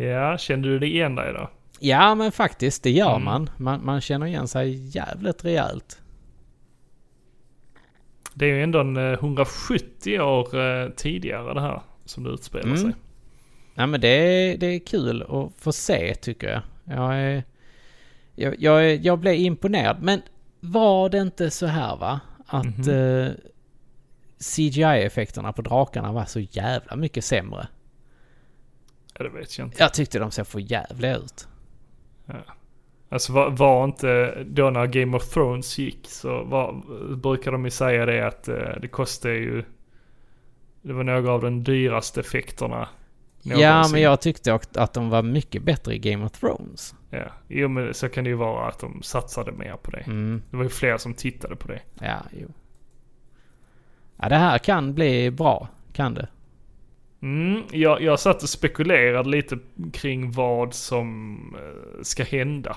[SPEAKER 1] Ja, kände du det igen dig då?
[SPEAKER 2] Ja, men faktiskt, det gör
[SPEAKER 1] Mm.
[SPEAKER 2] man. man. Man känner igen sig jävligt rejält.
[SPEAKER 1] Det är ju ändå en eh, 170 år eh, tidigare det här som det utspelar
[SPEAKER 2] Mm.
[SPEAKER 1] sig.
[SPEAKER 2] Nej, men det är, det är kul att få se, tycker jag. Jag, är, jag, jag, är, jag blev imponerad. Men var det inte så här, va? Att eh, CGI-effekterna på drakarna var så jävla mycket sämre.
[SPEAKER 1] Ja, det vet jag inte.
[SPEAKER 2] Jag tyckte de såg för jävliga ut.
[SPEAKER 1] Ja. Alltså var, var inte, då när Game of Thrones gick så var, brukar de ju säga det att eh, det kostar ju, det var några av de dyraste effekterna.
[SPEAKER 2] Ja,
[SPEAKER 1] någonsin.
[SPEAKER 2] men jag tyckte att- att de var mycket bättre i Game of Thrones.
[SPEAKER 1] Ja. Jo men så kan det ju vara att de satsade mer på det.
[SPEAKER 2] Mm.
[SPEAKER 1] Det var ju fler som tittade på det.
[SPEAKER 2] Ja, jo. Ja, det här kan bli bra. Kan det?
[SPEAKER 1] Mm, jag, jag satt och spekulerade lite kring vad som eh, ska hända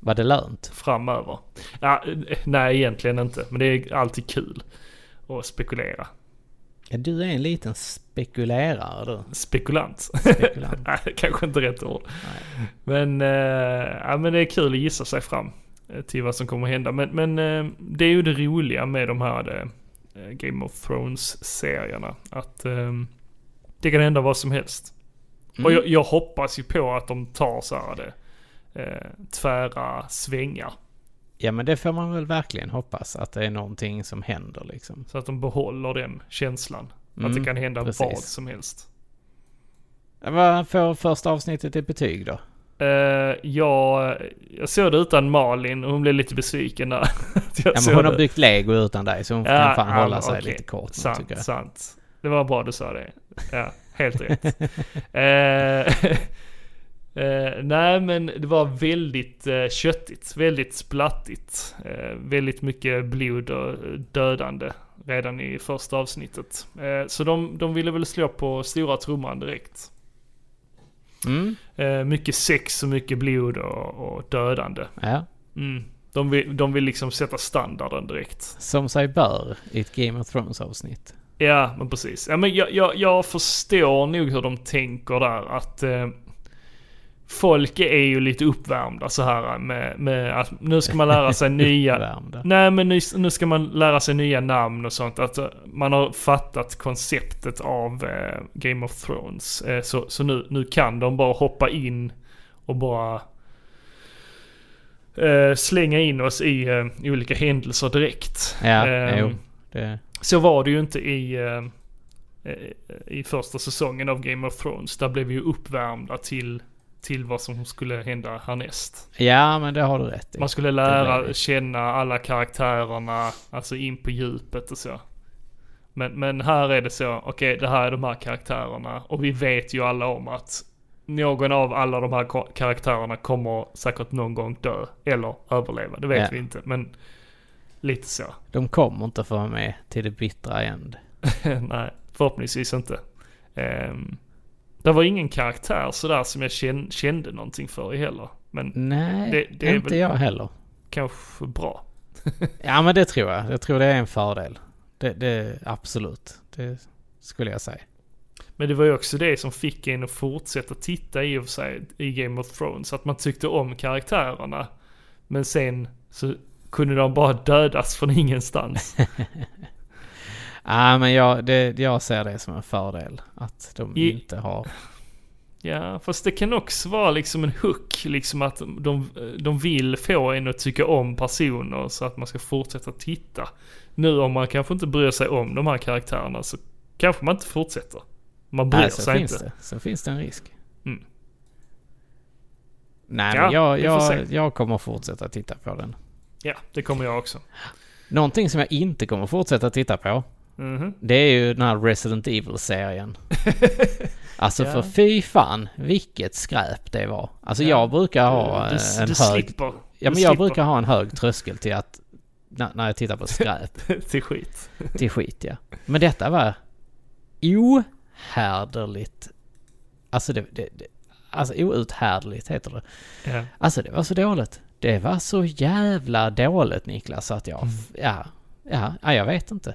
[SPEAKER 2] Var det lönt?
[SPEAKER 1] framöver. Ja, eh, nej, egentligen inte, men det är alltid kul att spekulera.
[SPEAKER 2] Ja, du är en liten spekulerare du.
[SPEAKER 1] Spekulant.
[SPEAKER 2] Spekulant.
[SPEAKER 1] Nej, kanske inte rätt ord. Men, eh, ja, men det är kul att gissa sig fram eh, till vad som kommer att hända. Men, men eh, det är ju det roliga med de här eh, Game of Thrones-serierna. Att eh, det kan hända vad som helst.
[SPEAKER 2] Mm.
[SPEAKER 1] Och jag, jag hoppas ju på att de tar så här det, eh, tvära svängar.
[SPEAKER 2] Ja, men det får man väl verkligen hoppas att det är någonting som händer liksom.
[SPEAKER 1] Så att de behåller den känslan. att det
[SPEAKER 2] Mm,
[SPEAKER 1] kan hända
[SPEAKER 2] precis.
[SPEAKER 1] vad som helst.
[SPEAKER 2] Ja, Vad får första avsnittet i betyg då?
[SPEAKER 1] Eh, jag, jag såg det utan Malin och hon blev lite besviken när att jag
[SPEAKER 2] Ja, men
[SPEAKER 1] såg
[SPEAKER 2] hon har
[SPEAKER 1] det.
[SPEAKER 2] byggt lego utan dig så hon
[SPEAKER 1] Ja,
[SPEAKER 2] kan fan
[SPEAKER 1] ja,
[SPEAKER 2] hålla
[SPEAKER 1] men
[SPEAKER 2] sig
[SPEAKER 1] okej.
[SPEAKER 2] lite kort nu,
[SPEAKER 1] Sant,
[SPEAKER 2] tycker jag.
[SPEAKER 1] sant. Det var bra du sa det. Ja, helt rätt. Eh, eh, nej, men det var väldigt eh, köttigt, väldigt splattigt. Eh, väldigt mycket blod och eh, dödande redan i första avsnittet. Eh, så de, de ville väl slå på stora trumman direkt.
[SPEAKER 2] Mm,
[SPEAKER 1] Eh, mycket sex och mycket blod och, och dödande.
[SPEAKER 2] ja.
[SPEAKER 1] Mm. De, vill, de vill liksom sätta standarden direkt.
[SPEAKER 2] Som sig bör i ett Game of Thrones avsnitt.
[SPEAKER 1] Ja, men precis. Ja, men jag, jag, jag förstår nog hur de tänker där att eh, folk är ju lite uppvärmda så här med, med att nu ska man lära sig nya...
[SPEAKER 2] Värmda.
[SPEAKER 1] Nej, men nu, nu ska man lära sig nya namn och sånt. Att eh, man har fattat konceptet av eh, Game of Thrones. Eh, så så nu, nu kan de bara hoppa in och bara eh, slänga in oss i eh, olika händelser direkt.
[SPEAKER 2] Ja,
[SPEAKER 1] Ehm,
[SPEAKER 2] jo. Det,
[SPEAKER 1] så var det ju inte i, eh, eh, i första säsongen av Game of Thrones. Där blev vi ju uppvärmda till, till vad som skulle hända härnäst.
[SPEAKER 2] ja, men det har du rätt i.
[SPEAKER 1] Man skulle
[SPEAKER 2] blev
[SPEAKER 1] lära
[SPEAKER 2] det.
[SPEAKER 1] känna alla karaktärerna, alltså in på djupet och så. Men, men här är det så, okej det här är de här karaktärerna och vi vet ju alla om att någon av alla de här ka- karaktärerna kommer säkert någon gång dö eller överleva. Det vet
[SPEAKER 2] Ja.
[SPEAKER 1] vi inte, men lite så.
[SPEAKER 2] De kommer inte få vara med till det bittra end.
[SPEAKER 1] Nej, förhoppningsvis inte. Ehm, det var ingen karaktär sådär som jag kände, kände någonting för heller. Men
[SPEAKER 2] Nej,
[SPEAKER 1] Det- det är
[SPEAKER 2] inte
[SPEAKER 1] väl-
[SPEAKER 2] jag heller.
[SPEAKER 1] kanske bra.
[SPEAKER 2] Ja, men det tror jag. Jag tror det är en fördel. Det, det absolut. Det skulle jag säga.
[SPEAKER 1] Men det var ju också det som fick en att fortsätta titta i och för sig i Game of Thrones. Att man tyckte om karaktärerna. Men sen så kunde de bara dödas från ingenstans.
[SPEAKER 2] Ja, men jag, det, jag ser det som en fördel. Att de
[SPEAKER 1] I-
[SPEAKER 2] inte har...
[SPEAKER 1] ja, fast det kan också vara liksom en hook. Liksom att de, de vill få en att tycka om personer så att man ska fortsätta titta. Nu om man kanske inte bryr sig om de här karaktärerna så kanske man inte fortsätter. Man bryr
[SPEAKER 2] Nej, så
[SPEAKER 1] sig
[SPEAKER 2] finns,
[SPEAKER 1] inte.
[SPEAKER 2] det, så finns det en risk.
[SPEAKER 1] Mm.
[SPEAKER 2] Nej,
[SPEAKER 1] Ja,
[SPEAKER 2] men jag,
[SPEAKER 1] vi får
[SPEAKER 2] jag,
[SPEAKER 1] se.
[SPEAKER 2] jag kommer fortsätta titta på den.
[SPEAKER 1] Ja, det kommer jag också.
[SPEAKER 2] Någonting som jag inte kommer fortsätta titta på,
[SPEAKER 1] Mhm.
[SPEAKER 2] det är ju den här Resident Evil-serien. alltså
[SPEAKER 1] Ja.
[SPEAKER 2] för fy fan, vilket skräp det var. Alltså jag brukar ha
[SPEAKER 1] du
[SPEAKER 2] eh, en
[SPEAKER 1] du
[SPEAKER 2] hög...
[SPEAKER 1] slipper.
[SPEAKER 2] Ja,
[SPEAKER 1] Du
[SPEAKER 2] men jag
[SPEAKER 1] slipper.
[SPEAKER 2] brukar ha en hög tröskel till att... När, när jag tittar på skräp
[SPEAKER 1] till skit.
[SPEAKER 2] till skit, ja. Men detta var ohärderligt... Alltså det... det, det alltså outhärdligt heter det.
[SPEAKER 1] Ja.
[SPEAKER 2] Alltså det var så dåligt. Det var så jävla dåligt Niklas så att jag... Ja, ja, ja, jag vet inte.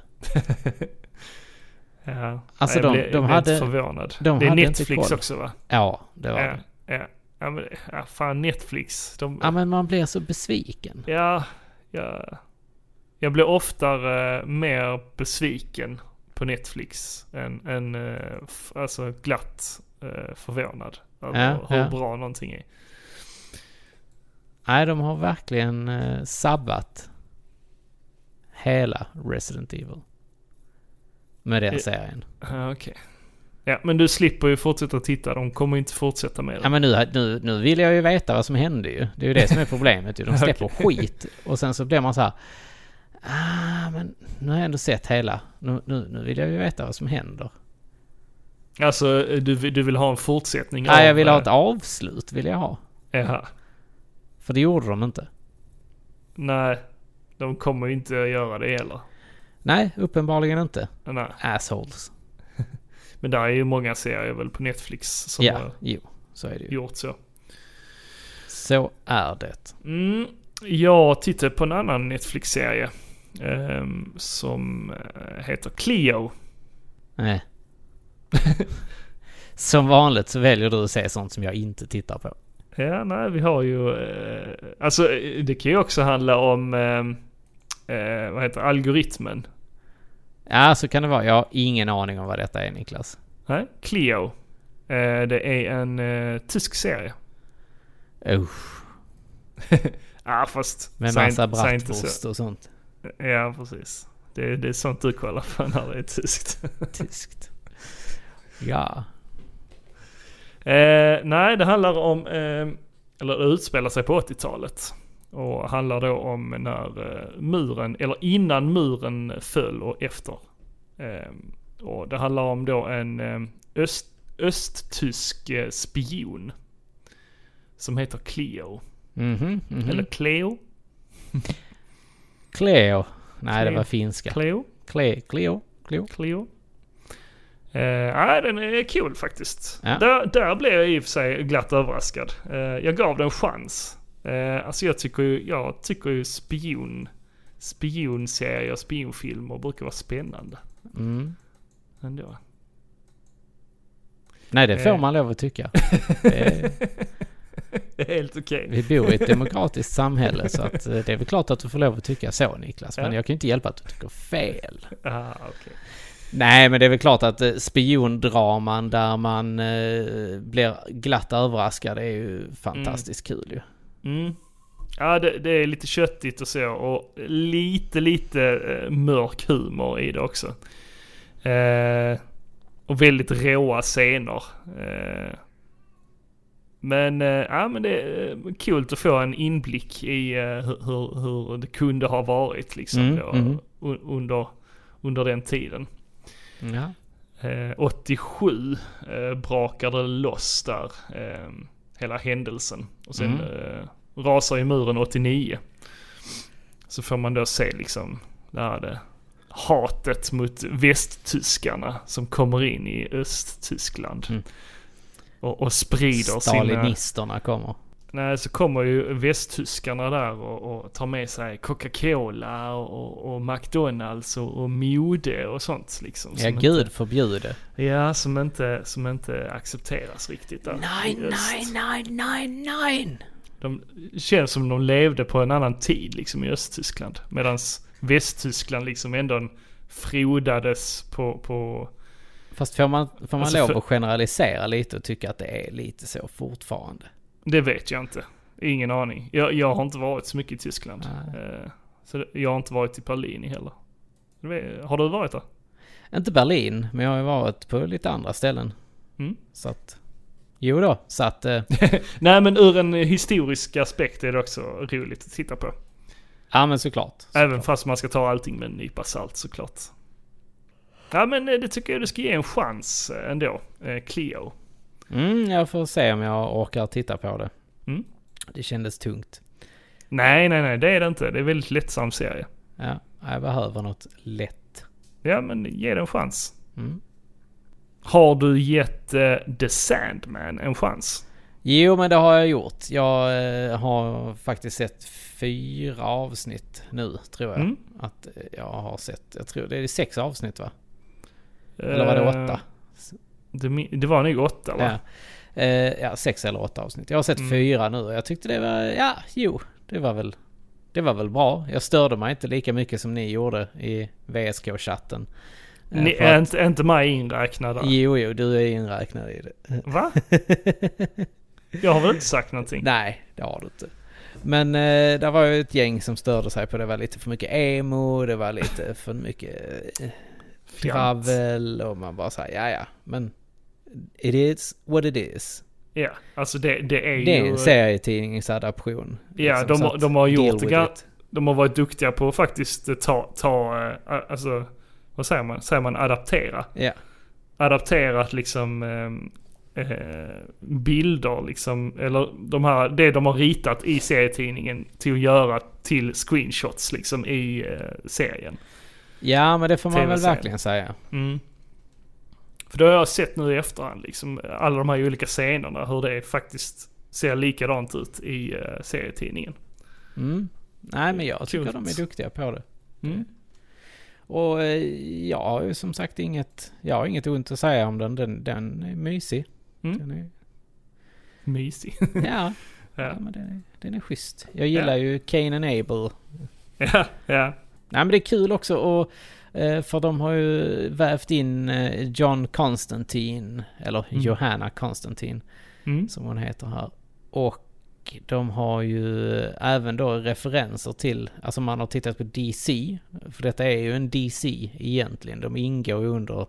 [SPEAKER 1] Ja.
[SPEAKER 2] Alltså,
[SPEAKER 1] Nej,
[SPEAKER 2] de-
[SPEAKER 1] jag blev,
[SPEAKER 2] de
[SPEAKER 1] jag blev inte
[SPEAKER 2] hade-
[SPEAKER 1] förvånad.
[SPEAKER 2] de
[SPEAKER 1] det är
[SPEAKER 2] hade inte
[SPEAKER 1] Netflix
[SPEAKER 2] koll.
[SPEAKER 1] också va?
[SPEAKER 2] Ja, det var
[SPEAKER 1] Ja,
[SPEAKER 2] det.
[SPEAKER 1] ja. Ja, men, ja, fan Netflix. De,
[SPEAKER 2] Ja,
[SPEAKER 1] ja,
[SPEAKER 2] men man blir så besviken.
[SPEAKER 1] ja, Jag blir oftare eh, mer besviken på Netflix än, än eh, f- alltså glatt eh, förvånad över
[SPEAKER 2] Ja,
[SPEAKER 1] hur
[SPEAKER 2] ja.
[SPEAKER 1] bra någonting är.
[SPEAKER 2] Nej, de har verkligen eh, sabbat hela Resident Evil. Med den
[SPEAKER 1] Eh.
[SPEAKER 2] serien.
[SPEAKER 1] Ja, Okej. Ja, men du slipper ju fortsätta titta. De kommer inte fortsätta med
[SPEAKER 2] Ja
[SPEAKER 1] det.
[SPEAKER 2] men nu, nu, nu vill jag ju veta vad som hände ju. Det är ju det som är problemet ju. De släpper
[SPEAKER 1] Okej.
[SPEAKER 2] skit och sen så blir man så här. Ah, men nu har jag ändå sett hela. Nu, nu, nu vill jag ju veta vad som händer.
[SPEAKER 1] Alltså, du, vill- du vill ha en fortsättning?
[SPEAKER 2] Nej,
[SPEAKER 1] av,
[SPEAKER 2] jag vill ha
[SPEAKER 1] eh,
[SPEAKER 2] ett avslut vill jag ha.
[SPEAKER 1] Ja.
[SPEAKER 2] För det gjorde de inte.
[SPEAKER 1] Nej, de kommer ju inte att göra det heller.
[SPEAKER 2] Nej, uppenbarligen inte.
[SPEAKER 1] Nej.
[SPEAKER 2] Assholes.
[SPEAKER 1] Men där är ju många serier väl på Netflix som
[SPEAKER 2] ja,
[SPEAKER 1] har
[SPEAKER 2] jo. Så är det ju.
[SPEAKER 1] gjort så.
[SPEAKER 2] Så är det.
[SPEAKER 1] Mm, jag tittade på en annan Netflix-serie. ehm, som eh, heter Clio.
[SPEAKER 2] Nej. som vanligt så väljer du att se sånt som jag inte tittar på.
[SPEAKER 1] Ja, nej, vi har ju... Eh, alltså, eh, det kan ju också handla om... ehm, eh, vad heter det? Algoritmen.
[SPEAKER 2] Ja, så kan det vara. Jag har ingen aning om vad detta är Niklas.
[SPEAKER 1] Nej, Clio. Eh, det är en eh, tysk serie.
[SPEAKER 2] Usch,
[SPEAKER 1] Ja, fast...
[SPEAKER 2] med
[SPEAKER 1] säg
[SPEAKER 2] massa
[SPEAKER 1] inte- säg inte så.
[SPEAKER 2] bratwurst och sånt.
[SPEAKER 1] Ja, precis. Det, det är sånt du kollar på när det är tyskt.
[SPEAKER 2] Tyskt. Ja.
[SPEAKER 1] Eh, nej, det handlar om, eh, eller det utspelar sig på 80-talet. Och handlar då om när eh, muren, eller innan muren föll och efter. Eh, och det handlar om då en eh, öst, östtysk eh, spion. Som heter Cleo.
[SPEAKER 2] Mhm, mhm.
[SPEAKER 1] Eller Cleo?
[SPEAKER 2] Cleo. Nej, det
[SPEAKER 1] Cleo.
[SPEAKER 2] var finska.
[SPEAKER 1] Cleo?
[SPEAKER 2] Cle- Cleo. Cleo.
[SPEAKER 1] Cleo. Eh, nej, den är cool faktiskt.
[SPEAKER 2] Ja.
[SPEAKER 1] Där, där blev jag i och för sig glatt överraskad. Eh, jag gav den en chans. Eh, alltså jag tycker ju, jag tycker ju spion, spionserier, spionfilmer brukar vara spännande.
[SPEAKER 2] Mm.
[SPEAKER 1] Ändå.
[SPEAKER 2] Nej, det får
[SPEAKER 1] Eh.
[SPEAKER 2] man lov att tycka. Det-
[SPEAKER 1] Det är helt okej.
[SPEAKER 2] Vi bor i ett demokratiskt samhälle så att eh, det är väl klart att du får lov att tycka så Niklas. Men
[SPEAKER 1] Ja.
[SPEAKER 2] jag kan ju inte hjälpa att du tycker fel.
[SPEAKER 1] Ah, okej.
[SPEAKER 2] Nej men det är väl klart att eh, spiondraman där man eh, blir glatt överraskad är ju fantastiskt kul ju.
[SPEAKER 1] Mm. Ja, det, det är lite köttigt och så och lite, lite eh, mörk humor i det också. Eh, och väldigt råa scener. Eh, men, eh, ja, men det är eh, kul att få en inblick i eh, hur, hur- hur det kunde ha varit liksom
[SPEAKER 2] Mm,
[SPEAKER 1] då,
[SPEAKER 2] mhm.
[SPEAKER 1] un- under, under den tiden.
[SPEAKER 2] Ja.
[SPEAKER 1] Eh, 87 eh, brakade loss där, eh, hela händelsen. Och sen
[SPEAKER 2] Mm.
[SPEAKER 1] eh, rasar ju muren 89. Så får man då se liksom, där det hatet mot västtyskarna som kommer in i Östtyskland.
[SPEAKER 2] Mm.
[SPEAKER 1] Och, och sprider sina...
[SPEAKER 2] Stalinisterna kommer.
[SPEAKER 1] Nej, så kommer ju västtyskarna där och, och tar med sig Coca-Cola och, och, och McDonalds och, och mode och sånt liksom.
[SPEAKER 2] Ja
[SPEAKER 1] som inte-
[SPEAKER 2] gud förbjude.
[SPEAKER 1] Ja, som inte, som inte accepteras riktigt där.
[SPEAKER 2] Nej,
[SPEAKER 1] Just.
[SPEAKER 2] nej, nej, nej, nej.
[SPEAKER 1] De det känns som de levde på en annan tid liksom i Östtyskland. Medan Västtyskland liksom ändå frodades på, på...
[SPEAKER 2] Fast får man, får man
[SPEAKER 1] Alltså,
[SPEAKER 2] lov
[SPEAKER 1] för-
[SPEAKER 2] att generalisera lite och tycka att det är lite så fortfarande?
[SPEAKER 1] Det vet jag inte. Ingen aning. Jag, jag har inte varit så mycket i Tyskland.
[SPEAKER 2] Nej.
[SPEAKER 1] Eh, Så det- jag har inte varit i Berlin heller. Det vet- Har du varit där?
[SPEAKER 2] Inte Berlin, men jag har ju varit på lite andra ställen.
[SPEAKER 1] Mm.
[SPEAKER 2] Så att... Jo då, så att... eh,
[SPEAKER 1] Nej men ur en historisk aspekt är det också roligt att titta på.
[SPEAKER 2] Ja men såklart.
[SPEAKER 1] Även fast man ska ta allting med en nypa salt såklart. Ja men eh, det tycker jag du ska ge en chans eh, ändå, eh, Clio.
[SPEAKER 2] Mm, jag får se om jag orkar titta på det.
[SPEAKER 1] Mm.
[SPEAKER 2] Det kändes tungt.
[SPEAKER 1] Nej, nej, nej, det är det inte. Det är en väldigt lättsam serie.
[SPEAKER 2] Ja, jag behöver något lätt.
[SPEAKER 1] Ja, men ge den en chans.
[SPEAKER 2] Mm.
[SPEAKER 1] Har du gett eh, The Sandman en chans?
[SPEAKER 2] Jo men det har jag gjort. Jag eh, har faktiskt sett fyra avsnitt nu tror jag.
[SPEAKER 1] Mm.
[SPEAKER 2] Att eh, jag har sett. Jag tror det är sex avsnitt va? Eller var det
[SPEAKER 1] Eh,
[SPEAKER 2] åtta?
[SPEAKER 1] Det, mi- det var nog åtta, va?
[SPEAKER 2] Ja. Eh, ja, sex eller åtta avsnitt. Jag har sett
[SPEAKER 1] Mm.
[SPEAKER 2] fyra nu och jag tyckte det var, ja, jo, det var väl, det var väl bra. Jag störde mig inte lika mycket som ni gjorde i VSK-chatten. Eh,
[SPEAKER 1] Ni,
[SPEAKER 2] för att-
[SPEAKER 1] är inte, är inte mig inräknad där.
[SPEAKER 2] Jo, jo, du är inräknad i det.
[SPEAKER 1] Va? Jag har väl inte sagt någonting?
[SPEAKER 2] Nej, det har du inte. Men eh, det var ju ett gäng som störde sig på det. Det var lite för mycket emo, det var lite för mycket eh,
[SPEAKER 1] Fjant.
[SPEAKER 2] travel och man bara säger ja ja. Men It is what it is.
[SPEAKER 1] Ja, alltså det, det är
[SPEAKER 2] Det är
[SPEAKER 1] ju...
[SPEAKER 2] en serietidningsadaption.
[SPEAKER 1] Ja,
[SPEAKER 2] liksom,
[SPEAKER 1] de,
[SPEAKER 2] så
[SPEAKER 1] har-
[SPEAKER 2] att
[SPEAKER 1] de har
[SPEAKER 2] deal
[SPEAKER 1] gjort det
[SPEAKER 2] with
[SPEAKER 1] gan-
[SPEAKER 2] it.
[SPEAKER 1] De har varit duktiga på att faktiskt eh, ta, ta eh, a- alltså, vad säger man? Säger man adaptera?
[SPEAKER 2] Ja,
[SPEAKER 1] Adapterat liksom eh, eh, bilder liksom, eller de här, det de har ritat i serietidningen till att göra till screenshots liksom i eh, serien.
[SPEAKER 2] ja men det får man väl
[SPEAKER 1] TV-serien.
[SPEAKER 2] verkligen säga.
[SPEAKER 1] Mm. För det har jag sett nu i efterhand, liksom, alla de här olika scenerna, hur det faktiskt ser likadant ut i eh, serietidningen.
[SPEAKER 2] Mm. Nej, men jag tycker
[SPEAKER 1] Kul.
[SPEAKER 2] de är duktiga på det.
[SPEAKER 1] Mm.
[SPEAKER 2] Och eh, jag har ju som sagt inget, jag har inget ont att säga om den. Den, den är mysig.
[SPEAKER 1] Mm.
[SPEAKER 2] Den är,
[SPEAKER 1] Mysig.
[SPEAKER 2] ja,
[SPEAKER 1] ja.
[SPEAKER 2] ja, men den är, den är schysst. Jag gillar ju Kane and Abel.
[SPEAKER 1] ja, ja.
[SPEAKER 2] Nej, men det är kul också och eh, för de har ju vävt in eh, John Constantine, eller
[SPEAKER 1] Mm.
[SPEAKER 2] Johanna Constantine
[SPEAKER 1] Mm.
[SPEAKER 2] som hon heter här. Och de har ju även då referenser till, alltså man har tittat på DC, för detta är ju en DC egentligen, de ingår ju under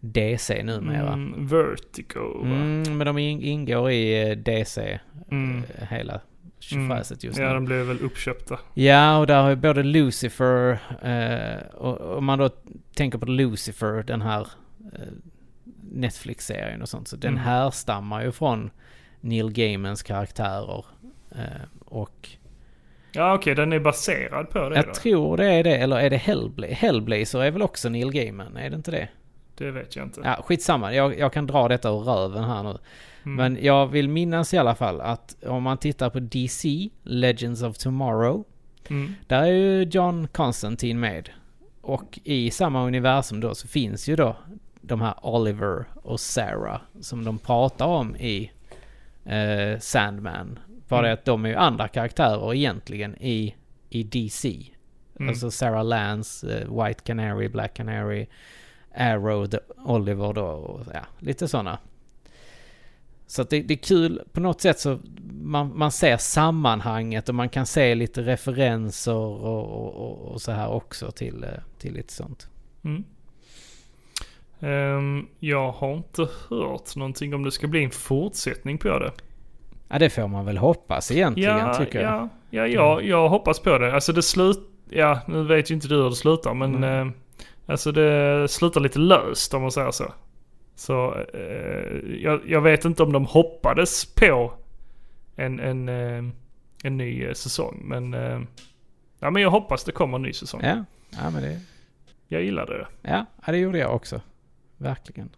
[SPEAKER 2] DC numera. Mm,
[SPEAKER 1] Mm, vertigo, va?
[SPEAKER 2] men de in- ingår i eh, DC,
[SPEAKER 1] Mm.
[SPEAKER 2] eh, hela
[SPEAKER 1] Mm.
[SPEAKER 2] tjofräset just nu.
[SPEAKER 1] Ja, de blev väl uppköpta.
[SPEAKER 2] Ja, och där har ju både Lucifer, eh, och och om man då tänker på Lucifer, den här eh, Netflix-serien och sånt, så den
[SPEAKER 1] Mm.
[SPEAKER 2] härstammar ju från Neil Gaimans karaktärer. Eh, och
[SPEAKER 1] Ja, okej, den är baserad på det
[SPEAKER 2] jag
[SPEAKER 1] då.
[SPEAKER 2] tror det är det, eller är det Hellbla- Hellblazer? är väl också Neil Gaiman, är det inte det?
[SPEAKER 1] Det vet jag inte.
[SPEAKER 2] Ja, skitsamma, jag, jag kan dra detta ur röven här nu.
[SPEAKER 1] Mm.
[SPEAKER 2] Men jag vill minnas i alla fall att om man tittar på DC, Legends of Tomorrow,
[SPEAKER 1] Mm.
[SPEAKER 2] Där är ju John Constantine med. Och i samma universum då så finns ju då de här Oliver och Sarah som de pratar om i eh, Sandman. Bara
[SPEAKER 1] Mm.
[SPEAKER 2] det att de är ju andra karaktärer egentligen i, i DC.
[SPEAKER 1] Mm.
[SPEAKER 2] Alltså Sarah Lance, eh, White Canary, Black Canary, Arrow, The Oliver då och ja, lite sådana. Så att det, det är kul, på något sätt så man, man ser sammanhanget och man kan se lite referenser och, och, och, och så här också till, eh, till lite sånt.
[SPEAKER 1] Mm. Ehm, jag har inte hört någonting om det ska bli en fortsättning på det.
[SPEAKER 2] Ja, det får man väl hoppas egentligen
[SPEAKER 1] Ja,
[SPEAKER 2] tycker jag.
[SPEAKER 1] ja, ja, ja, jag hoppas på det. Alltså det slut... Ja, nu vet ju inte du hur det slutar, men...
[SPEAKER 2] Mm.
[SPEAKER 1] eh, alltså det slutar lite löst om man säger så. Så eh, jag, jag vet inte om de hoppades på en, en, eh, en ny eh, säsong, men... eh, ja, men jag hoppas det kommer en ny säsong.
[SPEAKER 2] Ja, ja, men det,
[SPEAKER 1] Jag gillade det.
[SPEAKER 2] ja, ja, det gjorde jag också. Verkligen.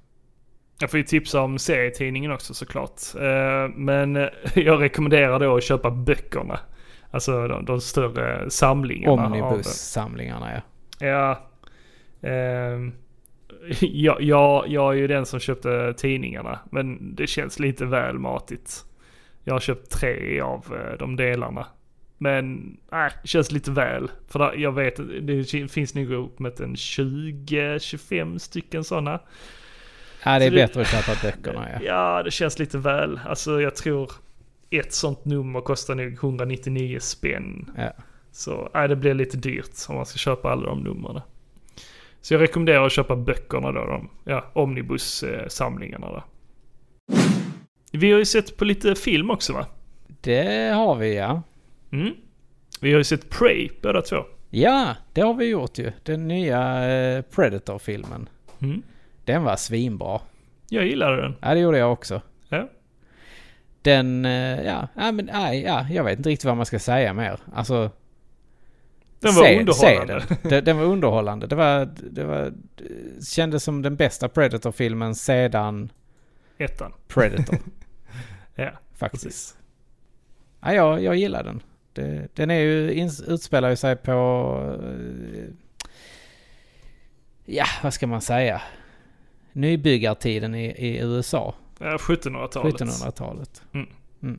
[SPEAKER 1] Jag får ju tipsa om serietidningen också såklart. Eh, Men eh, jag rekommenderar då att köpa böckerna. Alltså de, de större samlingarna. av-
[SPEAKER 2] Omnibus-samlingarna ja.
[SPEAKER 1] Ja. Ehm, jag, jag, jag är ju den som köpte tidningarna, men det känns lite väl matigt. Jag har köpt tre av eh, de delarna. Men nej, det känns lite väl. För där, jag vet, det ki- finns nog uppemot en 20-25 stycken sådana.
[SPEAKER 2] Ja, det är
[SPEAKER 1] Så det-
[SPEAKER 2] bättre att köpa böckerna ja.
[SPEAKER 1] Ja, det känns lite väl. Alltså jag tror ett sånt nummer kostar nog 199 spänn.
[SPEAKER 2] ja.
[SPEAKER 1] Så nej, det blir lite dyrt om man ska köpa alla de numren. Så jag rekommenderar att köpa böckerna då, de, ja, Omnibus-samlingarna där. Vi har ju sett på lite film också va?
[SPEAKER 2] Det har vi ja.
[SPEAKER 1] Mm. Vi har ju sett Prey båda två.
[SPEAKER 2] Ja, det har vi gjort ju. Den nya eh, Predator-filmen.
[SPEAKER 1] Mm.
[SPEAKER 2] Den var svinbra.
[SPEAKER 1] Jag gillade den.
[SPEAKER 2] Ja, det gjorde jag också.
[SPEAKER 1] Ja.
[SPEAKER 2] Den, eh, ja, ja men nej, ja, jag vet inte riktigt vad man ska säga mer. Alltså...
[SPEAKER 1] Den var
[SPEAKER 2] se-
[SPEAKER 1] underhållande.
[SPEAKER 2] se den. den. Den var underhållande. Det var, det var, det kändes som den bästa Predator-filmen sedan
[SPEAKER 1] Ettan.
[SPEAKER 2] Predator,
[SPEAKER 1] Ja,
[SPEAKER 2] faktiskt.
[SPEAKER 1] precis.
[SPEAKER 2] Ja, jag, jag gillar den. Det, den är ju, ins- utspelar ju sig på... eh, Ja, vad ska man säga? Nybyggartiden i, i USA,
[SPEAKER 1] Ja, 1700-talet.
[SPEAKER 2] 1700-talet.
[SPEAKER 1] Mm.
[SPEAKER 2] Mm.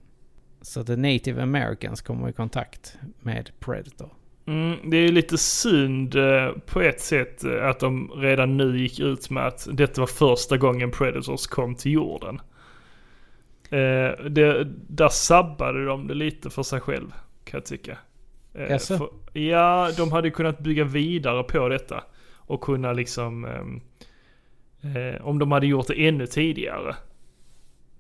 [SPEAKER 2] Så the native americans kommer i kontakt med Predator.
[SPEAKER 1] Mm, det är lite synd eh, på ett sätt eh, att de redan nu gick ut med att detta var första gången Predators kom till jorden. Eh, det, där sabbade de det lite för sig själv, kan jag tycka. Eh,
[SPEAKER 2] Jaså?
[SPEAKER 1] för, ja, de hade kunnat bygga vidare på detta och kunna liksom ehm, Eh, om de hade gjort det ännu tidigare.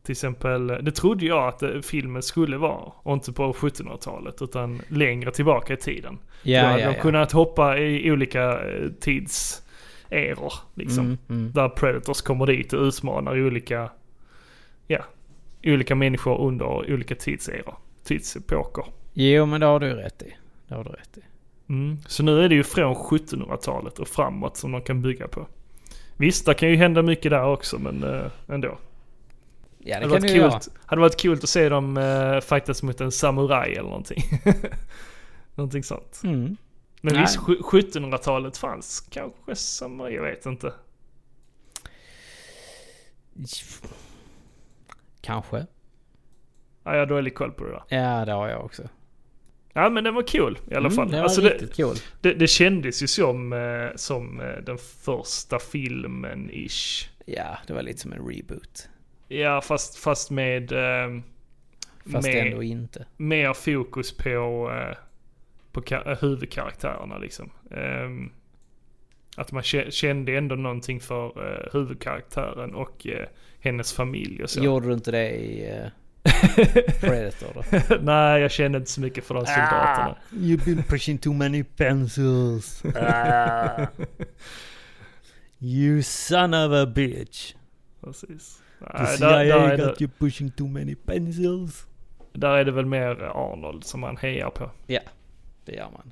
[SPEAKER 1] Till exempel, det trodde jag att eh, filmen skulle vara. Och inte på 1700-talet utan längre tillbaka i tiden. Då
[SPEAKER 2] Ja,
[SPEAKER 1] hade
[SPEAKER 2] ja,
[SPEAKER 1] de
[SPEAKER 2] ja.
[SPEAKER 1] kunnat hoppa i olika eh, tidseror. Liksom.
[SPEAKER 2] Mm, mm.
[SPEAKER 1] Där Predators kommer dit och utmanar olika, ja, olika människor under olika tidseror. Tidsepoker.
[SPEAKER 2] Jo, men det har du rätt i. Det har du rätt i.
[SPEAKER 1] Mm. Så nu är det ju från 1700-talet och framåt som de kan bygga på. Visst, det kan ju hända mycket där också men eh, ändå.
[SPEAKER 2] Ja, det
[SPEAKER 1] Hade
[SPEAKER 2] kan
[SPEAKER 1] varit,
[SPEAKER 2] du göra.
[SPEAKER 1] coolt, hade varit coolt att se dem uh, fightas mot en samuraj eller någonting. någonting sånt.
[SPEAKER 2] Mm.
[SPEAKER 1] Men
[SPEAKER 2] Nej.
[SPEAKER 1] visst, sju- 1700-talet fanns kanske samuraj, jag vet inte.
[SPEAKER 2] Kanske.
[SPEAKER 1] Ja, jag har dålig koll på det där.
[SPEAKER 2] Ja, det har jag också.
[SPEAKER 1] Ja men den var cool i alla fall.
[SPEAKER 2] Mm, det var
[SPEAKER 1] alltså, det,
[SPEAKER 2] riktigt kul.
[SPEAKER 1] det, det kändes ju som, eh, som eh, den första filmen-ish.
[SPEAKER 2] Ja, det var lite som en reboot.
[SPEAKER 1] Ja fast, fast med... Eh,
[SPEAKER 2] Fast
[SPEAKER 1] med,
[SPEAKER 2] ändå inte.
[SPEAKER 1] mer fokus på, eh, på ka- eh, huvudkaraktärerna liksom. Ehm, att man kä- kände ändå någonting för eh, huvudkaraktären och eh, hennes familj och så.
[SPEAKER 2] Gjorde du inte det i eh, Predator då?
[SPEAKER 1] Nej, jag kände inte så mycket för de soldaterna.
[SPEAKER 2] You've been pushing too many pencils. you son of a bitch.
[SPEAKER 1] Precis.
[SPEAKER 2] The
[SPEAKER 1] Nej, där,
[SPEAKER 2] CIA
[SPEAKER 1] där, är
[SPEAKER 2] got
[SPEAKER 1] det,
[SPEAKER 2] you pushing too many pencils.
[SPEAKER 1] där är det väl mer Arnold som man hejar på.
[SPEAKER 2] Ja, det gör man.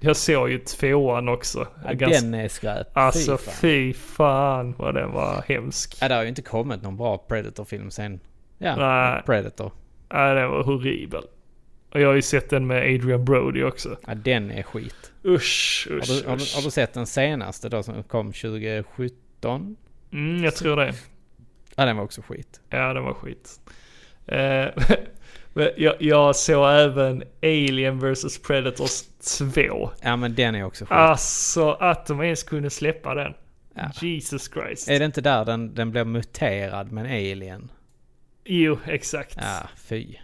[SPEAKER 1] Jag såg ju tvåan också.
[SPEAKER 2] Ja,
[SPEAKER 1] Ganska-
[SPEAKER 2] den är skräp.
[SPEAKER 1] alltså
[SPEAKER 2] Fy fan.
[SPEAKER 1] fy fan vad den var hemsk.
[SPEAKER 2] Ja, det har ju inte kommit någon bra Predator-film sen. Ja,
[SPEAKER 1] Nej.
[SPEAKER 2] Predator.
[SPEAKER 1] Nej, den var horribel. Och jag har ju sett den med Adrian Brody också.
[SPEAKER 2] Ja, den är skit.
[SPEAKER 1] Usch, usch,
[SPEAKER 2] Har du, har, du,
[SPEAKER 1] usch.
[SPEAKER 2] har du sett den senaste då som kom 2017?
[SPEAKER 1] Mm, jag tror det.
[SPEAKER 2] Ja, den var också skit.
[SPEAKER 1] Ja, den var skit. Eh, men jag, jag såg även Alien vs Predators 2.
[SPEAKER 2] Ja, men den är också skit.
[SPEAKER 1] Alltså att de ens kunde släppa den.
[SPEAKER 2] Ja. Eh.
[SPEAKER 1] Jesus Christ.
[SPEAKER 2] Är det inte där den, den blir muterad med en alien?
[SPEAKER 1] Jo, exakt. Ja.
[SPEAKER 2] Ja, fy.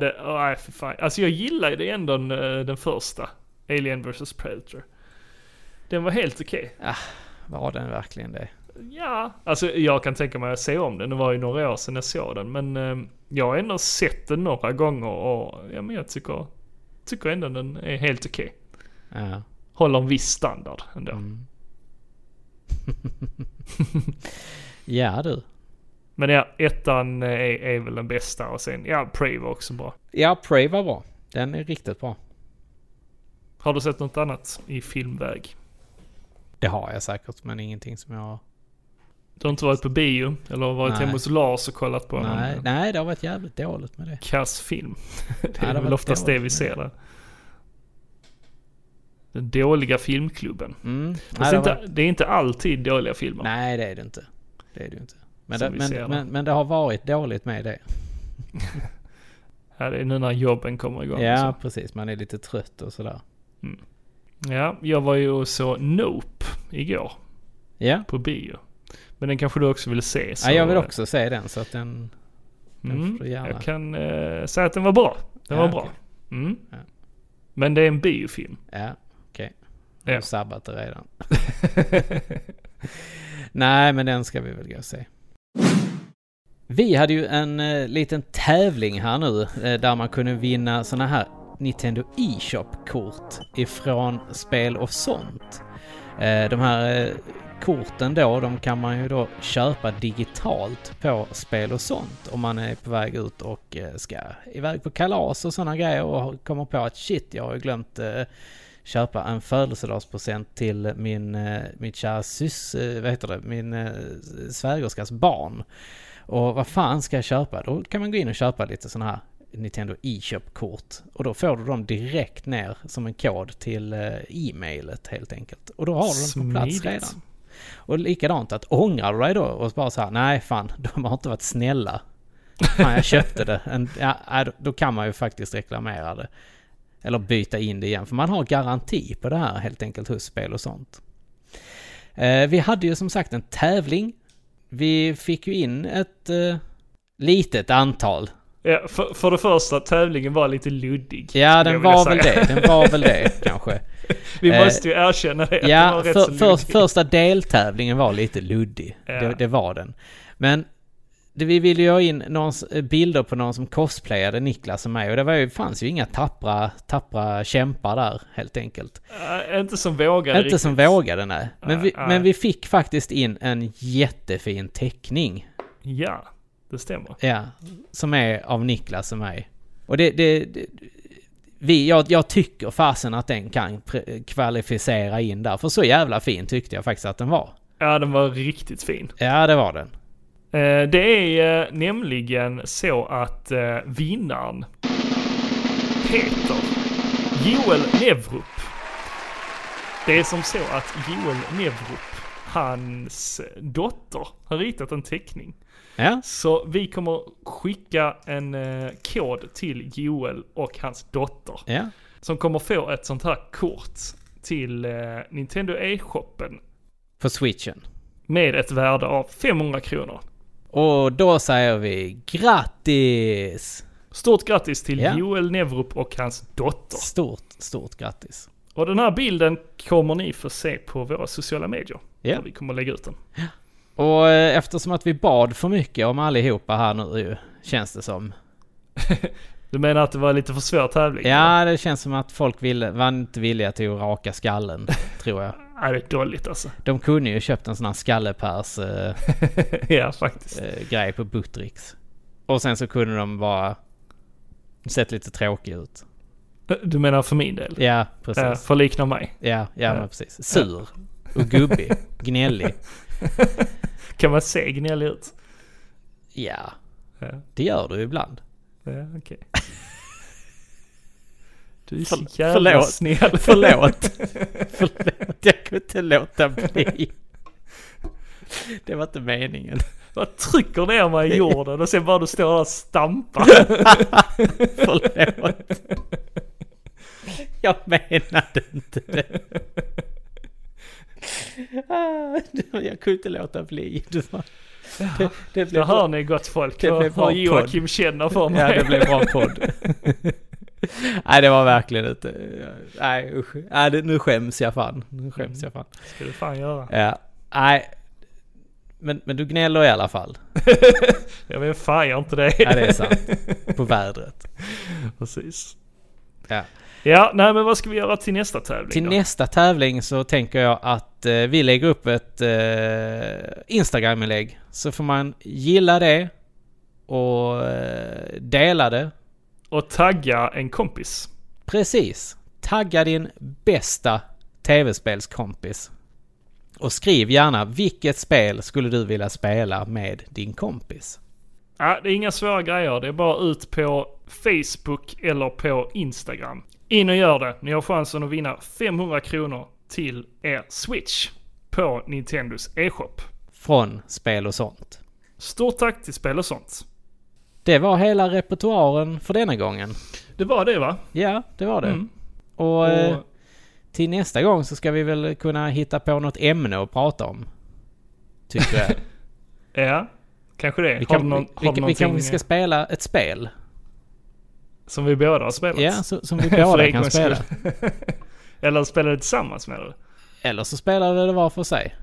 [SPEAKER 1] det, nej, för fan. Alltså jag gillade ju ändå den, eh, den första. Alien vs Predator. Den var helt okej.
[SPEAKER 2] Var den verkligen det?
[SPEAKER 1] Ja, alltså jag kan tänka mig att se om den. Det var ju några år sedan jag såg den. Men eh, jag har ändå sett den några gånger och ja, men jag tycker, tycker ändå den är helt okej.
[SPEAKER 2] Ja.
[SPEAKER 1] Håller en viss standard ändå.
[SPEAKER 2] Mm. ja, du.
[SPEAKER 1] Men ja, ettan eh, är, är väl den bästa och sen, ja, Prey var också bra.
[SPEAKER 2] Ja, Prey var bra. Den är riktigt bra.
[SPEAKER 1] Har du sett något annat i filmväg?
[SPEAKER 2] Det har jag säkert, men ingenting som jag har...
[SPEAKER 1] Du har inte varit på bio eller varit
[SPEAKER 2] Nej.
[SPEAKER 1] hemma hos Lars och kollat på
[SPEAKER 2] Nej,
[SPEAKER 1] någon
[SPEAKER 2] nej, det har varit jävligt dåligt med det.
[SPEAKER 1] kass film? det
[SPEAKER 2] det
[SPEAKER 1] är
[SPEAKER 2] har
[SPEAKER 1] väl
[SPEAKER 2] varit
[SPEAKER 1] oftast det vi
[SPEAKER 2] dåligt.
[SPEAKER 1] ser där. Den dåliga filmklubben.
[SPEAKER 2] Mm.
[SPEAKER 1] Fast
[SPEAKER 2] Nej, det
[SPEAKER 1] inte,
[SPEAKER 2] var...
[SPEAKER 1] Det är inte alltid dåliga filmer.
[SPEAKER 2] nej, det är det inte. Det är det ju inte. Men
[SPEAKER 1] Som
[SPEAKER 2] det,
[SPEAKER 1] vi
[SPEAKER 2] men,
[SPEAKER 1] ser det.
[SPEAKER 2] men, men det har varit dåligt med det.
[SPEAKER 1] Ja, det är nu när jobben kommer igång.
[SPEAKER 2] Ja,
[SPEAKER 1] Så.
[SPEAKER 2] precis. Man är lite trött och sådär.
[SPEAKER 1] ja, jag var ju och såg Nope igår
[SPEAKER 2] Ja,
[SPEAKER 1] på bio. Men den kanske du också vill se? Så,
[SPEAKER 2] ja jag vill också se den så att den... den
[SPEAKER 1] Mm,
[SPEAKER 2] får du gärna.
[SPEAKER 1] jag kan eh, säga att den var bra. Den
[SPEAKER 2] Ja,
[SPEAKER 1] var bra.
[SPEAKER 2] okej.
[SPEAKER 1] Mm.
[SPEAKER 2] Ja.
[SPEAKER 1] Men det är en biofilm.
[SPEAKER 2] Ja, okej. Har
[SPEAKER 1] Ja.
[SPEAKER 2] Du sabbat det redan. Nej, men den ska vi väl gå och se. Vi hade ju en eh, liten tävling här nu eh, där man kunde vinna såna här Nintendo E-shop-kort ifrån spel och sånt. Eh, de här eh, korten då, de kan man ju då köpa digitalt på spel och sånt om man är på väg ut och eh, ska iväg på kalas och sådana grejer och kommer på att shit, jag har ju glömt eh, köpa en födelsedagspresent till min, eh, mitt kära sys, eh, vad heter det, min eh, svägerskas barn. Och vad fan ska jag köpa? Då kan man gå in och köpa lite sådana här Nintendo e-köpkort. Och då får du dem direkt ner som en kod till eh, e-mailet helt enkelt. Och då har du dem på plats
[SPEAKER 1] Smidigt.
[SPEAKER 2] redan. Och likadant att ångrar du dig då och bara så här, nej fan, de har inte varit snälla. Fan, jag köpte det. En, ja, nej, då- då kan man ju faktiskt reklamera det. Eller byta in det igen, för man har garanti på det här helt enkelt hos spel och sånt. Eh, vi hade ju som sagt en tävling. Vi fick ju in ett eh, litet antal
[SPEAKER 1] Ja, för, för det första, tävlingen var lite luddig.
[SPEAKER 2] Ja,
[SPEAKER 1] skulle jag
[SPEAKER 2] den
[SPEAKER 1] vilja
[SPEAKER 2] var väl
[SPEAKER 1] säga.
[SPEAKER 2] det. Den var väl det kanske.
[SPEAKER 1] Vi
[SPEAKER 2] Eh,
[SPEAKER 1] måste ju erkänna det. att den
[SPEAKER 2] Ja,
[SPEAKER 1] var rätt
[SPEAKER 2] för,
[SPEAKER 1] så
[SPEAKER 2] för,
[SPEAKER 1] luddig.
[SPEAKER 2] första deltävlingen var lite luddig.
[SPEAKER 1] Ja.
[SPEAKER 2] Det, det var den. Men det, vi ville ju ha in någons eh, bilder på någon som cosplayade Niklas och mig. Och det var ju, fanns ju inga tappra, tappra kämpar där helt enkelt.
[SPEAKER 1] Äh, inte som vågade
[SPEAKER 2] Inte som
[SPEAKER 1] riktigt.
[SPEAKER 2] vågade nej. Men
[SPEAKER 1] Nej,
[SPEAKER 2] vi,
[SPEAKER 1] nej.
[SPEAKER 2] men vi fick faktiskt in en jättefin teckning.
[SPEAKER 1] Ja, det stämmer.
[SPEAKER 2] Ja, som är av Niklas och mig. Och det... det, det vi, jag, jag tycker fasen att den kan pre- kvalificera in där. För så jävla fin tyckte jag faktiskt att den var.
[SPEAKER 1] Ja, den var riktigt fin.
[SPEAKER 2] Ja, det var den.
[SPEAKER 1] Eh, Det är eh, nämligen så att eh, vinnaren heter Joel Nevrup. Det är som så att Joel Nevrup, hans dotter, har ritat en teckning.
[SPEAKER 2] Ja,
[SPEAKER 1] Så vi kommer skicka en eh, kod till Joel och hans dotter.
[SPEAKER 2] ja.
[SPEAKER 1] Som kommer få ett sånt här kort till eh, Nintendo E-shoppen
[SPEAKER 2] På switchen.
[SPEAKER 1] med ett värde av 500 kronor.
[SPEAKER 2] Och då säger vi grattis!
[SPEAKER 1] Stort grattis till
[SPEAKER 2] Ja.
[SPEAKER 1] Joel Nevrup och hans dotter.
[SPEAKER 2] Stort, stort grattis.
[SPEAKER 1] Och den här bilden kommer ni få se på våra sociala medier.
[SPEAKER 2] Ja.
[SPEAKER 1] Där vi kommer lägga ut den.
[SPEAKER 2] Och eh, eftersom att vi bad för mycket om allihopa här nu ju, känns det som.
[SPEAKER 1] Du menar att det var lite för svår tävling?
[SPEAKER 2] Ja, det känns som att folk ville, var inte villiga till att raka skallen, tror jag.
[SPEAKER 1] Ja, det är dåligt alltså.
[SPEAKER 2] De kunde ju köpt en sån här skallepärs eh,
[SPEAKER 1] ja, faktiskt.
[SPEAKER 2] eh, grej på Buttricks. Och sen så kunde de bara sett lite tråkiga ut.
[SPEAKER 1] Du menar för min del?
[SPEAKER 2] Ja,
[SPEAKER 1] Eh,
[SPEAKER 2] precis.
[SPEAKER 1] för liknar mig,
[SPEAKER 2] Ja, ja,
[SPEAKER 1] Ja.
[SPEAKER 2] men precis. Sur och gubbig. Gnällig.
[SPEAKER 1] kan man se gnällig ut?
[SPEAKER 2] Ja,
[SPEAKER 1] Ja,
[SPEAKER 2] det gör du ibland.
[SPEAKER 1] ja okej. Du är så
[SPEAKER 2] För-
[SPEAKER 1] jävla
[SPEAKER 2] förlåt.
[SPEAKER 1] snäll.
[SPEAKER 2] Förlåt. Förlåt, jag kunde inte låta bli. Det var inte meningen.
[SPEAKER 1] Jag trycker ner mig i jorden och sen bara du står där och stampar.
[SPEAKER 2] Förlåt. Jag menade inte det. Ah, Jag kunde inte låta bli. Det, var, det, det
[SPEAKER 1] Det
[SPEAKER 2] blev
[SPEAKER 1] hör ni gott folk.
[SPEAKER 2] Det
[SPEAKER 1] Vad
[SPEAKER 2] blev bra
[SPEAKER 1] vad Joakim känner för mig.
[SPEAKER 2] Ja, det blev bra podd. Nej, det var verkligen inte... Nej, usch. Nej, det, nu skäms jag fan. Nu skäms jag fan.
[SPEAKER 1] ska du fan göra.
[SPEAKER 2] Ja. Nej. Men, men du gnäller i alla fall.
[SPEAKER 1] Jag vet fan jag inte
[SPEAKER 2] Ja,
[SPEAKER 1] det.
[SPEAKER 2] det är sant. På vädret.
[SPEAKER 1] Precis.
[SPEAKER 2] Ja.
[SPEAKER 1] Ja, nej men vad ska vi göra till nästa tävling
[SPEAKER 2] Till
[SPEAKER 1] då?
[SPEAKER 2] nästa tävling så tänker jag att eh, vi lägger upp ett eh, Instagram-inlägg. Så får man gilla det och eh, dela det.
[SPEAKER 1] Och tagga en kompis.
[SPEAKER 2] Precis. Tagga din bästa tv-spelskompis. Och skriv gärna vilket spel skulle du vilja spela med din kompis?
[SPEAKER 1] Ja, det är inga svåra grejer. Det är bara ut på Facebook eller på Instagram. In och gör det. Ni har chansen att vinna 500 kronor till er Switch på Nintendos e-shop.
[SPEAKER 2] Från spel och sånt.
[SPEAKER 1] Stort tack till Spel och sånt.
[SPEAKER 2] Det var hela repertoaren för denna gången.
[SPEAKER 1] Det var det va?
[SPEAKER 2] Ja, det var det.
[SPEAKER 1] Mm.
[SPEAKER 2] Och, eh,
[SPEAKER 1] Och,
[SPEAKER 2] till nästa gång så ska vi väl kunna hitta på något ämne att prata om. Tycker jag.
[SPEAKER 1] ja, kanske det.
[SPEAKER 2] Vi,
[SPEAKER 1] har du
[SPEAKER 2] kan,
[SPEAKER 1] någon,
[SPEAKER 2] vi,
[SPEAKER 1] har
[SPEAKER 2] vi,
[SPEAKER 1] du
[SPEAKER 2] vi kanske
[SPEAKER 1] någonting eh,
[SPEAKER 2] ska spela ett spel.
[SPEAKER 1] som vi båda har spelat?
[SPEAKER 2] Ja, så, som vi
[SPEAKER 1] För
[SPEAKER 2] båda
[SPEAKER 1] en
[SPEAKER 2] kan
[SPEAKER 1] gångs
[SPEAKER 2] spela.
[SPEAKER 1] skull. eller spela det tillsammans med det.
[SPEAKER 2] Eller så spelar vi det var för sig.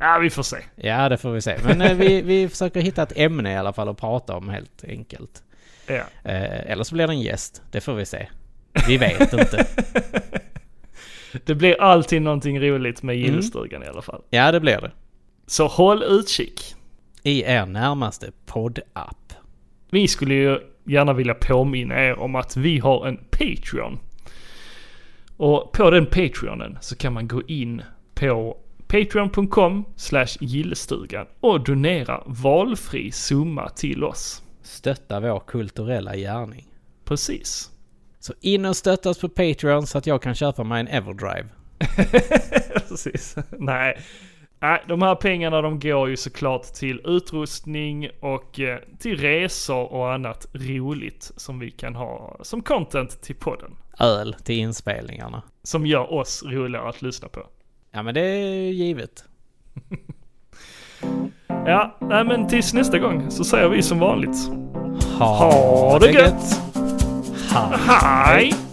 [SPEAKER 1] Ja, vi får se.
[SPEAKER 2] Ja, det får vi se. Men eh, vi, vi försöker hitta ett ämne i alla fall att prata om helt enkelt.
[SPEAKER 1] Ja.
[SPEAKER 2] Eh, eller så blir det en gäst. Det får vi se. Vi vet inte.
[SPEAKER 1] Det blir alltid någonting roligt med
[SPEAKER 2] Mm.
[SPEAKER 1] gillestugan i alla fall.
[SPEAKER 2] Ja, det blir det.
[SPEAKER 1] Så håll utkik.
[SPEAKER 2] I er närmaste poddapp.
[SPEAKER 1] Vi skulle ju gärna vilja påminna er om att vi har en Patreon. Och på den Patreonen så kan man gå in på patreon.com slash gillestugan och donera valfri summa till oss.
[SPEAKER 2] Stötta vår kulturella gärning.
[SPEAKER 1] Precis.
[SPEAKER 2] Så in och stötta oss på Patreon så att jag kan köpa mig en Everdrive.
[SPEAKER 1] Precis. Nej. Nej, de här pengarna de går ju såklart till utrustning och eh, till resor och annat roligt som vi kan ha som content till podden.
[SPEAKER 2] Öl till inspelningarna.
[SPEAKER 1] Som gör oss roligare att lyssna på.
[SPEAKER 2] Ja men det är ju givet.
[SPEAKER 1] Ja, nej men tills nästa gång så säger vi som vanligt. Ha det gött!
[SPEAKER 2] Ha.
[SPEAKER 1] Hej!